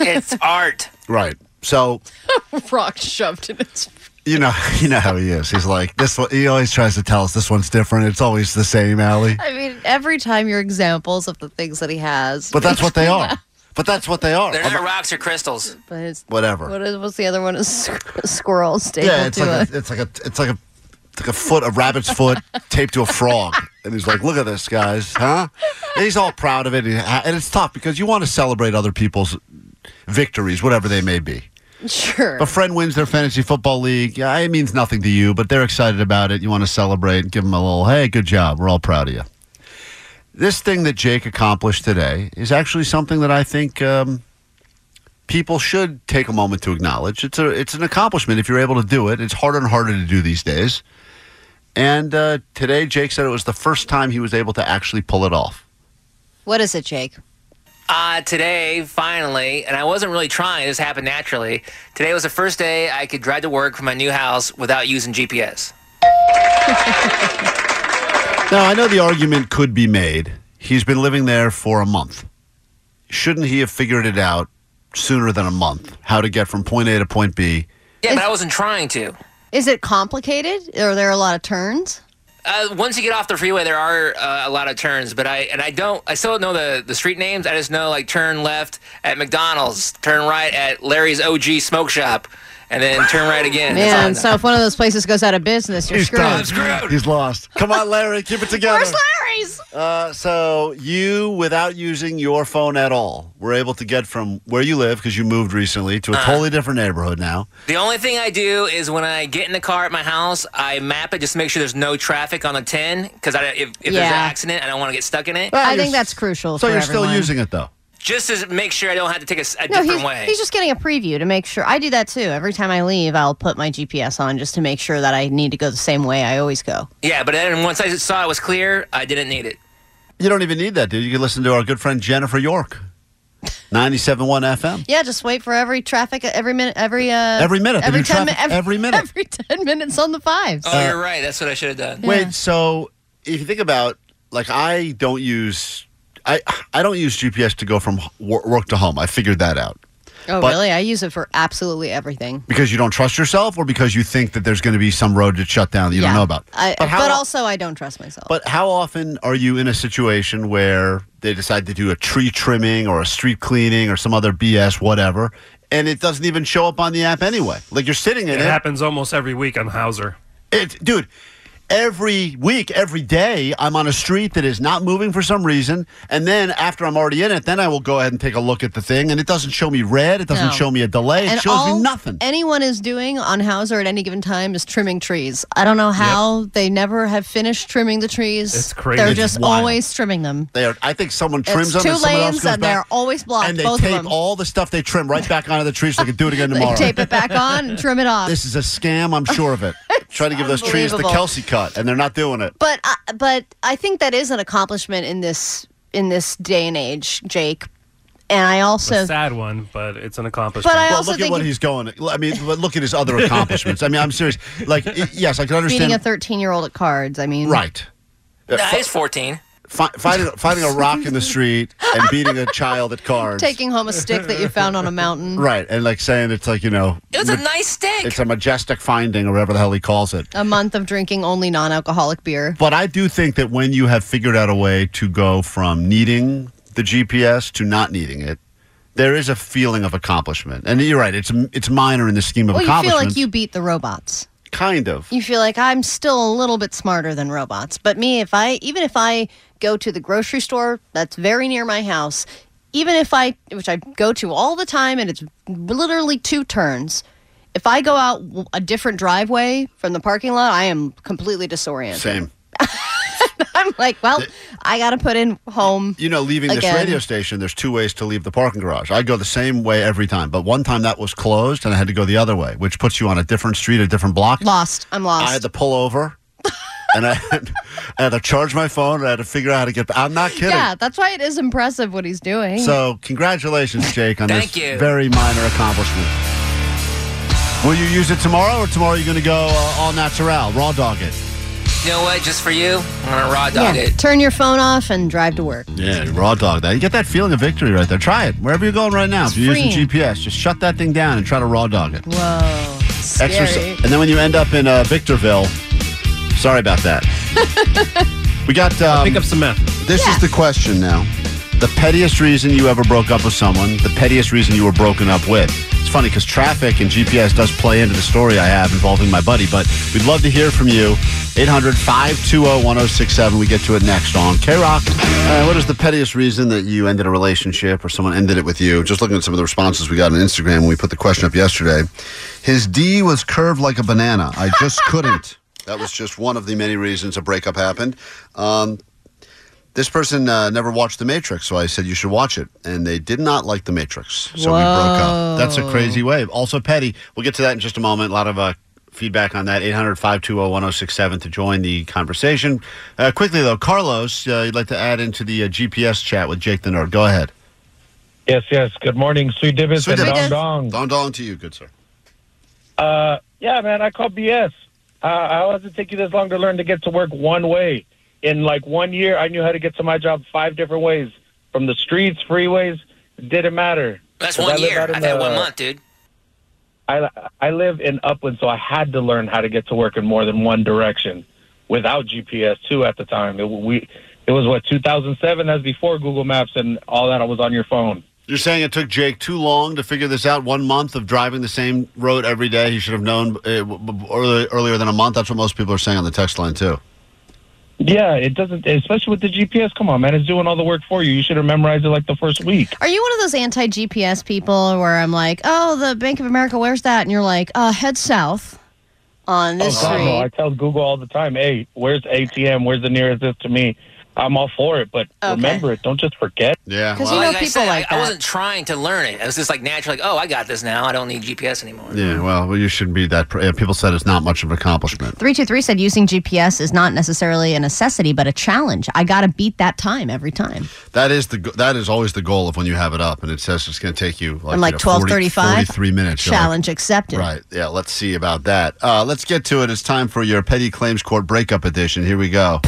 Speaker 2: It's art.
Speaker 8: Right. So,
Speaker 9: [laughs] Rock shoved in its.
Speaker 8: you know, [laughs] you know how he is. He's like, this one, he always tries to tell us this one's different. It's always the same, Allie.
Speaker 7: I mean, every time your examples of the things that he has.
Speaker 8: But that's what they are. But that's what they are.
Speaker 2: They're not rocks or crystals.
Speaker 7: But it's
Speaker 8: Whatever.
Speaker 7: what is what's the other one? Is squ- squirrel stapled
Speaker 8: Yeah, it's
Speaker 7: to it.
Speaker 8: like a, it's like a it's like a it's like a foot, a rabbit's foot taped to a frog, and he's like, "Look at this, guys, huh?" And he's all proud of it, and and it's tough because you want to celebrate other people's victories, whatever they may be.
Speaker 9: Sure.
Speaker 8: A friend wins their fantasy football league. Yeah, it means nothing to you, but they're excited about it. You want to celebrate and give them a little, "Hey, good job. We're all proud of you." This thing that Jake accomplished today is actually something that I think. Um, people should take a moment to acknowledge. It's a it's an accomplishment if you're able to do it. It's harder and harder to do these days. And uh, today, Jake said it was the first time he was able to actually pull it off.
Speaker 7: What is it, Jake?
Speaker 2: Uh, today, finally, and I wasn't really trying, this happened naturally. Today was the first day I could drive to work from my new house without using GPS.
Speaker 8: Now I know the argument could be made. He's been living there for a month. Shouldn't he have figured it out sooner than a month? How to get from point A to point B?
Speaker 2: Yeah, but I wasn't trying to.
Speaker 9: Is it complicated? Are there a lot of turns?
Speaker 2: Uh, once you get off the freeway, there are uh, a lot of turns, but I and I don't. I still don't know the, the street names. I just know like turn left at McDonald's, turn right at Larry's OG Smoke Shop, and then turn right again. That's all I
Speaker 9: Man,
Speaker 2: know.
Speaker 9: so if one of those places goes out of business, you're screwed.
Speaker 8: He's lost. Come on, Larry, keep it together.
Speaker 9: Where's Larry's?
Speaker 8: Uh, so you, without using your phone at all, were able to get from where you live because you moved recently to a
Speaker 2: Uh-huh.
Speaker 8: totally different neighborhood now.
Speaker 2: The only thing I do is when I get in the car at my house, I map it just to make sure there's no traffic on the 10 because if, if there's an
Speaker 9: Yeah.
Speaker 2: accident, I don't want to get stuck in it.
Speaker 9: I think that's crucial.
Speaker 8: Ah, So
Speaker 9: for
Speaker 8: you're still
Speaker 9: everyone.
Speaker 8: using it though.
Speaker 2: just to make sure I don't have to take a, s- a
Speaker 9: No,
Speaker 2: different
Speaker 9: he's,
Speaker 2: way.
Speaker 9: he's just getting a preview to make sure. I do that too. Every time I leave, I'll put my GPS on just to make sure that I need to go the same way I always go.
Speaker 2: yeah, but then once I saw it was clear, I didn't need it.
Speaker 8: You don't even need that, dude. You can listen to our good friend Jennifer York, 97.1 FM.
Speaker 9: Yeah, just wait for every traffic, every minute, every uh,
Speaker 8: Every minute, they
Speaker 9: every
Speaker 8: do
Speaker 9: ten,
Speaker 8: traffic
Speaker 9: every,
Speaker 8: every minute.
Speaker 9: [laughs]
Speaker 8: Uh,
Speaker 9: every ten minutes on the fives.
Speaker 2: Oh, you're right. That's what I should have done.
Speaker 8: Wait, so if you think about, like, I don't use, I I don't use GPS to go from wor- work to home. I figured that out
Speaker 9: oh,
Speaker 8: but-
Speaker 9: really? I use it for absolutely everything.
Speaker 8: because you don't trust yourself, or because you think that there's going to be some road to shut down that you don't know about.
Speaker 9: I,
Speaker 8: But
Speaker 9: but
Speaker 8: how-
Speaker 9: also, I don't trust myself.
Speaker 8: But how often are you in a situation where they decide to do a tree trimming or a street cleaning or some other BS, whatever, and it doesn't even show up on the app anyway? Like you're sitting in
Speaker 5: It
Speaker 8: it.
Speaker 5: happens almost every week on Hauser.
Speaker 8: It, dude, every week, every day, I'm on a street that is not moving for some reason. And then after I'm already in it, then I will go ahead and take a look at the thing. And it doesn't show me red. It doesn't
Speaker 9: No.
Speaker 8: show me a delay. It
Speaker 9: and
Speaker 8: shows
Speaker 9: all
Speaker 8: me nothing.
Speaker 9: anyone is doing on Hauser at any given time is trimming trees. I don't know how they never have finished trimming the trees.
Speaker 8: It's crazy.
Speaker 9: They're
Speaker 8: It's
Speaker 9: just
Speaker 8: wild.
Speaker 9: always trimming them.
Speaker 8: They are, I think someone trims them
Speaker 9: it's two
Speaker 8: and someone else
Speaker 9: lanes
Speaker 8: goes
Speaker 9: and
Speaker 8: back.
Speaker 9: they're always blocked.
Speaker 8: and they
Speaker 9: both
Speaker 8: tape
Speaker 9: of them.
Speaker 8: all the stuff they trim right back onto the tree so they can do it again
Speaker 9: [laughs] they
Speaker 8: tomorrow.
Speaker 9: tape
Speaker 8: [laughs]
Speaker 9: it back on and trim it off.
Speaker 8: This is a scam, I'm sure
Speaker 9: [laughs]
Speaker 8: of it. Trying to give those trees the
Speaker 9: unbelievable.
Speaker 8: Kelsey cut, and they're not doing it.
Speaker 9: But I but I think that is an accomplishment in this in this day and age, Jake. And I also
Speaker 5: a sad one, but it's an accomplishment.
Speaker 9: But I
Speaker 8: well,
Speaker 9: also
Speaker 8: look at
Speaker 9: think
Speaker 8: what
Speaker 9: you-
Speaker 8: he's going. I mean, but look at his other accomplishments. I mean, I'm serious. Like, i- yes, I can
Speaker 9: beating
Speaker 8: understand. uh,
Speaker 9: a thirteen year old at cards. I mean,
Speaker 8: right. Uh,
Speaker 2: Nah,
Speaker 8: fi-
Speaker 2: he's 14.
Speaker 8: fi- finding finding a rock in the street
Speaker 9: [laughs]
Speaker 8: and beating a child at cards.
Speaker 9: Taking home a stick that you found on a mountain.
Speaker 8: right, and like saying it's like you know,
Speaker 2: It was a nice stick.
Speaker 8: it's a majestic finding or whatever the hell he calls it.
Speaker 9: A month of drinking only non alcoholic beer.
Speaker 8: But I do think that when you have figured out a way to go from needing the GPS to not needing it, there is a feeling of accomplishment. And you're right; it's it's minor in the scheme of
Speaker 9: Well, you feel
Speaker 8: accomplishment.
Speaker 9: like you beat the robots.
Speaker 8: kind of.
Speaker 9: You feel like I'm still a little bit smarter than robots. But me, if I, even if I go to the grocery store that's very near my house, even if I, which I go to all the time and it's literally two turns, if I go out w- a different driveway from the parking lot, I am completely disoriented.
Speaker 8: Same.
Speaker 9: [laughs] I'm like, well, I got to put in home.
Speaker 8: You know, leaving this
Speaker 9: Again.
Speaker 8: radio station, there's two ways to leave the parking garage. I go the same way every time, but one time that was closed and I had to go the other way, which puts you on a different street, a different block.
Speaker 9: Lost. I'm lost.
Speaker 8: I had to pull over [laughs] and I had, I had to charge my phone and I had to figure out how to get. I'm not kidding.
Speaker 9: yeah, that's why it is impressive what he's doing.
Speaker 8: So, congratulations, Jake, on
Speaker 9: Thank
Speaker 8: this
Speaker 9: you.
Speaker 8: very minor accomplishment. Will you use it tomorrow, or tomorrow you're going to go uh, all natural, raw dog it?
Speaker 2: You know what? Just for you, I'm gonna raw dog
Speaker 9: yeah,
Speaker 2: it.
Speaker 9: turn your phone off and drive to work.
Speaker 8: Yeah, raw dog that. You get that feeling of victory right there. Try it wherever you're going right now. if you're using
Speaker 9: freeing.
Speaker 8: GPS, just shut that thing down and try to raw dog it.
Speaker 9: Whoa. Scary.
Speaker 8: Exercise. And then when you end up in uh, Victorville, sorry about that. we got. Um, pick up
Speaker 5: some meth.
Speaker 8: This is the question now. The pettiest reason you ever broke up with someone, the pettiest reason you were broken up with. It's funny because traffic and GPS does play into the story I have involving my buddy, but we'd love to hear from you. 800 520 1067. We get to it next on K Rock. Uh, what is the pettiest reason that you ended a relationship or someone ended it with you? Just looking at some of the responses we got on Instagram when we put the question up yesterday. His D was curved like a banana. I
Speaker 9: [laughs]
Speaker 8: just couldn't. That was just one of the many reasons a breakup happened. Um, this person uh, never watched The Matrix, so I said you should watch it, and they did not like The Matrix, so we broke up. That's a crazy way. Also, petty. We'll get to that in just a moment. A lot of uh, feedback on that. 800-520-1067 to join the conversation. Uh, quickly though, Carlos, uh, you'd like to add into the uh, GPS chat with Jake the Nerd. Go ahead.
Speaker 18: Yes, yes. Good morning, Sweet Divis
Speaker 8: Sweet
Speaker 18: and Dong
Speaker 8: Divis.
Speaker 18: Dong.
Speaker 8: Dong Dong to you, good sir.
Speaker 18: Uh, yeah, man, I call BS. Uh, how does it take you this long to learn to get to work one way? In like one year, I knew how to get to my job five different ways from the streets, freeways. Didn't matter.
Speaker 2: That's
Speaker 18: 'Cause I
Speaker 2: one
Speaker 18: live
Speaker 2: year.
Speaker 18: out in
Speaker 2: I've had
Speaker 18: the-
Speaker 2: one month, dude.
Speaker 18: I I live in Upland, so I had to learn how to get to work in more than one direction without GPS too at the time. It, we it was what 2007. That's before Google Maps and all that. I was on your phone.
Speaker 8: You're saying it took Jake too long to figure this out? One month of driving the same road every day. He should have known uh, w- w- early- earlier than a month. That's what most people are saying on the text line too.
Speaker 18: Yeah, it doesn't, especially with the GPS. Come on, man, it's doing all the work for you. You should have memorized it like the first week.
Speaker 9: Are you one of those anti GPS people where I'm like, oh, the Bank of America, where's that? And you're like, uh, head south on this
Speaker 18: Oh, God, no, I
Speaker 9: street.
Speaker 18: tell Google all the time, hey, where's ATM? Where's the nearest this to me? I'm all for it, but remember it. Don't just forget.
Speaker 8: Yeah,
Speaker 9: 'Cause you know
Speaker 2: I
Speaker 9: people
Speaker 2: said,
Speaker 9: like
Speaker 2: I, I
Speaker 9: that.
Speaker 2: wasn't trying to learn it. It was just like natural. Like, oh, I got this now. I don't need GPS anymore.
Speaker 8: Yeah, well, well, you shouldn't be that. Pr- yeah, people said it's not much of an accomplishment.
Speaker 9: 323 said using GPS is not necessarily a necessity, but a challenge. I got to beat that time every time.
Speaker 8: That is the go- that is always the goal of when you have it up, and it says it's going to take you like,
Speaker 9: I'm
Speaker 8: you
Speaker 9: like
Speaker 8: know, 40
Speaker 9: 1235.
Speaker 8: 43 minutes. You're like,
Speaker 9: Challenge accepted.
Speaker 8: right? Yeah. Let's see about that. Uh, let's get to it. It's time for your petty claims court breakup edition. Here we go.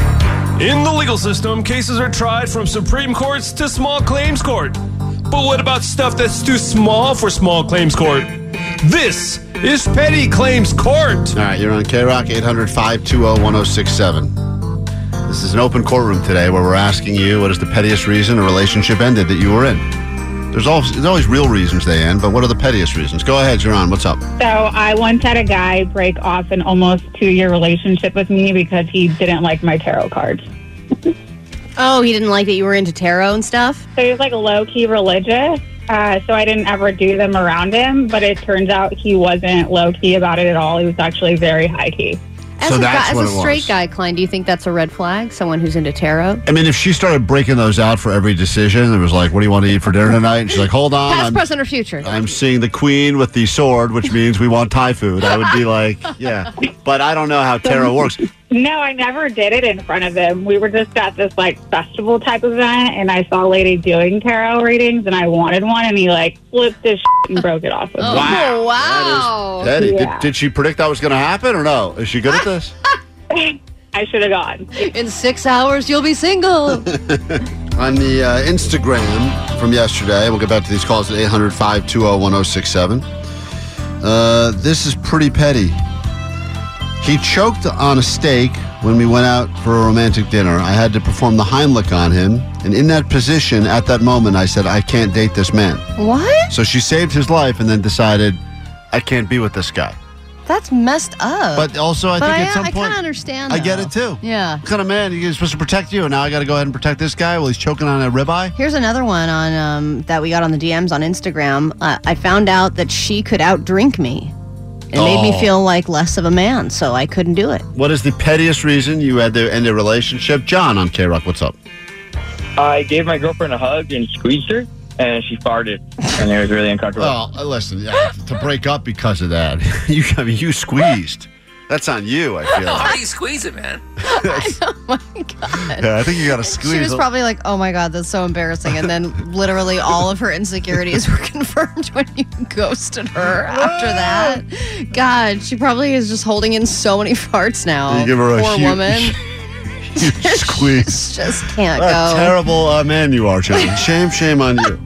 Speaker 5: In the legal system, cases are tried from Supreme Courts to small claims court. But what about stuff that's too small for small claims court? This is petty claims court.
Speaker 8: All right, you're on K Rock 800 520 1067. This is an open courtroom today where we're asking you what is the pettiest reason a relationship ended that you were in. There's always, there's always real reasons they end, but what are the pettiest reasons? Go ahead, Jaron. What's up?
Speaker 4: So I once had a guy break off an almost two year relationship with me because he didn't like my tarot cards.
Speaker 6: Oh, he didn't like that you were into tarot and stuff?
Speaker 4: So he was like low key religious. Uh, so I didn't ever do them around him, but it turns out he wasn't low key about it at all. He was actually very high key.
Speaker 6: As
Speaker 8: So
Speaker 6: a,
Speaker 8: that's
Speaker 6: guy,
Speaker 8: what
Speaker 6: as
Speaker 8: it
Speaker 6: a
Speaker 8: was.
Speaker 6: straight guy, Klein, do you think that's a red flag? Someone who's into tarot?
Speaker 8: I mean, if she started breaking those out for every decision, it was like, what do you want to eat for dinner tonight? And she's like, hold on.
Speaker 6: Past,
Speaker 8: I'm,
Speaker 6: present, or future?
Speaker 8: Um, I'm seeing the queen with the sword, which means we want Thai food. I would be like, yeah. But I don't know how tarot works.
Speaker 4: No, I never did it in front of him. We were just at this like festival type event, and I saw a lady doing tarot readings, and I wanted one, and he like flipped his shit and broke it off. With me.
Speaker 8: Wow.
Speaker 6: wow.
Speaker 8: Eddie,
Speaker 4: Yeah.
Speaker 8: did, did she predict that was going to happen or no? Is she good at this?
Speaker 4: [laughs] I should have gone.
Speaker 6: In six hours, you'll be single.
Speaker 8: On the uh, Instagram from yesterday, we'll get back to these calls at 800 520 1067. Uh, This is pretty petty. He choked on a steak when we went out for a romantic dinner. I had to perform the Heimlich on him. And in that position, at that moment, I said, I can't date this man.
Speaker 9: What?
Speaker 8: So she saved his life and then decided, I can't be with this guy.
Speaker 9: That's messed up.
Speaker 8: But also, I
Speaker 9: But
Speaker 8: think at some
Speaker 9: I
Speaker 8: point-
Speaker 9: kind of understand.
Speaker 8: I get
Speaker 9: though.
Speaker 8: it too.
Speaker 9: Yeah.
Speaker 8: What kind of man? You're supposed to protect you, and now I got to go ahead and protect this guy while he's choking on a ribeye?
Speaker 9: Here's another one on um, that we got on the DMs on Instagram. Uh, I found out that she could outdrink me. It made me
Speaker 8: Oh.
Speaker 9: feel like less of a man, so I couldn't do it.
Speaker 8: What is the pettiest reason you had to end a relationship? John on K Rock, what's up?
Speaker 18: I gave my girlfriend a hug and squeezed her, and she farted, and it was really uncomfortable.
Speaker 8: Well, uh, listen, yeah, to break up because of that, [laughs] you I mean, you squeezed. That's on you. I
Speaker 2: [laughs]
Speaker 8: feel.
Speaker 2: How
Speaker 8: [laughs]
Speaker 2: do
Speaker 8: Like.
Speaker 2: you squeeze it, man?
Speaker 8: Yeah, I think you got to squeeze.
Speaker 9: She was
Speaker 8: a-
Speaker 9: probably like, "Oh my god, that's so embarrassing," and
Speaker 8: [laughs]
Speaker 9: then literally all of her insecurities were [laughs] confirmed when you ghosted her after
Speaker 8: Ah!
Speaker 9: that. God, she probably is just holding in so many farts now.
Speaker 8: You give her a
Speaker 9: poor
Speaker 8: huge- [laughs]
Speaker 9: woman.
Speaker 8: you [laughs] squeeze.
Speaker 9: just can't
Speaker 8: What
Speaker 9: go.
Speaker 8: a terrible uh, man you are, [laughs] John. Shame, shame on you.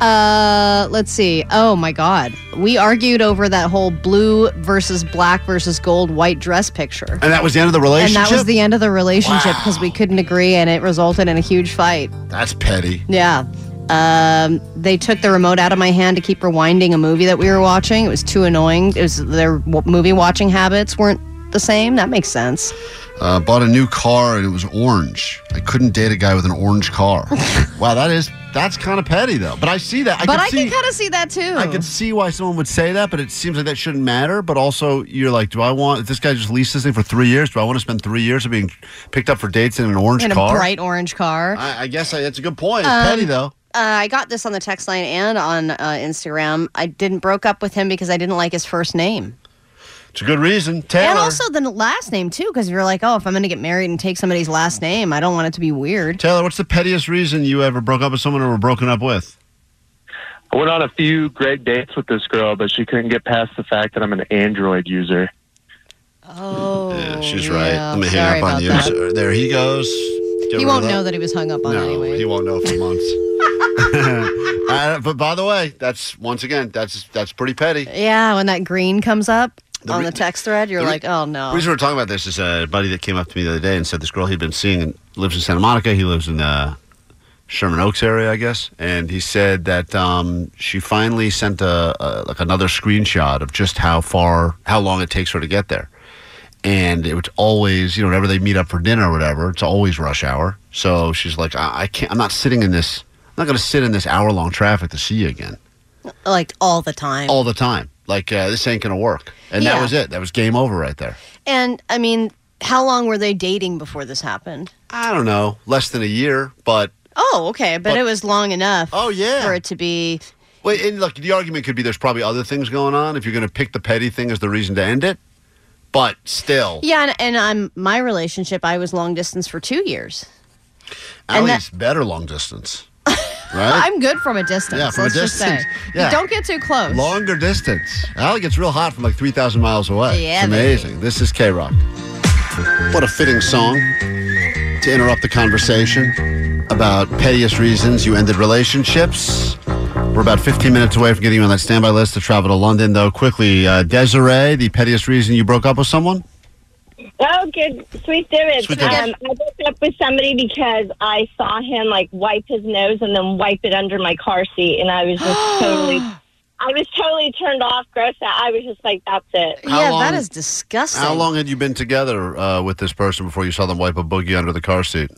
Speaker 9: Uh, let's see. Oh my God, we argued over that whole blue versus black versus gold white dress picture.
Speaker 8: And that was the end of the
Speaker 9: And
Speaker 8: relationship.
Speaker 9: that was the end of the relationship because we couldn't agree, and it resulted in a huge fight.
Speaker 8: That's petty.
Speaker 9: Yeah. Um, they took the remote out of my hand to keep rewinding a movie that we were watching. It was too annoying. It was their w- movie watching habits weren't the same. That makes sense.
Speaker 8: Uh, bought a new car and it was orange. I couldn't date a guy with an orange [laughs] car. wow, that is that's kind of petty though. But I see that. I
Speaker 9: but
Speaker 8: can
Speaker 9: I
Speaker 8: see,
Speaker 9: can kind of see that too.
Speaker 8: I can see why someone would say that, but it seems like that shouldn't matter. But also, you're like, do I want if this guy just leased this thing for three years? Do I want to spend three years of being picked up for dates in an orange
Speaker 9: in a
Speaker 8: car?
Speaker 9: bright orange car.
Speaker 8: I, I guess I, that's a good point. It's
Speaker 9: Um,
Speaker 8: petty though.
Speaker 9: Uh, I got this on the text line and on uh, Instagram. I didn't broke up with him because I didn't like his first name,
Speaker 8: It's a good reason. Taylor.
Speaker 9: and also the last name too. Because you're like, oh, if I'm going to get married and take somebody's last name, I don't want it to be weird.
Speaker 8: Taylor, what's the pettiest reason you ever broke up with someone or were broken up with?
Speaker 18: I went on a few great dates with this girl, but she couldn't get past the fact that I'm an Android user.
Speaker 9: Oh,
Speaker 8: Yeah, she's
Speaker 9: yeah.
Speaker 8: right. Let me hang
Speaker 9: Sorry
Speaker 8: up on
Speaker 9: about
Speaker 8: you.
Speaker 9: that.
Speaker 8: sir. There he goes. Get
Speaker 9: he
Speaker 8: rid
Speaker 9: won't
Speaker 8: of that.
Speaker 9: know that he was hung up on
Speaker 8: no,
Speaker 9: anyway.
Speaker 8: He won't know [laughs] for months. Uh, but by the way, that's once again, that's that's pretty petty.
Speaker 9: Yeah, when that green comes up
Speaker 8: The
Speaker 9: on
Speaker 8: re-
Speaker 9: the text thread, you're
Speaker 8: the re-
Speaker 9: like, oh
Speaker 8: The
Speaker 9: no.
Speaker 8: reason we're talking about this is a buddy that came up to me the other day and said this girl he'd been seeing and lives in Santa Monica. He lives in uh, Sherman Oaks area, I guess. And he said that um, she finally sent a, a like another screenshot of just how far, how long it takes her to get there. And it was always, you know, whenever they meet up for dinner or whatever, it's always rush hour. So she's like, I, I can't. I'm not sitting in this. I'm not going to sit in this hour long traffic to see you again
Speaker 9: Like all the time.
Speaker 8: all the time. Like uh, this ain't going to work. And
Speaker 9: Yeah.
Speaker 8: that was it. That was game over right there.
Speaker 9: And I mean, how long were they dating before this happened?
Speaker 8: I don't know, less than a year, but
Speaker 9: Oh, okay, but,
Speaker 8: But-
Speaker 9: it was long enough.
Speaker 8: Oh, yeah.
Speaker 9: for it to be.
Speaker 8: wait. And look, the argument could be there's probably other things going on. If you're going to pick the petty thing as the reason to end it, but still,
Speaker 9: Yeah, and, and I'm my relationship. I was long distance for two years.
Speaker 8: at
Speaker 9: and that-
Speaker 8: least better long
Speaker 9: [laughs]
Speaker 8: distance, right?
Speaker 9: I'm good from a distance.
Speaker 8: Yeah, from a
Speaker 9: let's just say.
Speaker 8: distance. Yeah.
Speaker 9: Don't get too close.
Speaker 8: Longer distance. Allie gets real hot from like 3,000 miles away.
Speaker 9: Yeah,
Speaker 8: It's amazing. This is K Rock. What a fitting song to interrupt the conversation about pettiest reasons you ended relationships. We're about 15 minutes away from getting you on that standby list to travel to London, though. Quickly, uh, Desiree, the pettiest reason you broke up with someone?
Speaker 1: Oh, good. Sweet Divots.
Speaker 27: Sweet Divots.
Speaker 1: um, I hooked up with somebody because I saw him like wipe his nose and then wipe it under my car seat, and I was
Speaker 8: [gasps]
Speaker 1: just totally, I was totally turned off, grossed out. I was just like, that's it.
Speaker 8: How Yeah, that long- is
Speaker 9: disgusting.
Speaker 8: How long had you been together uh, with this person before you saw them wipe a boogie under the car seat?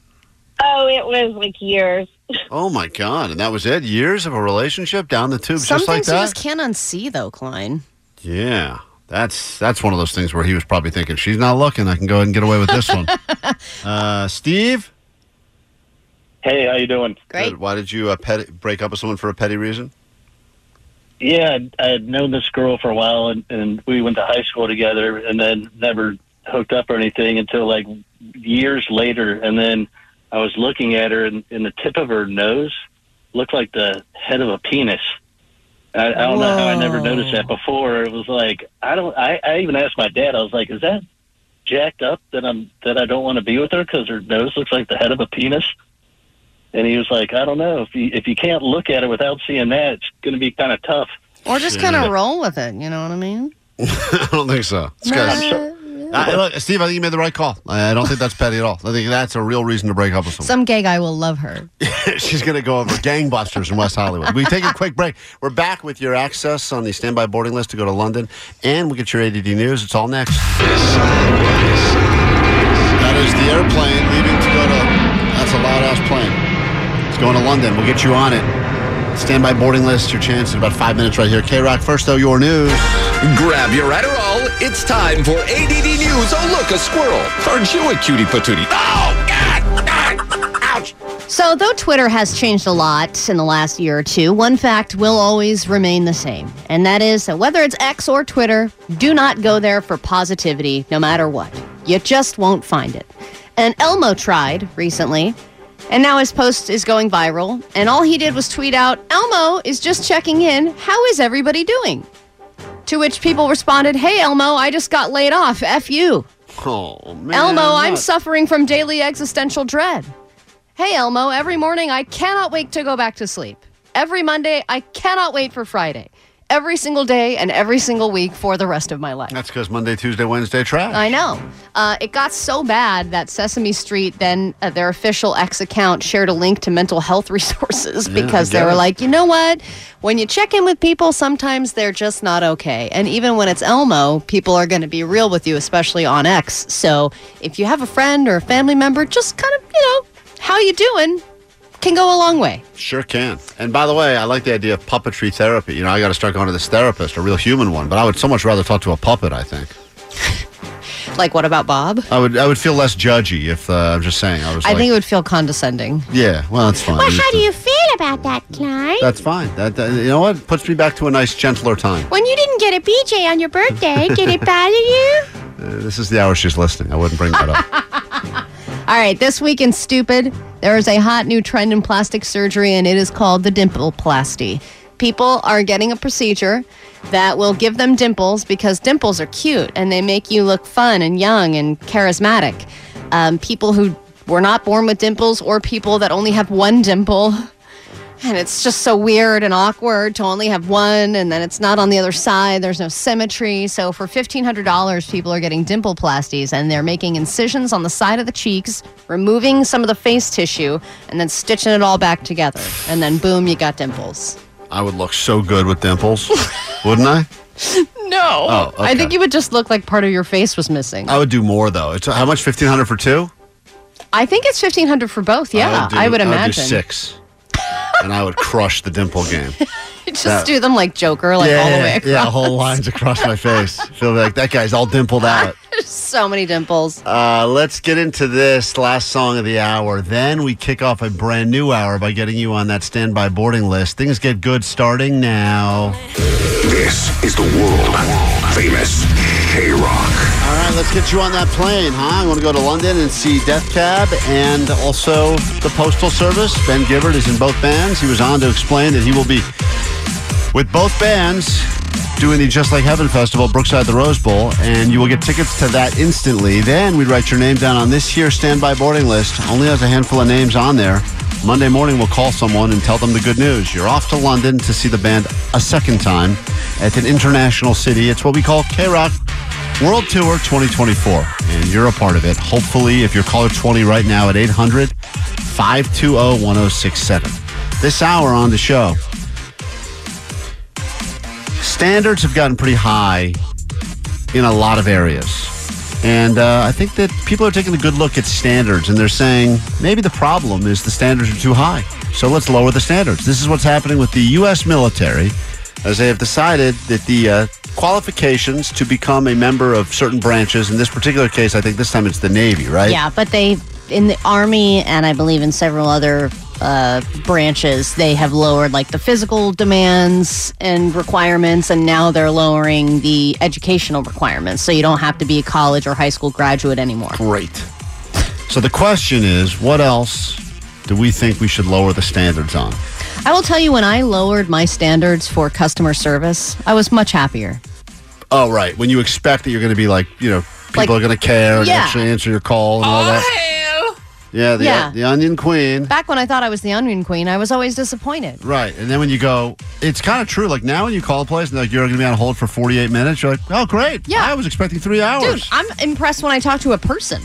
Speaker 1: Oh, it was like years.
Speaker 8: Oh my God! And that was it. Years of a relationship down the tube,
Speaker 9: Some
Speaker 8: just like
Speaker 9: things you
Speaker 8: that.
Speaker 9: just can't unsee, though, Klein.
Speaker 8: Yeah, that's that's one of those things where he was probably thinking, "She's not looking. I can go ahead and get away with this [laughs] one." uh, Steve,
Speaker 21: hey, how you doing?
Speaker 8: Great. Why did you uh, pet, break up with someone for a petty reason? [laughs]
Speaker 21: Yeah, I'd, I'd known this girl for a while, and, and we went to high school together, and then never hooked up or anything until like years later. And then I was looking at her, and, and the tip of her nose looked like the head of a penis. I, I don't know how I never noticed that before. It was like I don't. I, I even asked my dad. I was like, "Is that jacked up that I'm that I don't want to be with her because her nose looks like the head of a penis?" And he was like, "I don't know. If you if you can't look at it without seeing that, it's going to be kind of tough."
Speaker 9: Or just kind of roll with it. You know what I mean?
Speaker 8: I don't think so. It's
Speaker 9: Nah.
Speaker 8: good. I- look, Steve, I think you made the right call. I I don't think that's petty at all. I think that's a real reason to break up with someone.
Speaker 9: Some gay guy will love her.
Speaker 8: [laughs] She's going to go over gangbusters in West Hollywood. We take a quick break. We're back with your access on the standby boarding list to go to London, and we'll get your ADD news. It's all next. That is the airplane leaving to go to. That's a loud ass plane. It's going to London. We'll get you on it. Standby boarding list. Your chance in about five minutes right here. K Rock. First though, your news.
Speaker 28: Grab your Adderall. It's time for ADD News. Oh, look, a squirrel. Aren't you a cutie patootie? Oh,
Speaker 9: So, though Twitter has changed a lot in the last year or two, one fact will always remain the same. And that is that whether it's X or Twitter, do not go there for positivity, no matter what. You just won't find it. And Elmo tried recently, and now his post is going viral. And all he did was tweet out Elmo is just checking in. How is everybody doing? To which people responded, Hey, Elmo, I just got laid off. F you.
Speaker 8: Oh man,
Speaker 9: Elmo, I'm
Speaker 8: nuts.
Speaker 9: suffering from daily existential dread. Hey, Elmo, every morning I cannot wait to go back to sleep. Every Monday, I cannot wait for Friday. Every single day and every single week for the rest of my life.
Speaker 8: That's because Monday, Tuesday, Wednesday trash.
Speaker 9: I know. Uh, it got so bad that Sesame Street, then uh, their official X account, shared a link to mental health [laughs] resources
Speaker 27: Yeah, I
Speaker 9: because they
Speaker 27: get
Speaker 9: were
Speaker 27: it.
Speaker 9: like, you know what? When you check in with people, sometimes they're just not okay. And even when it's Elmo, people are going to be real with you, especially on X. So if you have a friend or a family member, just kind of, you know, how you doing can go a long way.
Speaker 8: Sure can. And by the way, I like the idea of puppetry therapy. You know, I got to start going to this therapist, a real human one. But I would so much rather talk to a puppet. I think
Speaker 9: Like, what about Bob?
Speaker 8: I would. I would feel less judgy if uh, I'm just saying. I was.
Speaker 9: I
Speaker 8: like,
Speaker 9: think it would feel condescending.
Speaker 8: Yeah. Well, that's fine.
Speaker 9: you feel about that, Klein?
Speaker 8: That's fine. That, that- you know what puts me back to a nice, gentler time.
Speaker 27: When you didn't get a BJ on your birthday, did it bother you?
Speaker 8: Uh, this is the hour she's listening. I wouldn't bring that up.
Speaker 9: [laughs] All right, this week in Stupid, there is a hot new trend in plastic surgery, and it is called the dimpleplasty. People are getting a procedure that will give them dimples because dimples are cute and they make you look fun and young and charismatic. Um, people who were not born with dimples or people that only have one dimple. And it's just so weird and awkward to only have one, and then it's not on the other side. There's no symmetry. So for $1,500, people are getting dimple plasties, and they're making incisions on the side of the cheeks, removing some of the face tissue, and then stitching it all back together. And then boom, you got dimples.
Speaker 8: I would look so good with dimples, wouldn't I?
Speaker 9: No.
Speaker 8: Oh, okay.
Speaker 9: I think you would just look like part of your face was missing.
Speaker 8: I would do more though. It's how much? Fifteen hundred for two?
Speaker 9: I think it's 1500 for both. Yeah, I would,
Speaker 8: do-
Speaker 9: imagine.
Speaker 8: I would do six, and I would crush the dimple
Speaker 9: [laughs]
Speaker 8: game.
Speaker 9: You [laughs] just
Speaker 8: That-
Speaker 9: do them like Joker, like
Speaker 8: yeah,
Speaker 9: all the
Speaker 8: yeah,
Speaker 9: way across.
Speaker 8: yeah, whole lines across my face. Feel like that guy's all dimpled out.
Speaker 9: [laughs] There's so many dimples.
Speaker 8: Uh, let's get into this last song of the hour. Then we kick off a brand new hour by getting you on that standby boarding list. Things get good starting now.
Speaker 7: This is the world famous K Rock.
Speaker 8: All right, let's get you on that plane, huh? I want to go to London and see Death Cab and also the Postal Service. Ben Gibbard is in both bands. He was on to explain that he will be with both bands doing the Just Like Heaven Festival, Brookside the Rose Bowl, and you will get tickets to that instantly. Then we write your name down on this here standby boarding list. Only has a handful of names on there. Monday morning, we'll call someone and tell them the good news. You're off to London to see the band a second time at an international city. It's what we call K Rock. World Tour 2024, and you're a part of it. Hopefully, if you're caller 20 right now at 800 520 1067. This hour on the show, standards have gotten pretty high in a lot of areas. And uh, I think that people are taking a good look at standards and they're saying maybe the problem is the standards are too high. So let's lower the standards. This is what's happening with the U.S. military as they have decided that the uh, qualifications to become a member of certain branches, in this particular case, I think this time it's the Navy, right?
Speaker 9: Yeah, but they in the army and I believe in several other uh, branches, they have lowered like the physical demands and requirements, and now they're lowering the educational requirements. So you don't have to be a college or high school graduate anymore.
Speaker 8: Great. So the question is what else do we think we should lower the standards on?
Speaker 9: I will tell you, when I lowered my standards for customer service, I was much happier.
Speaker 8: Oh, right. When you expect that you're going to be like, you know, people
Speaker 9: Like-
Speaker 8: are going to care and
Speaker 9: Yeah. Oh.
Speaker 8: actually answer your call and all that. Yeah, the,
Speaker 9: Yeah.
Speaker 8: the Onion Queen.
Speaker 9: Back when I thought I was the onion queen, I was always disappointed.
Speaker 8: Right. And then when you go, it's kind of true. Like now when you call a place and like you're going to be on hold for 48 minutes, you're like, oh, great. Yeah. I was expecting three hours.
Speaker 9: Dude, I'm impressed when I talk to a person.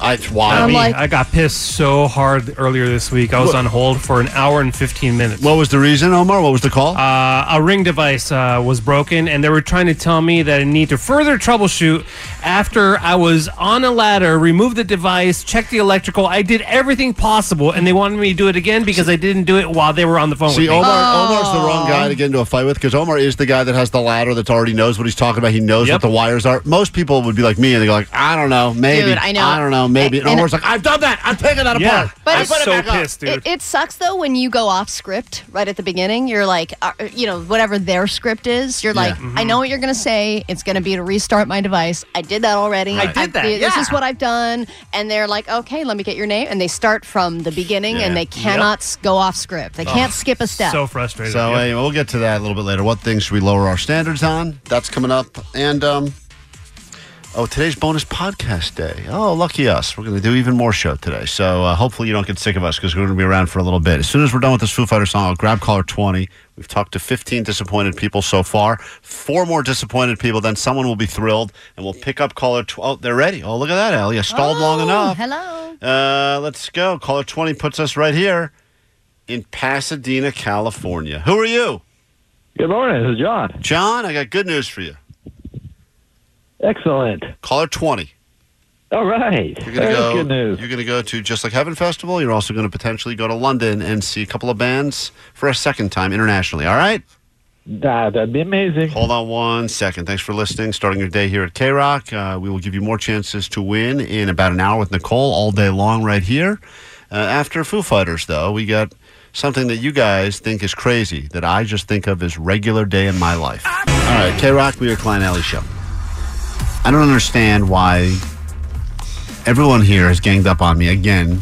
Speaker 8: I, it's wild.
Speaker 5: I,
Speaker 9: I'm
Speaker 5: mean,
Speaker 9: like-
Speaker 5: I got pissed so hard earlier this week. I was
Speaker 8: What-
Speaker 5: on hold for an hour and 15 minutes.
Speaker 8: What was the reason, Omar? What was the call?
Speaker 5: Uh, a ring device uh, was broken, and they were trying to tell me that I need to further troubleshoot after I was on a ladder, removed the device, checked the electrical. I did everything possible, and they wanted me to do it again because I didn't do it while they were on the phone
Speaker 8: See,
Speaker 5: with me. Oh.
Speaker 8: Omar,
Speaker 9: Oh.
Speaker 8: Omar's the wrong guy to get into a fight with because Omar is the guy that has the ladder that already knows what he's talking about. He knows what the wires are. Most people would be like me and they go like, I don't know, maybe.
Speaker 9: Dude, I know.
Speaker 8: don't know, maybe. And,
Speaker 9: And-
Speaker 8: Omar's like, I've done that. I'm taking that
Speaker 5: Yeah.
Speaker 8: [laughs] apart.
Speaker 9: But
Speaker 8: I
Speaker 9: it's-
Speaker 8: put it
Speaker 5: So
Speaker 8: back up."
Speaker 5: pissed, dude.
Speaker 9: It, it sucks though when you go off script right at the beginning. You're like, uh, you know, whatever their script is, you're like,
Speaker 14: Mhm.
Speaker 9: I know what you're going to say. It's going to be to restart my device. I did that already.
Speaker 14: I did that,
Speaker 9: This
Speaker 14: yeah.
Speaker 9: is what I've done. And they're like, okay, let me get your name. And they start from the beginning and
Speaker 8: Yeah.
Speaker 9: they cannot s go off script. They can't
Speaker 8: Ugh.
Speaker 9: skip a step.
Speaker 5: frustrated.
Speaker 8: So hey, we'll get to that a little bit later. What things should we lower our standards on? That's coming up. And um, oh, today's bonus podcast day. Oh, lucky us. We're going to do even more show today. So uh, hopefully you don't get sick of us because we're going to be around for a little bit. As soon as we're done with this Foo Fighter song, I'll grab caller twenty. We've talked to fifteen disappointed people so far. Four more disappointed people. Then someone will be thrilled, and we'll pick up caller. Tw- oh, they're ready. Oh, look at that, Ellie. I stalled long enough.
Speaker 9: Hello.
Speaker 8: Uh, let's go. Caller 20 puts us right here in Pasadena, California. Who are you?
Speaker 6: Good morning. This is John.
Speaker 8: John, I got good news for you.
Speaker 6: Excellent.
Speaker 8: Caller 20.
Speaker 6: All right.
Speaker 8: You're gonna
Speaker 6: That's
Speaker 8: go,
Speaker 6: good news.
Speaker 8: You're going to go to Just Like Heaven Festival. You're also going to potentially go to London and see a couple of bands for a second time internationally. All right?
Speaker 6: That, that'd be amazing.
Speaker 8: Hold on one second. Thanks for listening. Starting your day here at K Rock. Uh, we will give you more chances to win in about an hour with Nicole all day long right here. Uh, after Foo Fighters, though, we got something that you guys think is crazy that I just think of as regular day in my life. All right, K Rock, we are Klein Alley Show. I don't understand why everyone here has ganged up on me again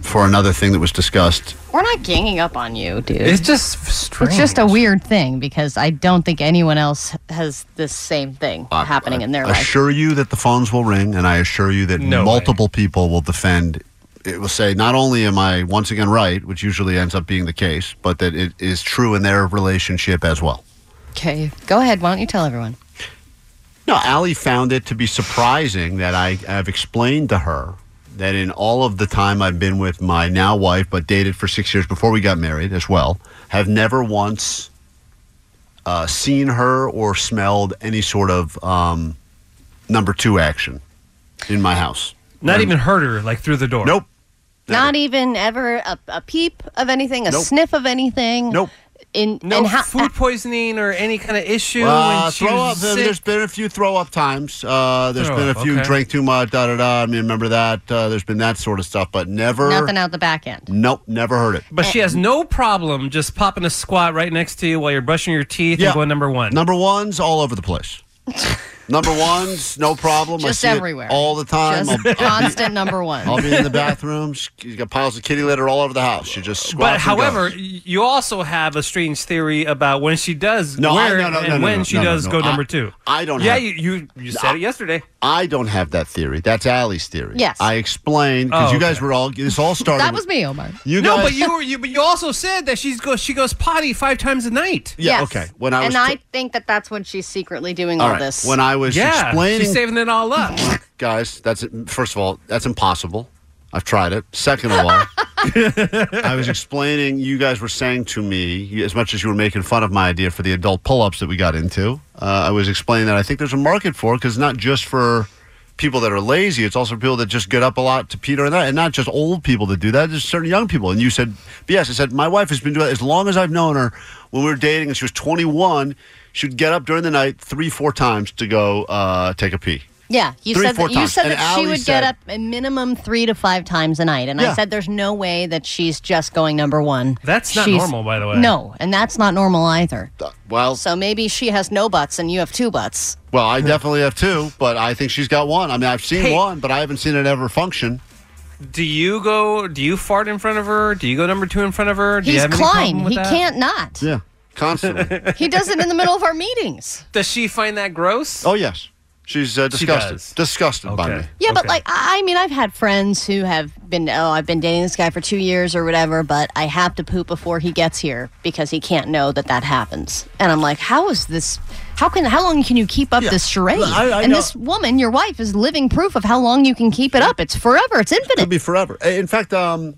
Speaker 8: for another thing that was discussed.
Speaker 9: We're not ganging up on you, dude.
Speaker 8: It's
Speaker 5: just strange.
Speaker 9: It's just a weird thing because I don't think anyone else has this same thing happening in their
Speaker 8: I
Speaker 9: life.
Speaker 8: assure you that the phones will ring, and I assure you that
Speaker 9: No
Speaker 8: multiple people will defend. It will say, not only am I once again right, which usually ends up being the case, but that it is true in their relationship as well.
Speaker 9: Okay, go ahead. Why don't you tell everyone?
Speaker 8: No, Allie found it to be surprising that I have explained to her that in all of the time I've been with my now wife, but dated for six years before we got married as well, have never once uh, seen her or smelled any sort of um, number two action in my house.
Speaker 5: Not even hurt her, like through the door.
Speaker 8: Nope.
Speaker 9: Not even ever a, a peep of anything, a
Speaker 5: Nope.
Speaker 9: sniff of anything.
Speaker 8: Nope.
Speaker 9: In
Speaker 5: No
Speaker 9: and how, uh,
Speaker 5: food poisoning or any kind of issue.
Speaker 8: Uh,
Speaker 5: when she
Speaker 8: throw up.
Speaker 5: was
Speaker 8: There-
Speaker 5: sick.
Speaker 8: There's been a few throw up times. Uh, there's
Speaker 5: Throw
Speaker 8: been
Speaker 5: up,
Speaker 8: a few
Speaker 5: okay.
Speaker 8: drank too much. Da da da. I mean, remember that. Uh, there's been that sort of stuff, but never.
Speaker 9: nothing out the back end.
Speaker 8: Nope, never heard it.
Speaker 5: But she
Speaker 8: Uh-uh.
Speaker 5: has no problem just popping a squat right next to you while you're brushing your teeth
Speaker 8: Yeah.
Speaker 5: and going number one.
Speaker 8: Number one's all over the place. number one's no problem. I
Speaker 9: Just
Speaker 8: see it
Speaker 9: everywhere.
Speaker 8: all the time.
Speaker 9: Just
Speaker 8: I'll, I'll be,
Speaker 9: constant number one.
Speaker 8: I'll be in the bathroom. She's got piles of kitty litter all over the house. She just squats.
Speaker 5: But
Speaker 8: and
Speaker 5: however,
Speaker 8: goes.
Speaker 5: y- you also have a strange theory about when she does
Speaker 8: No, I-
Speaker 5: where
Speaker 8: no, no,
Speaker 5: and
Speaker 8: no, no,
Speaker 5: when
Speaker 8: no,
Speaker 5: she
Speaker 8: no, no,
Speaker 5: does
Speaker 8: no.
Speaker 5: go
Speaker 8: I-
Speaker 5: number two.
Speaker 8: I don't.
Speaker 5: Yeah,
Speaker 8: have,
Speaker 5: you you, you said it yesterday.
Speaker 8: I don't have that theory. That's Allie's theory.
Speaker 5: Yes.
Speaker 8: I explained because
Speaker 5: Oh,
Speaker 8: you guys were all. This all started.
Speaker 9: [laughs] That
Speaker 8: with-
Speaker 9: was me, Omar.
Speaker 8: You
Speaker 5: no,
Speaker 8: guys-
Speaker 5: but you were you but you also said that she's go she goes potty five times a night.
Speaker 8: Yeah, Yes. okay. When I
Speaker 9: and
Speaker 8: was
Speaker 9: I
Speaker 8: t-
Speaker 9: think that that's when she's secretly doing
Speaker 8: All
Speaker 9: all,
Speaker 8: right.
Speaker 9: this.
Speaker 8: When I I was
Speaker 5: Yeah,
Speaker 8: explaining.
Speaker 5: she's saving it all up.
Speaker 8: Guys, that's first of all, that's impossible. I've tried it. Second of all, I was explaining. You guys were saying to me, you- as much as you were making fun of my idea for the adult pull-ups that we got into, uh, I was explaining that I think there's a market for it because not just for people that are lazy, it's also people that just get up a lot to Peter and that, and not just old people that do that. There's certain young people. And you said, yes, I said my wife has been doing that as long as I've known her. When we were dating, and she was 21, she'd get up during the night three, four times to go uh, take a pee.
Speaker 9: Yeah, you
Speaker 8: Three,
Speaker 9: said
Speaker 8: four
Speaker 9: that, you
Speaker 8: times.
Speaker 9: said
Speaker 8: And
Speaker 9: that she
Speaker 8: Ally
Speaker 9: would
Speaker 8: said-
Speaker 9: get up a minimum three to five times a night, and I
Speaker 8: Yeah.
Speaker 9: said there's no way that she's just going number one.
Speaker 5: That's not
Speaker 9: She's-
Speaker 5: normal, by the way.
Speaker 9: No, and that's not normal either.
Speaker 8: Well,
Speaker 9: So maybe she has no butts and you have two butts.
Speaker 8: Well, I definitely have two, but I think she's got one. I mean, I've seen
Speaker 5: Hey.
Speaker 8: one, but I haven't seen it ever function.
Speaker 5: Do you go? Do you fart in front of her? Do you go number two in front of her? Do you
Speaker 9: He's
Speaker 5: have any problem
Speaker 9: Klein.
Speaker 5: with
Speaker 9: He
Speaker 5: that?
Speaker 9: can't not.
Speaker 8: Yeah, constantly.
Speaker 5: [laughs]
Speaker 9: He does it in the middle of our meetings.
Speaker 5: Does she find that gross?
Speaker 8: oh yes, she's uh,
Speaker 5: She
Speaker 8: disgusted.
Speaker 5: does.
Speaker 8: disgusted by me.
Speaker 9: Yeah, but like I I mean, I've had friends who have been oh, I've been dating this guy for two years or whatever, but I have to poop before he gets here because he can't know that that happens. And I'm like, how is this? How can how long can you keep up
Speaker 18: Yeah.
Speaker 9: this charade?
Speaker 18: Look, I- I
Speaker 9: and
Speaker 18: know-
Speaker 9: this woman, your wife, is living proof of how long you can keep it up. It's forever. It's infinite.
Speaker 8: Could be forever. Uh, In fact, um,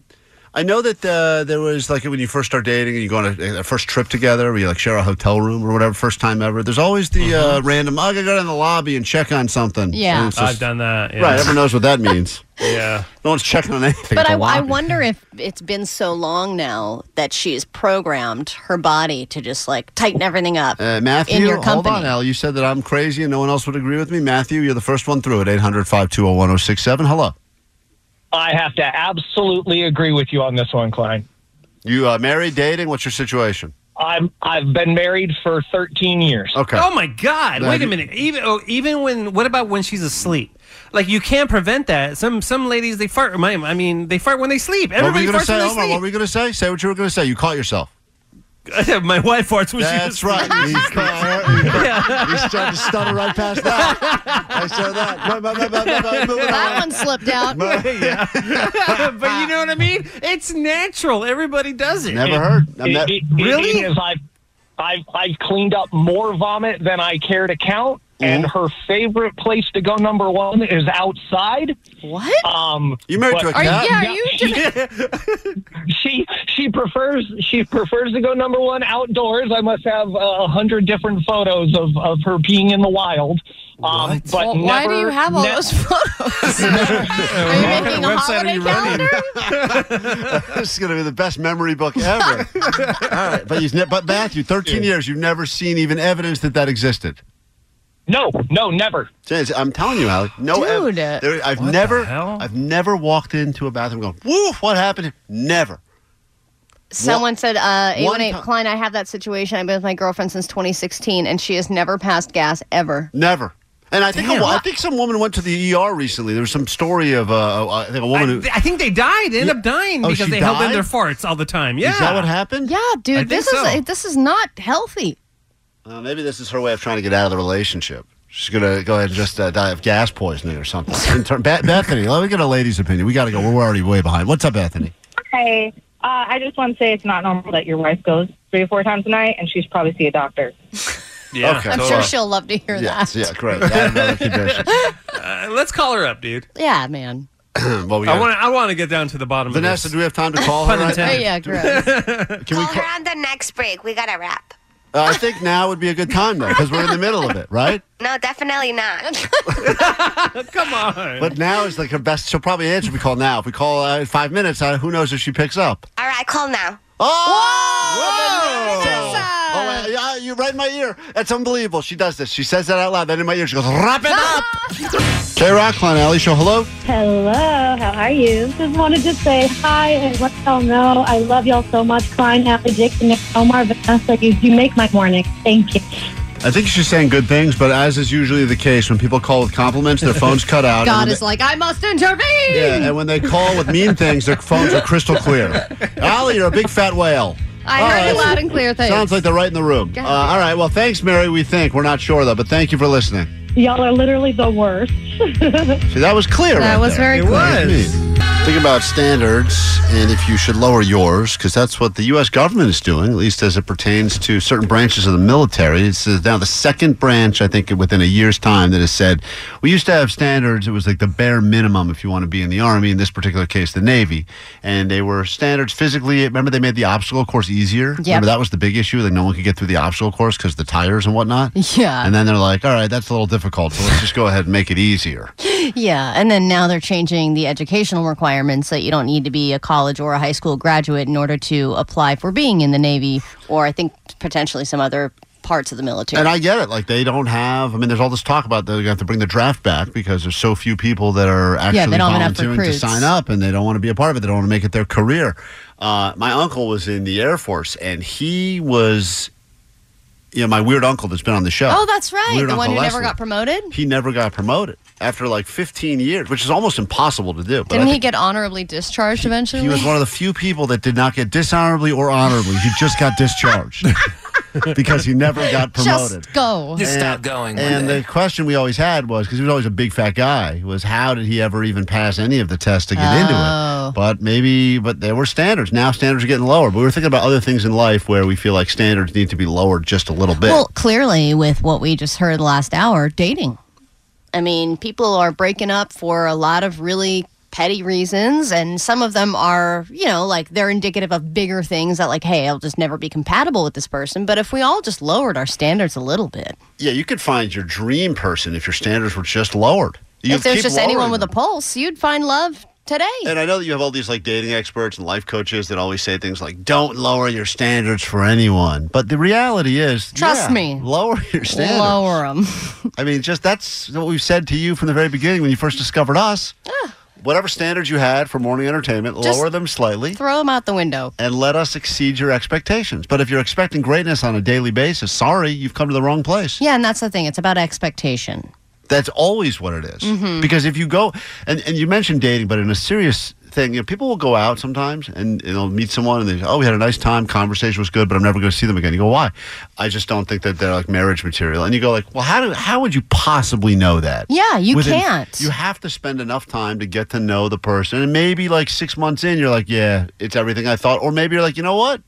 Speaker 8: I know that uh, there was like when you first start dating and you go on a, a first trip together, where you like share a hotel room or whatever, first time ever. There's always the uh, random. "Oh, I gotta go down the lobby and check on something.
Speaker 9: Mm-hmm. Yeah.
Speaker 8: And it's just-
Speaker 5: I've done that. yeah.
Speaker 8: Right, everyone knows what that means. [laughs]
Speaker 5: yeah,
Speaker 8: no one's checking on anything.
Speaker 9: But
Speaker 8: at
Speaker 9: I,
Speaker 8: the
Speaker 9: I
Speaker 8: lobby.
Speaker 9: wonder if it's been so long now that she's programmed her body to just like tighten everything up
Speaker 8: Uh, Matthew,
Speaker 9: in your
Speaker 8: hold
Speaker 9: company.
Speaker 8: on, Al. You said that I'm crazy and no one else would agree with me. Matthew, you're the first one through at 800 520 1067. Hello.
Speaker 6: I have to absolutely agree with you on this one, Klein.
Speaker 8: You uh, married, dating? What's your situation?
Speaker 6: I'm I've been married for 13 years.
Speaker 8: Okay.
Speaker 5: Oh my God!
Speaker 6: Now
Speaker 5: Wait a
Speaker 6: you-
Speaker 5: minute. Even oh, even when what about when she's asleep? Like you can't prevent that. Some some ladies they fart. My, I mean they fart when they sleep.
Speaker 8: what were
Speaker 5: Everybody
Speaker 8: you gonna
Speaker 5: farts
Speaker 8: say,
Speaker 5: when they
Speaker 8: Omar? What were you going to say? Say what you were going to say. You caught yourself.
Speaker 5: sleep. [laughs] my wife farts when
Speaker 8: That's
Speaker 5: she.
Speaker 8: right.
Speaker 5: [laughs]
Speaker 8: He's,
Speaker 5: He's
Speaker 8: trying to stutter right past that. I said that. Bye, bye, bye, bye, bye, bye. Moving
Speaker 9: [laughs] That
Speaker 8: on.
Speaker 9: one
Speaker 8: [laughs]
Speaker 9: slipped out.
Speaker 5: yeah. [laughs] but you know what I mean? It's natural. Everybody does it.
Speaker 8: Never heard.
Speaker 6: It- it-
Speaker 5: really?
Speaker 6: It is, I've, I've, I've cleaned up more vomit than I care to count. And
Speaker 8: Mm-hmm.
Speaker 6: her favorite place to go, number one, is outside.
Speaker 9: What?
Speaker 6: Um,
Speaker 8: you married to a Are you- cat? yeah, are
Speaker 6: [laughs] she she prefers she prefers to go number one outdoors. I must have uh, a hundred different photos of, of her peeing in the wild. Um, But
Speaker 18: Well, why do
Speaker 6: never-
Speaker 18: you have all
Speaker 6: ne-
Speaker 18: those
Speaker 6: [laughs]
Speaker 18: photos? Are you making a holiday calendar?
Speaker 8: [laughs] this is going to be the best memory book ever. All right, but you, but Matthew, 13 years, you've never seen even evidence that that existed.
Speaker 6: No, no, never.
Speaker 8: I'm telling you, Alec. No, ev- there- I've never, I've never walked into a bathroom going, "Woo, what happened?" Never.
Speaker 18: Someone said, uh,
Speaker 8: One
Speaker 18: 818
Speaker 8: time-
Speaker 18: Klein, I have that situation. I've been with my girlfriend since 2016, and she has never passed gas ever.
Speaker 8: Never. And I think a,
Speaker 18: Damn.
Speaker 8: wo- I think some woman went to the ER recently. There was some story of uh, I think a woman who.
Speaker 5: I think they died. They end up dying
Speaker 8: Oh,
Speaker 5: because
Speaker 8: she
Speaker 5: they held in
Speaker 8: died?
Speaker 5: their farts all the time. Yeah.
Speaker 8: Is that what happened?
Speaker 18: Yeah,
Speaker 5: I
Speaker 18: dude,
Speaker 5: think
Speaker 18: this
Speaker 5: so.
Speaker 18: is this is not healthy.
Speaker 8: Uh, maybe this is her way of trying to get out of the relationship. She's gonna go ahead and just uh, die of gas poisoning or [laughs] something. In turn- Beth- Bethany, let me get a lady's opinion. We got to go. We're already way behind. What's up, Bethany?
Speaker 29: Hey, uh, I just want to say it's not normal that your wife goes three or four times a night, and she's probably see a doctor.
Speaker 8: Yeah, okay. uh,
Speaker 9: I'm sure she'll love to hear
Speaker 8: Yes,
Speaker 9: that.
Speaker 8: yeah, great. I have another
Speaker 9: [laughs]
Speaker 8: condition.
Speaker 5: Uh, let's call her up, dude.
Speaker 9: Yeah, man.
Speaker 8: [clears throat] well, we
Speaker 5: I
Speaker 8: got-
Speaker 5: want. I want to get down to the bottom
Speaker 8: Vanessa,
Speaker 5: of
Speaker 8: do we have time to call her?
Speaker 5: Pun
Speaker 8: right now?
Speaker 5: intended.
Speaker 9: Oh, Yeah, gross.
Speaker 8: uh, Can we call-
Speaker 25: on the next break. We got to wrap.
Speaker 8: uh, I think now would be a good time though, because we're in the middle of it,
Speaker 9: [laughs]
Speaker 8: right?
Speaker 25: No, definitely not.
Speaker 5: this. Come on.
Speaker 8: But now is like her best. She'll probably answer if we call now. If we call uh, in five minutes, uh, who knows if she picks up?
Speaker 25: All right, call now.
Speaker 8: Oh! Oh, wait, yeah, you right in my ear. That's unbelievable. She does this. She says that out loud. Then in my ear, she goes, "Wrap it up." K Rock, Klein Alley Show. Hello.
Speaker 1: Hello, how are you? Just wanted to say hi and let y'all know I love y'all so much. Klein, Happy Dixon, Omar, Vanessa, you, you make my morning. Thank you.
Speaker 8: I think she's saying good things, but as is usually the case, when people call with compliments, their phones cut out. and
Speaker 18: God
Speaker 8: when
Speaker 18: is like, I must intervene.
Speaker 8: they- yeah, and when they call with mean things, their phones are crystal clear. Allie, you're a big fat whale.
Speaker 18: I
Speaker 8: All
Speaker 18: heard
Speaker 8: right.
Speaker 18: you loud and clear. Thanks.
Speaker 8: Sounds like they're right in the room. Uh, all right. Well, thanks, Mary. We think we're not sure though, but thank you for listening.
Speaker 1: Y'all are literally the worst.
Speaker 8: See, that was clear.
Speaker 1: That
Speaker 8: right
Speaker 1: was
Speaker 8: there.
Speaker 1: very It clear. was.
Speaker 8: That was me. Think about standards and if you should lower yours, because that's what the U.S. government is doing, at least as it pertains to certain branches of the military. It's uh, now the second branch, I think, within a year's time that has said, we used to have standards. It was like the bare minimum if you want to be in the Army, in this particular case, the Navy. And they were standards physically. Remember, they made the obstacle course easier?
Speaker 9: Yep.
Speaker 8: Remember, that was the big issue. Like, no one could get through the obstacle course because the tires and whatnot.
Speaker 9: Yeah.
Speaker 8: And then they're like, all right, that's a little difficult. So let's just go ahead and make it easier.
Speaker 9: yeah, and then now they're changing the educational requirements that you don't need to be a college or a high school graduate in order to apply for being in the Navy or I think potentially some other parts of the military.
Speaker 8: And I get it. Like they don't have. I mean, there's all this talk about they're going to have to bring the draft back because there's so few people that are actually
Speaker 9: Yeah, they don't have enough
Speaker 8: volunteering to
Speaker 9: recruits.
Speaker 8: sign up, and they don't want to be a part of it. They don't want to make it their career. Uh, my uncle was in the Air Force, and he was, you know, my weird uncle that's been on the show.
Speaker 9: oh, that's right.
Speaker 8: Weird
Speaker 9: the one
Speaker 8: Uncle
Speaker 9: who never
Speaker 8: Leslie.
Speaker 9: got promoted?
Speaker 8: He never got promoted after like 15 years, which is almost impossible to do. But I
Speaker 9: Didn't he
Speaker 8: think
Speaker 9: get honorably discharged eventually?
Speaker 8: he was one of the few people that did not get dishonorably or honorably. He just got
Speaker 9: [laughs]
Speaker 8: discharged because he never got promoted.
Speaker 9: Just go.
Speaker 8: And- And the question we always had was because he was always a big fat guy was how did he ever even pass any of the tests to get into
Speaker 9: Oh.
Speaker 8: it? But maybe, but there were standards. Now standards are getting lower. But we were thinking about other things in life where we feel like standards need to be lowered just a little bit.
Speaker 9: Well, clearly, with what we just heard last hour, dating. I mean, people are breaking up for a lot of really petty reasons, and some of them are, you know, like they're indicative of bigger things that, like, hey, I'll just never be compatible with this person. But if we all just lowered our standards a little bit,
Speaker 8: yeah, you could find your dream person if your standards were just lowered. You
Speaker 9: if there's
Speaker 8: keep
Speaker 9: just anyone
Speaker 8: lowering
Speaker 9: with a pulse, you'd find love today.
Speaker 8: And I know that you have all these like dating experts and life coaches that always say things like, don't lower your standards for anyone. But the reality is,
Speaker 9: Trust
Speaker 8: yeah,
Speaker 9: me.
Speaker 8: Lower your standards.
Speaker 9: Lower them. [laughs]
Speaker 8: I mean, just that's what we've said to you from the very beginning when you first discovered us. Whatever standards you had for morning entertainment,
Speaker 9: Ah. Just
Speaker 8: lower them slightly
Speaker 9: Throw them out the window.
Speaker 8: and let us exceed your expectations. But if you're expecting greatness on a daily basis, sorry, you've come to the wrong place.
Speaker 9: Yeah, and that's the thing. It's about expectation.
Speaker 8: That's always what it is.
Speaker 9: Mhm.
Speaker 8: Because if you go, and, and you mentioned dating, but in a serious thing, you know, people will go out sometimes and, and they'll meet someone and they say, oh, we had a nice time, conversation was good, but I'm never going to see them again. You go, why? I just don't think that they're like marriage material. And you go like, well, how, do, how would you possibly know that?
Speaker 9: Yeah, you
Speaker 8: Within-
Speaker 9: can't.
Speaker 8: You have to spend enough time to get to know the person. And maybe like six months in, you're like, yeah, it's everything I thought. Or maybe you're like, you know what?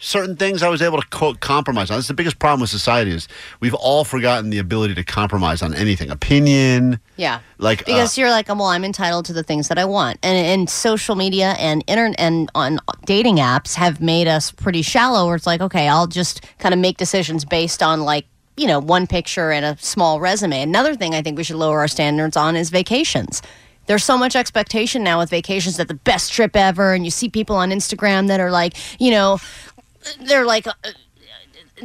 Speaker 8: Certain things I was able to quote compromise on. That's the biggest problem with society is we've all forgotten the ability to compromise on anything. Opinion,
Speaker 9: Yeah.
Speaker 8: like uh,
Speaker 9: because you're like, um, well, I'm entitled to the things that I want, and and social media and internet and on dating apps have made us pretty shallow. Where it's like, okay, I'll just kind of make decisions based on like you know one picture and a small resume. Another thing I think we should lower our standards on is vacations. There's so much expectation now with vacations that the best trip ever, and you see people on Instagram that are like, you know, they're like. uh,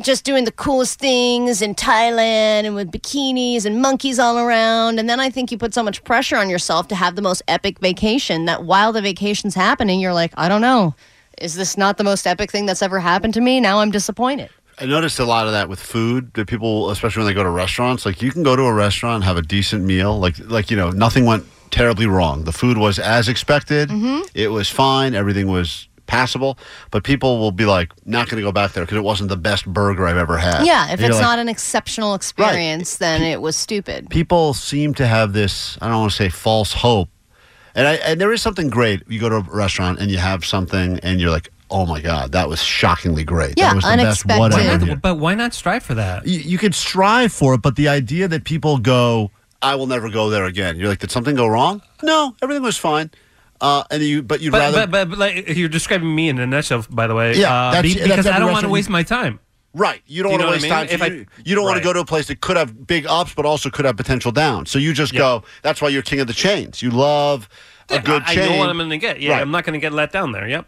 Speaker 9: just doing the coolest things in Thailand and with bikinis and monkeys all around. And then I think you put so much pressure on yourself to have the most epic vacation that while the vacation's happening, you're like, I don't know. Is this not the most epic thing that's ever happened to me? Now I'm disappointed.
Speaker 8: I noticed a lot of that with food that people, especially when they go to restaurants, like you can go to a restaurant, have a decent meal, like like you know nothing went terribly wrong. The food was as expected.
Speaker 9: Mm-hmm.
Speaker 8: It was fine. Everything was passable. But people will be like, not going to go back there because it wasn't the best burger I've ever had.
Speaker 9: yeah,
Speaker 8: And
Speaker 9: if
Speaker 8: you're
Speaker 9: it's
Speaker 8: like,
Speaker 9: not an exceptional experience, then it was stupid.
Speaker 8: people seem to have this i don't want to say false hope and I, and there is something great you go to a restaurant and you have something and you're like oh my god that was shockingly great that was the best
Speaker 5: Why
Speaker 8: whatever
Speaker 5: not-
Speaker 8: here."
Speaker 5: but why not strive for that?
Speaker 8: you, you could strive for it but the idea that people go i will never go there again you're like did something go wrong no everything was fine uh, and you but you'd
Speaker 5: But,
Speaker 8: rather
Speaker 5: but, but, but like, you're describing me in a nutshell, by the way.
Speaker 8: Yeah,
Speaker 5: uh,
Speaker 8: that's-
Speaker 5: be-
Speaker 8: that's
Speaker 5: because I
Speaker 8: every
Speaker 5: don't want to
Speaker 8: restaurant-
Speaker 5: waste my time.
Speaker 8: Right. You don't
Speaker 5: You
Speaker 8: want
Speaker 5: know
Speaker 8: to
Speaker 5: what I
Speaker 8: waste
Speaker 5: mean?
Speaker 8: time.
Speaker 5: If
Speaker 8: so
Speaker 5: I-
Speaker 8: you, you don't want to
Speaker 5: right.
Speaker 8: go to a place that could have big ups, but also could have potential downs. So you just go. That's why you're king of the chains. You love a good
Speaker 5: I, I
Speaker 8: chain.
Speaker 5: know what I'm going to get. Yeah,
Speaker 8: Right.
Speaker 5: I'm not going to get let down there. Yep.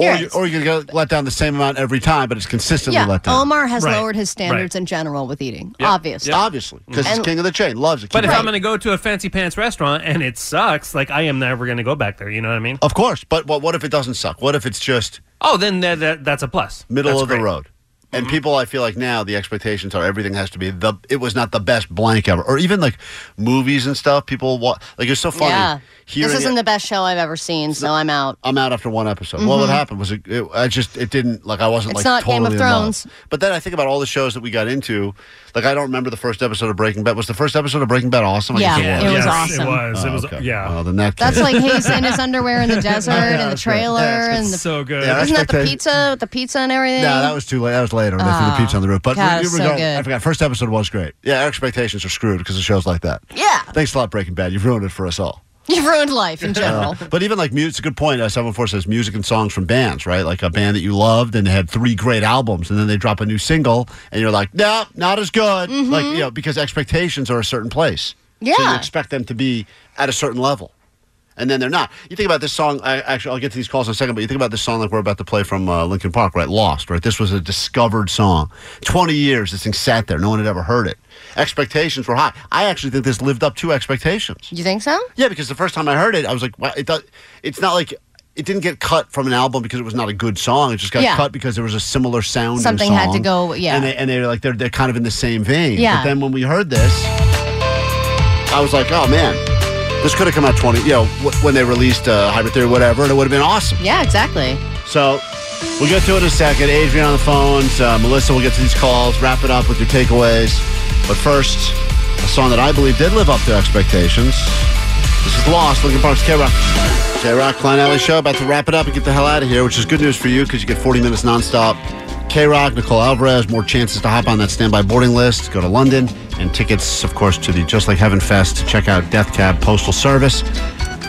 Speaker 8: or you, or you're going to let down the same amount every time, but it's consistently
Speaker 9: Yeah,
Speaker 8: let down.
Speaker 9: Omar has lowered his standards in general with eating,
Speaker 5: Yep.
Speaker 9: obviously.
Speaker 5: Yep.
Speaker 8: Obviously, because he's
Speaker 9: And-
Speaker 8: king of the chain. Loves it.
Speaker 5: But if
Speaker 8: Right.
Speaker 5: I'm going to go to a fancy pants restaurant and it sucks, like I am never going to go back there. You know what I mean?
Speaker 8: Of course. But what, what if it doesn't suck? What if it's just
Speaker 5: Oh, then that, that, that's a plus.
Speaker 8: middle
Speaker 5: That's
Speaker 8: of
Speaker 5: great.
Speaker 8: the road? And
Speaker 9: Mm-hmm.
Speaker 8: people, I feel like now the expectations are everything has to be the. It was not the best blank ever, or even like movies and stuff. People watch like it's so funny.
Speaker 9: Yeah.
Speaker 8: hearing
Speaker 9: this
Speaker 8: it-
Speaker 9: isn't the best show I've ever seen, so I'm out.
Speaker 8: I'm out after one episode. Well, what
Speaker 9: Mhm.
Speaker 8: happened was it, it, I just it didn't like I wasn't
Speaker 9: It's
Speaker 8: like
Speaker 9: not
Speaker 8: totally
Speaker 9: Game of
Speaker 8: in love.
Speaker 9: Thrones.
Speaker 8: But then I think about all the shows that we got into. Like I don't remember the first episode of Breaking Bad. Was the first episode of Breaking Bad awesome? I
Speaker 9: Yeah,
Speaker 8: guess
Speaker 9: it was Yes, awesome. it
Speaker 30: was. It
Speaker 8: Oh,
Speaker 30: was-
Speaker 8: okay.
Speaker 30: yeah.
Speaker 8: Well, then that
Speaker 9: That's
Speaker 8: case- [laughs]
Speaker 9: like he's in his underwear in the desert
Speaker 8: Yeah,
Speaker 9: and the
Speaker 8: that's right.
Speaker 9: trailer
Speaker 8: That's-
Speaker 9: and the,
Speaker 8: it's so good. Yeah,
Speaker 9: Isn't that the
Speaker 8: expectation-
Speaker 9: pizza with the pizza and everything?
Speaker 8: No, that was too late. That was later. when They threw
Speaker 9: Ah.
Speaker 8: the pizza on the roof. But
Speaker 9: God,
Speaker 8: re-
Speaker 9: it's so
Speaker 8: regard-
Speaker 9: good.
Speaker 8: I forgot. First episode was great. Yeah, our expectations are screwed because the show's like that.
Speaker 9: Yeah. [laughs]
Speaker 8: Thanks a lot, Breaking Bad. You've ruined it for us all.
Speaker 9: You've ruined life in general.
Speaker 8: Uh, [laughs] but even like music, it's a good point. Uh, 714 says music and songs from bands, right? Like a band that you loved and had three great albums, and then they drop a new single, and you're like, no, not as good. Like, you know, because expectations are a certain place. So
Speaker 9: Mm-hmm. Yeah.
Speaker 8: you expect them to be at a certain level. And then they're not. You think about this song. I, actually, I'll get to these calls in a second. But you think about this song like we're about to play from uh, Lincoln Park, right? Lost, right? This was a discovered song. Twenty years this thing sat there. No one had ever heard it. Expectations were high. I actually think this lived up to expectations.
Speaker 9: You think so?
Speaker 8: Yeah, because the first time I heard it, I was like, wow, it does, it's not like it didn't get cut from an album because it was not a good song. It just got
Speaker 9: Yeah.
Speaker 8: cut because there was a similar sound.
Speaker 9: Something had to go- yeah.
Speaker 8: and they, and they're like they're they're kind of in the same vein.
Speaker 9: Yeah.
Speaker 8: But then when we heard this, I was like, oh man, this could have come out twenty. You know, wh- when they released uh, Hybrid Theory, whatever, and it would have been awesome.
Speaker 9: Yeah, exactly.
Speaker 8: So we'll get to it in a second. Adrian on the phones. Uh, Melissa, we'll get to these calls. Wrap it up with your takeaways. But first, a song that I believe did live up to expectations. This is Lost, Lincoln Park's K-Rock. K-Rock, Klein Alley Show. About to wrap it up and get the hell out of here, which is good news for you because you get 40 minutes nonstop. K-Rock, Nicole Alvarez, more chances to hop on that standby boarding list, go to London, and tickets, of course, to the Just Like Heaven Fest. Check out Death Cab Postal Service.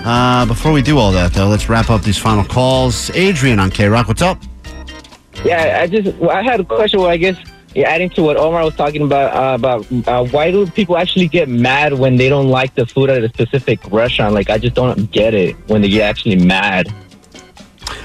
Speaker 8: Uh, before we do all that, though, let's wrap up these final calls. Adrian on K Rock, what's up?
Speaker 6: [laughs] Yeah, I just well, I had a question. Well, I guess yeah, adding to what Omar was talking about uh, about uh, why do people actually get mad when they don't like the food at a specific restaurant? Like I just don't get it when they get actually mad.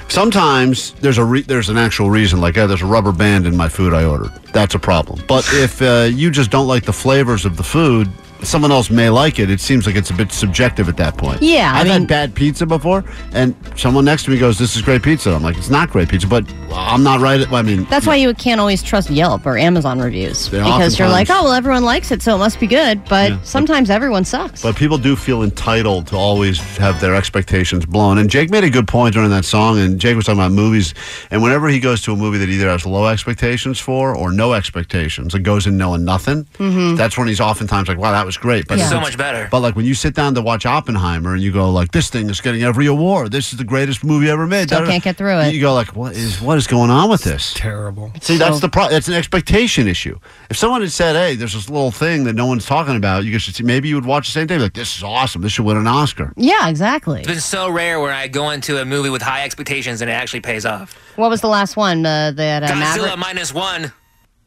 Speaker 8: Sometimes there's a re- there's an actual reason, like oh, there's a rubber band in my food I ordered. That's a problem.
Speaker 6: [laughs]
Speaker 8: But if uh, you just don't like the flavors of the food, someone else may like it. It seems like it's a bit subjective at that point.
Speaker 9: Yeah, I
Speaker 8: I've had bad pizza before, and someone next to me goes, "This is great pizza." I'm like, "It's not great pizza," but I'm not right. At, I mean,
Speaker 9: That's why you can't always trust Yelp or Amazon reviews
Speaker 8: They
Speaker 9: because you're like,
Speaker 8: oftentimes-
Speaker 9: oh, well, everyone likes it, so it must be good. But
Speaker 8: Yeah.
Speaker 9: sometimes everyone sucks.
Speaker 8: But people do feel entitled to always have their expectations blown. And Jake made a good point during that song. And Jake was talking about movies. And whenever he goes to a movie that either has low expectations for or no expectations and goes in knowing nothing,
Speaker 9: Mm-hmm.
Speaker 2: Mhm.
Speaker 8: that's when he's oftentimes like, wow, that was great.
Speaker 2: It's so much better.
Speaker 8: But like when you sit down to watch Oppenheimer and you go like, this thing is getting every award. This is the greatest movie ever made.
Speaker 9: Still can't get through it.
Speaker 8: You go like, what is what is going on with this?
Speaker 30: terrible.
Speaker 8: See, that's the pro- that's an expectation issue. If someone had said, "Hey, there's this little thing that no one's talking about," you should see. Maybe you would watch the same thing. Like, this is awesome. This should win an Oscar.
Speaker 9: yeah, exactly.
Speaker 2: It's been so rare where I go into a movie with high expectations and it actually pays off.
Speaker 9: What was the last one uh, that uh, Maverick?
Speaker 2: Godzilla minus one.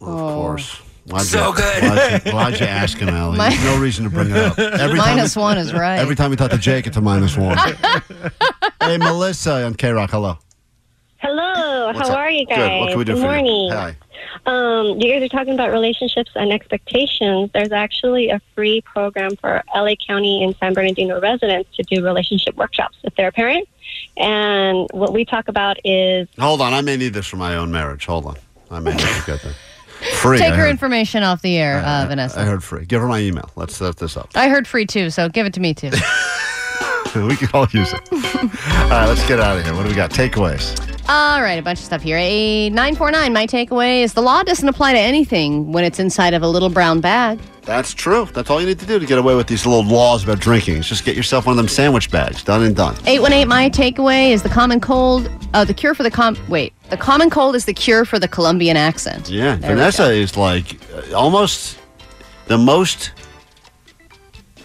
Speaker 2: Oh.
Speaker 8: Of course.
Speaker 2: So good.
Speaker 8: Why'd
Speaker 2: [laughs]
Speaker 8: you, why'd you ask him, Allie?
Speaker 9: My-
Speaker 8: There's no reason to bring it up.
Speaker 9: [laughs]
Speaker 8: time
Speaker 9: Minus
Speaker 8: we-
Speaker 9: one is right.
Speaker 8: Every time we talk to Jake, it's a minus one.
Speaker 9: [laughs]
Speaker 8: hey, Melissa on K Rock. Hello.
Speaker 1: Hello,
Speaker 8: What's
Speaker 1: how
Speaker 8: up?
Speaker 1: are you
Speaker 8: Good.
Speaker 1: guys?
Speaker 8: What can we do
Speaker 1: Good
Speaker 8: for you?
Speaker 1: morning.
Speaker 8: Hi.
Speaker 1: Um, you guys are talking about relationships and expectations. There's actually a free program for LA County and San Bernardino residents to do relationship workshops if they're a parent. And what we talk about is
Speaker 8: Hold on. I may need this for my own marriage. Hold on. I may need to get that. Free.
Speaker 9: Take
Speaker 8: I
Speaker 9: her
Speaker 8: heard,
Speaker 9: information off the air, uh, Vanessa.
Speaker 8: I heard free. Give her my email. Let's set this up.
Speaker 9: I heard free too, so give it to me too.
Speaker 8: [laughs] we can all use it. all right, let's get out of here. What do we got? Takeaways.
Speaker 9: All right, a bunch of stuff here. A 949, my takeaway is the law doesn't apply to anything when it's inside of a little brown bag.
Speaker 8: That's true. That's all you need to do to get away with these little laws about drinking. Is just get yourself one of them sandwich bags. Done and done.
Speaker 9: 818, my takeaway is the common cold, uh, the cure for the com, wait, the common cold is the cure for the Colombian accent.
Speaker 8: Yeah,
Speaker 9: There we
Speaker 8: Vanessa is like uh, almost the most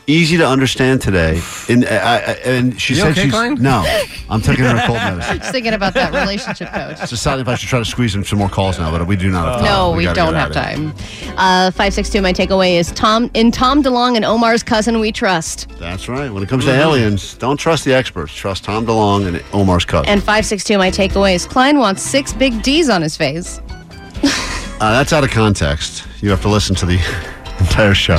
Speaker 8: easy to understand today. In uh, I, I, and she
Speaker 9: You
Speaker 8: said
Speaker 9: okay,
Speaker 8: she's
Speaker 9: Klein?
Speaker 8: no. I'm taking her cold
Speaker 9: [laughs]
Speaker 8: medicine.
Speaker 9: Just thinking
Speaker 8: [laughs]
Speaker 9: about that relationship coach.
Speaker 8: It's deciding if I should try to squeeze in some more calls now, but Oh, we do not have time.
Speaker 9: No, we,
Speaker 8: gotta
Speaker 9: don't
Speaker 8: get
Speaker 9: have
Speaker 8: out of here.
Speaker 9: time. Uh, 562, my takeaway is Tom, in Tom DeLong and Omar's cousin, we trust.
Speaker 8: That's right. When it comes to
Speaker 9: Mhm.
Speaker 8: aliens, don't trust the experts. Trust Tom DeLong and Omar's cousin.
Speaker 9: And 562, my takeaway is Klein wants six big D's on his face.
Speaker 8: Uh, that's [laughs] out of context. You have to listen to the entire show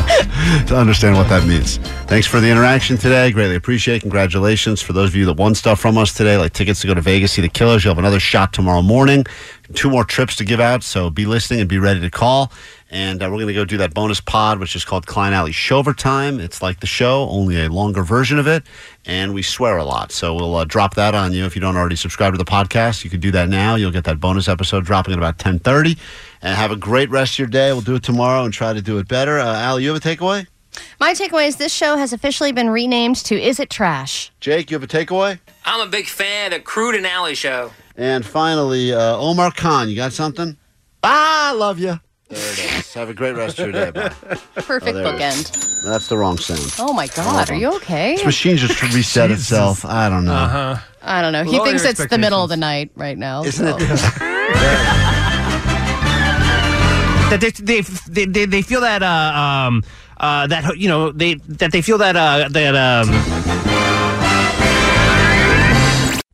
Speaker 8: to understand what that means. Thanks for the interaction today. Greatly appreciate. it. Congratulations for those of you that won stuff from us today, like tickets to go to Vegas see the Killers. You'll have another shot tomorrow morning. Two more trips to give out, so be listening and be ready to call. And uh, we're going to go do that bonus pod, which is called Klein Alley Shover Time. It's like the show, only a longer version of it, and we swear a lot. So we'll uh, drop that on you if you don't already subscribe to the podcast. You can do that now. You'll get that bonus episode dropping at about ten thirty. And have a great rest of your day. We'll do it tomorrow and try to do it better. Uh, Al, you have a takeaway?
Speaker 7: My takeaway is this show has officially been renamed to Is It Trash?
Speaker 8: Jake, you have a takeaway?
Speaker 2: I'm a big fan of the Crude and Alley Show.
Speaker 8: And finally, uh, Omar Khan, you got something? I love you. There it is. Have a great rest of your day. Bye. [laughs]
Speaker 7: Perfect
Speaker 8: Oh, there it is.
Speaker 7: bookend.
Speaker 8: That's the wrong sound.
Speaker 7: Oh my God, are you okay?
Speaker 8: This machine just reset itself. I don't know. Uh-huh.
Speaker 7: I don't know. He
Speaker 8: Lower
Speaker 7: thinks
Speaker 8: your
Speaker 7: it's the middle of the night right now.
Speaker 8: Isn't it? [laughs]
Speaker 5: that they they they, they, they feel that uh, um uh that you know they that they feel that uh that um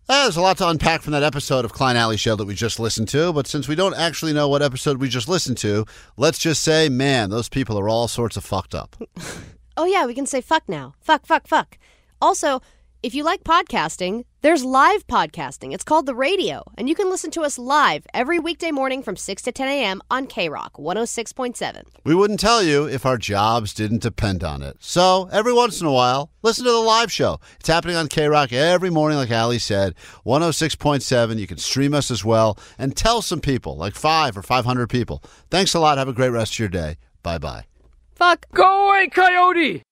Speaker 8: Uh, there's a lot to unpack from that episode of Klein Alley Show that we just listened to, but since we don't actually know what episode we just listened to, let's just say, man, those people are all sorts of fucked up.
Speaker 9: Oh, yeah, we can say fuck now. Fuck, fuck, fuck. Also, if you like podcasting, there's live podcasting. It's called The Radio, and you can listen to us live every weekday morning from 6 to 10 a.m. on K Rock 106.7.
Speaker 8: We wouldn't tell you if our jobs didn't depend on it. So, every once in a while, listen to the live show. It's happening on K Rock every morning, like Ali said, 106.7. You can stream us as well and tell some people, like five or 500 people. Thanks a lot. Have a great rest of your day. Bye bye.
Speaker 9: Fuck.
Speaker 1: Go away, coyote.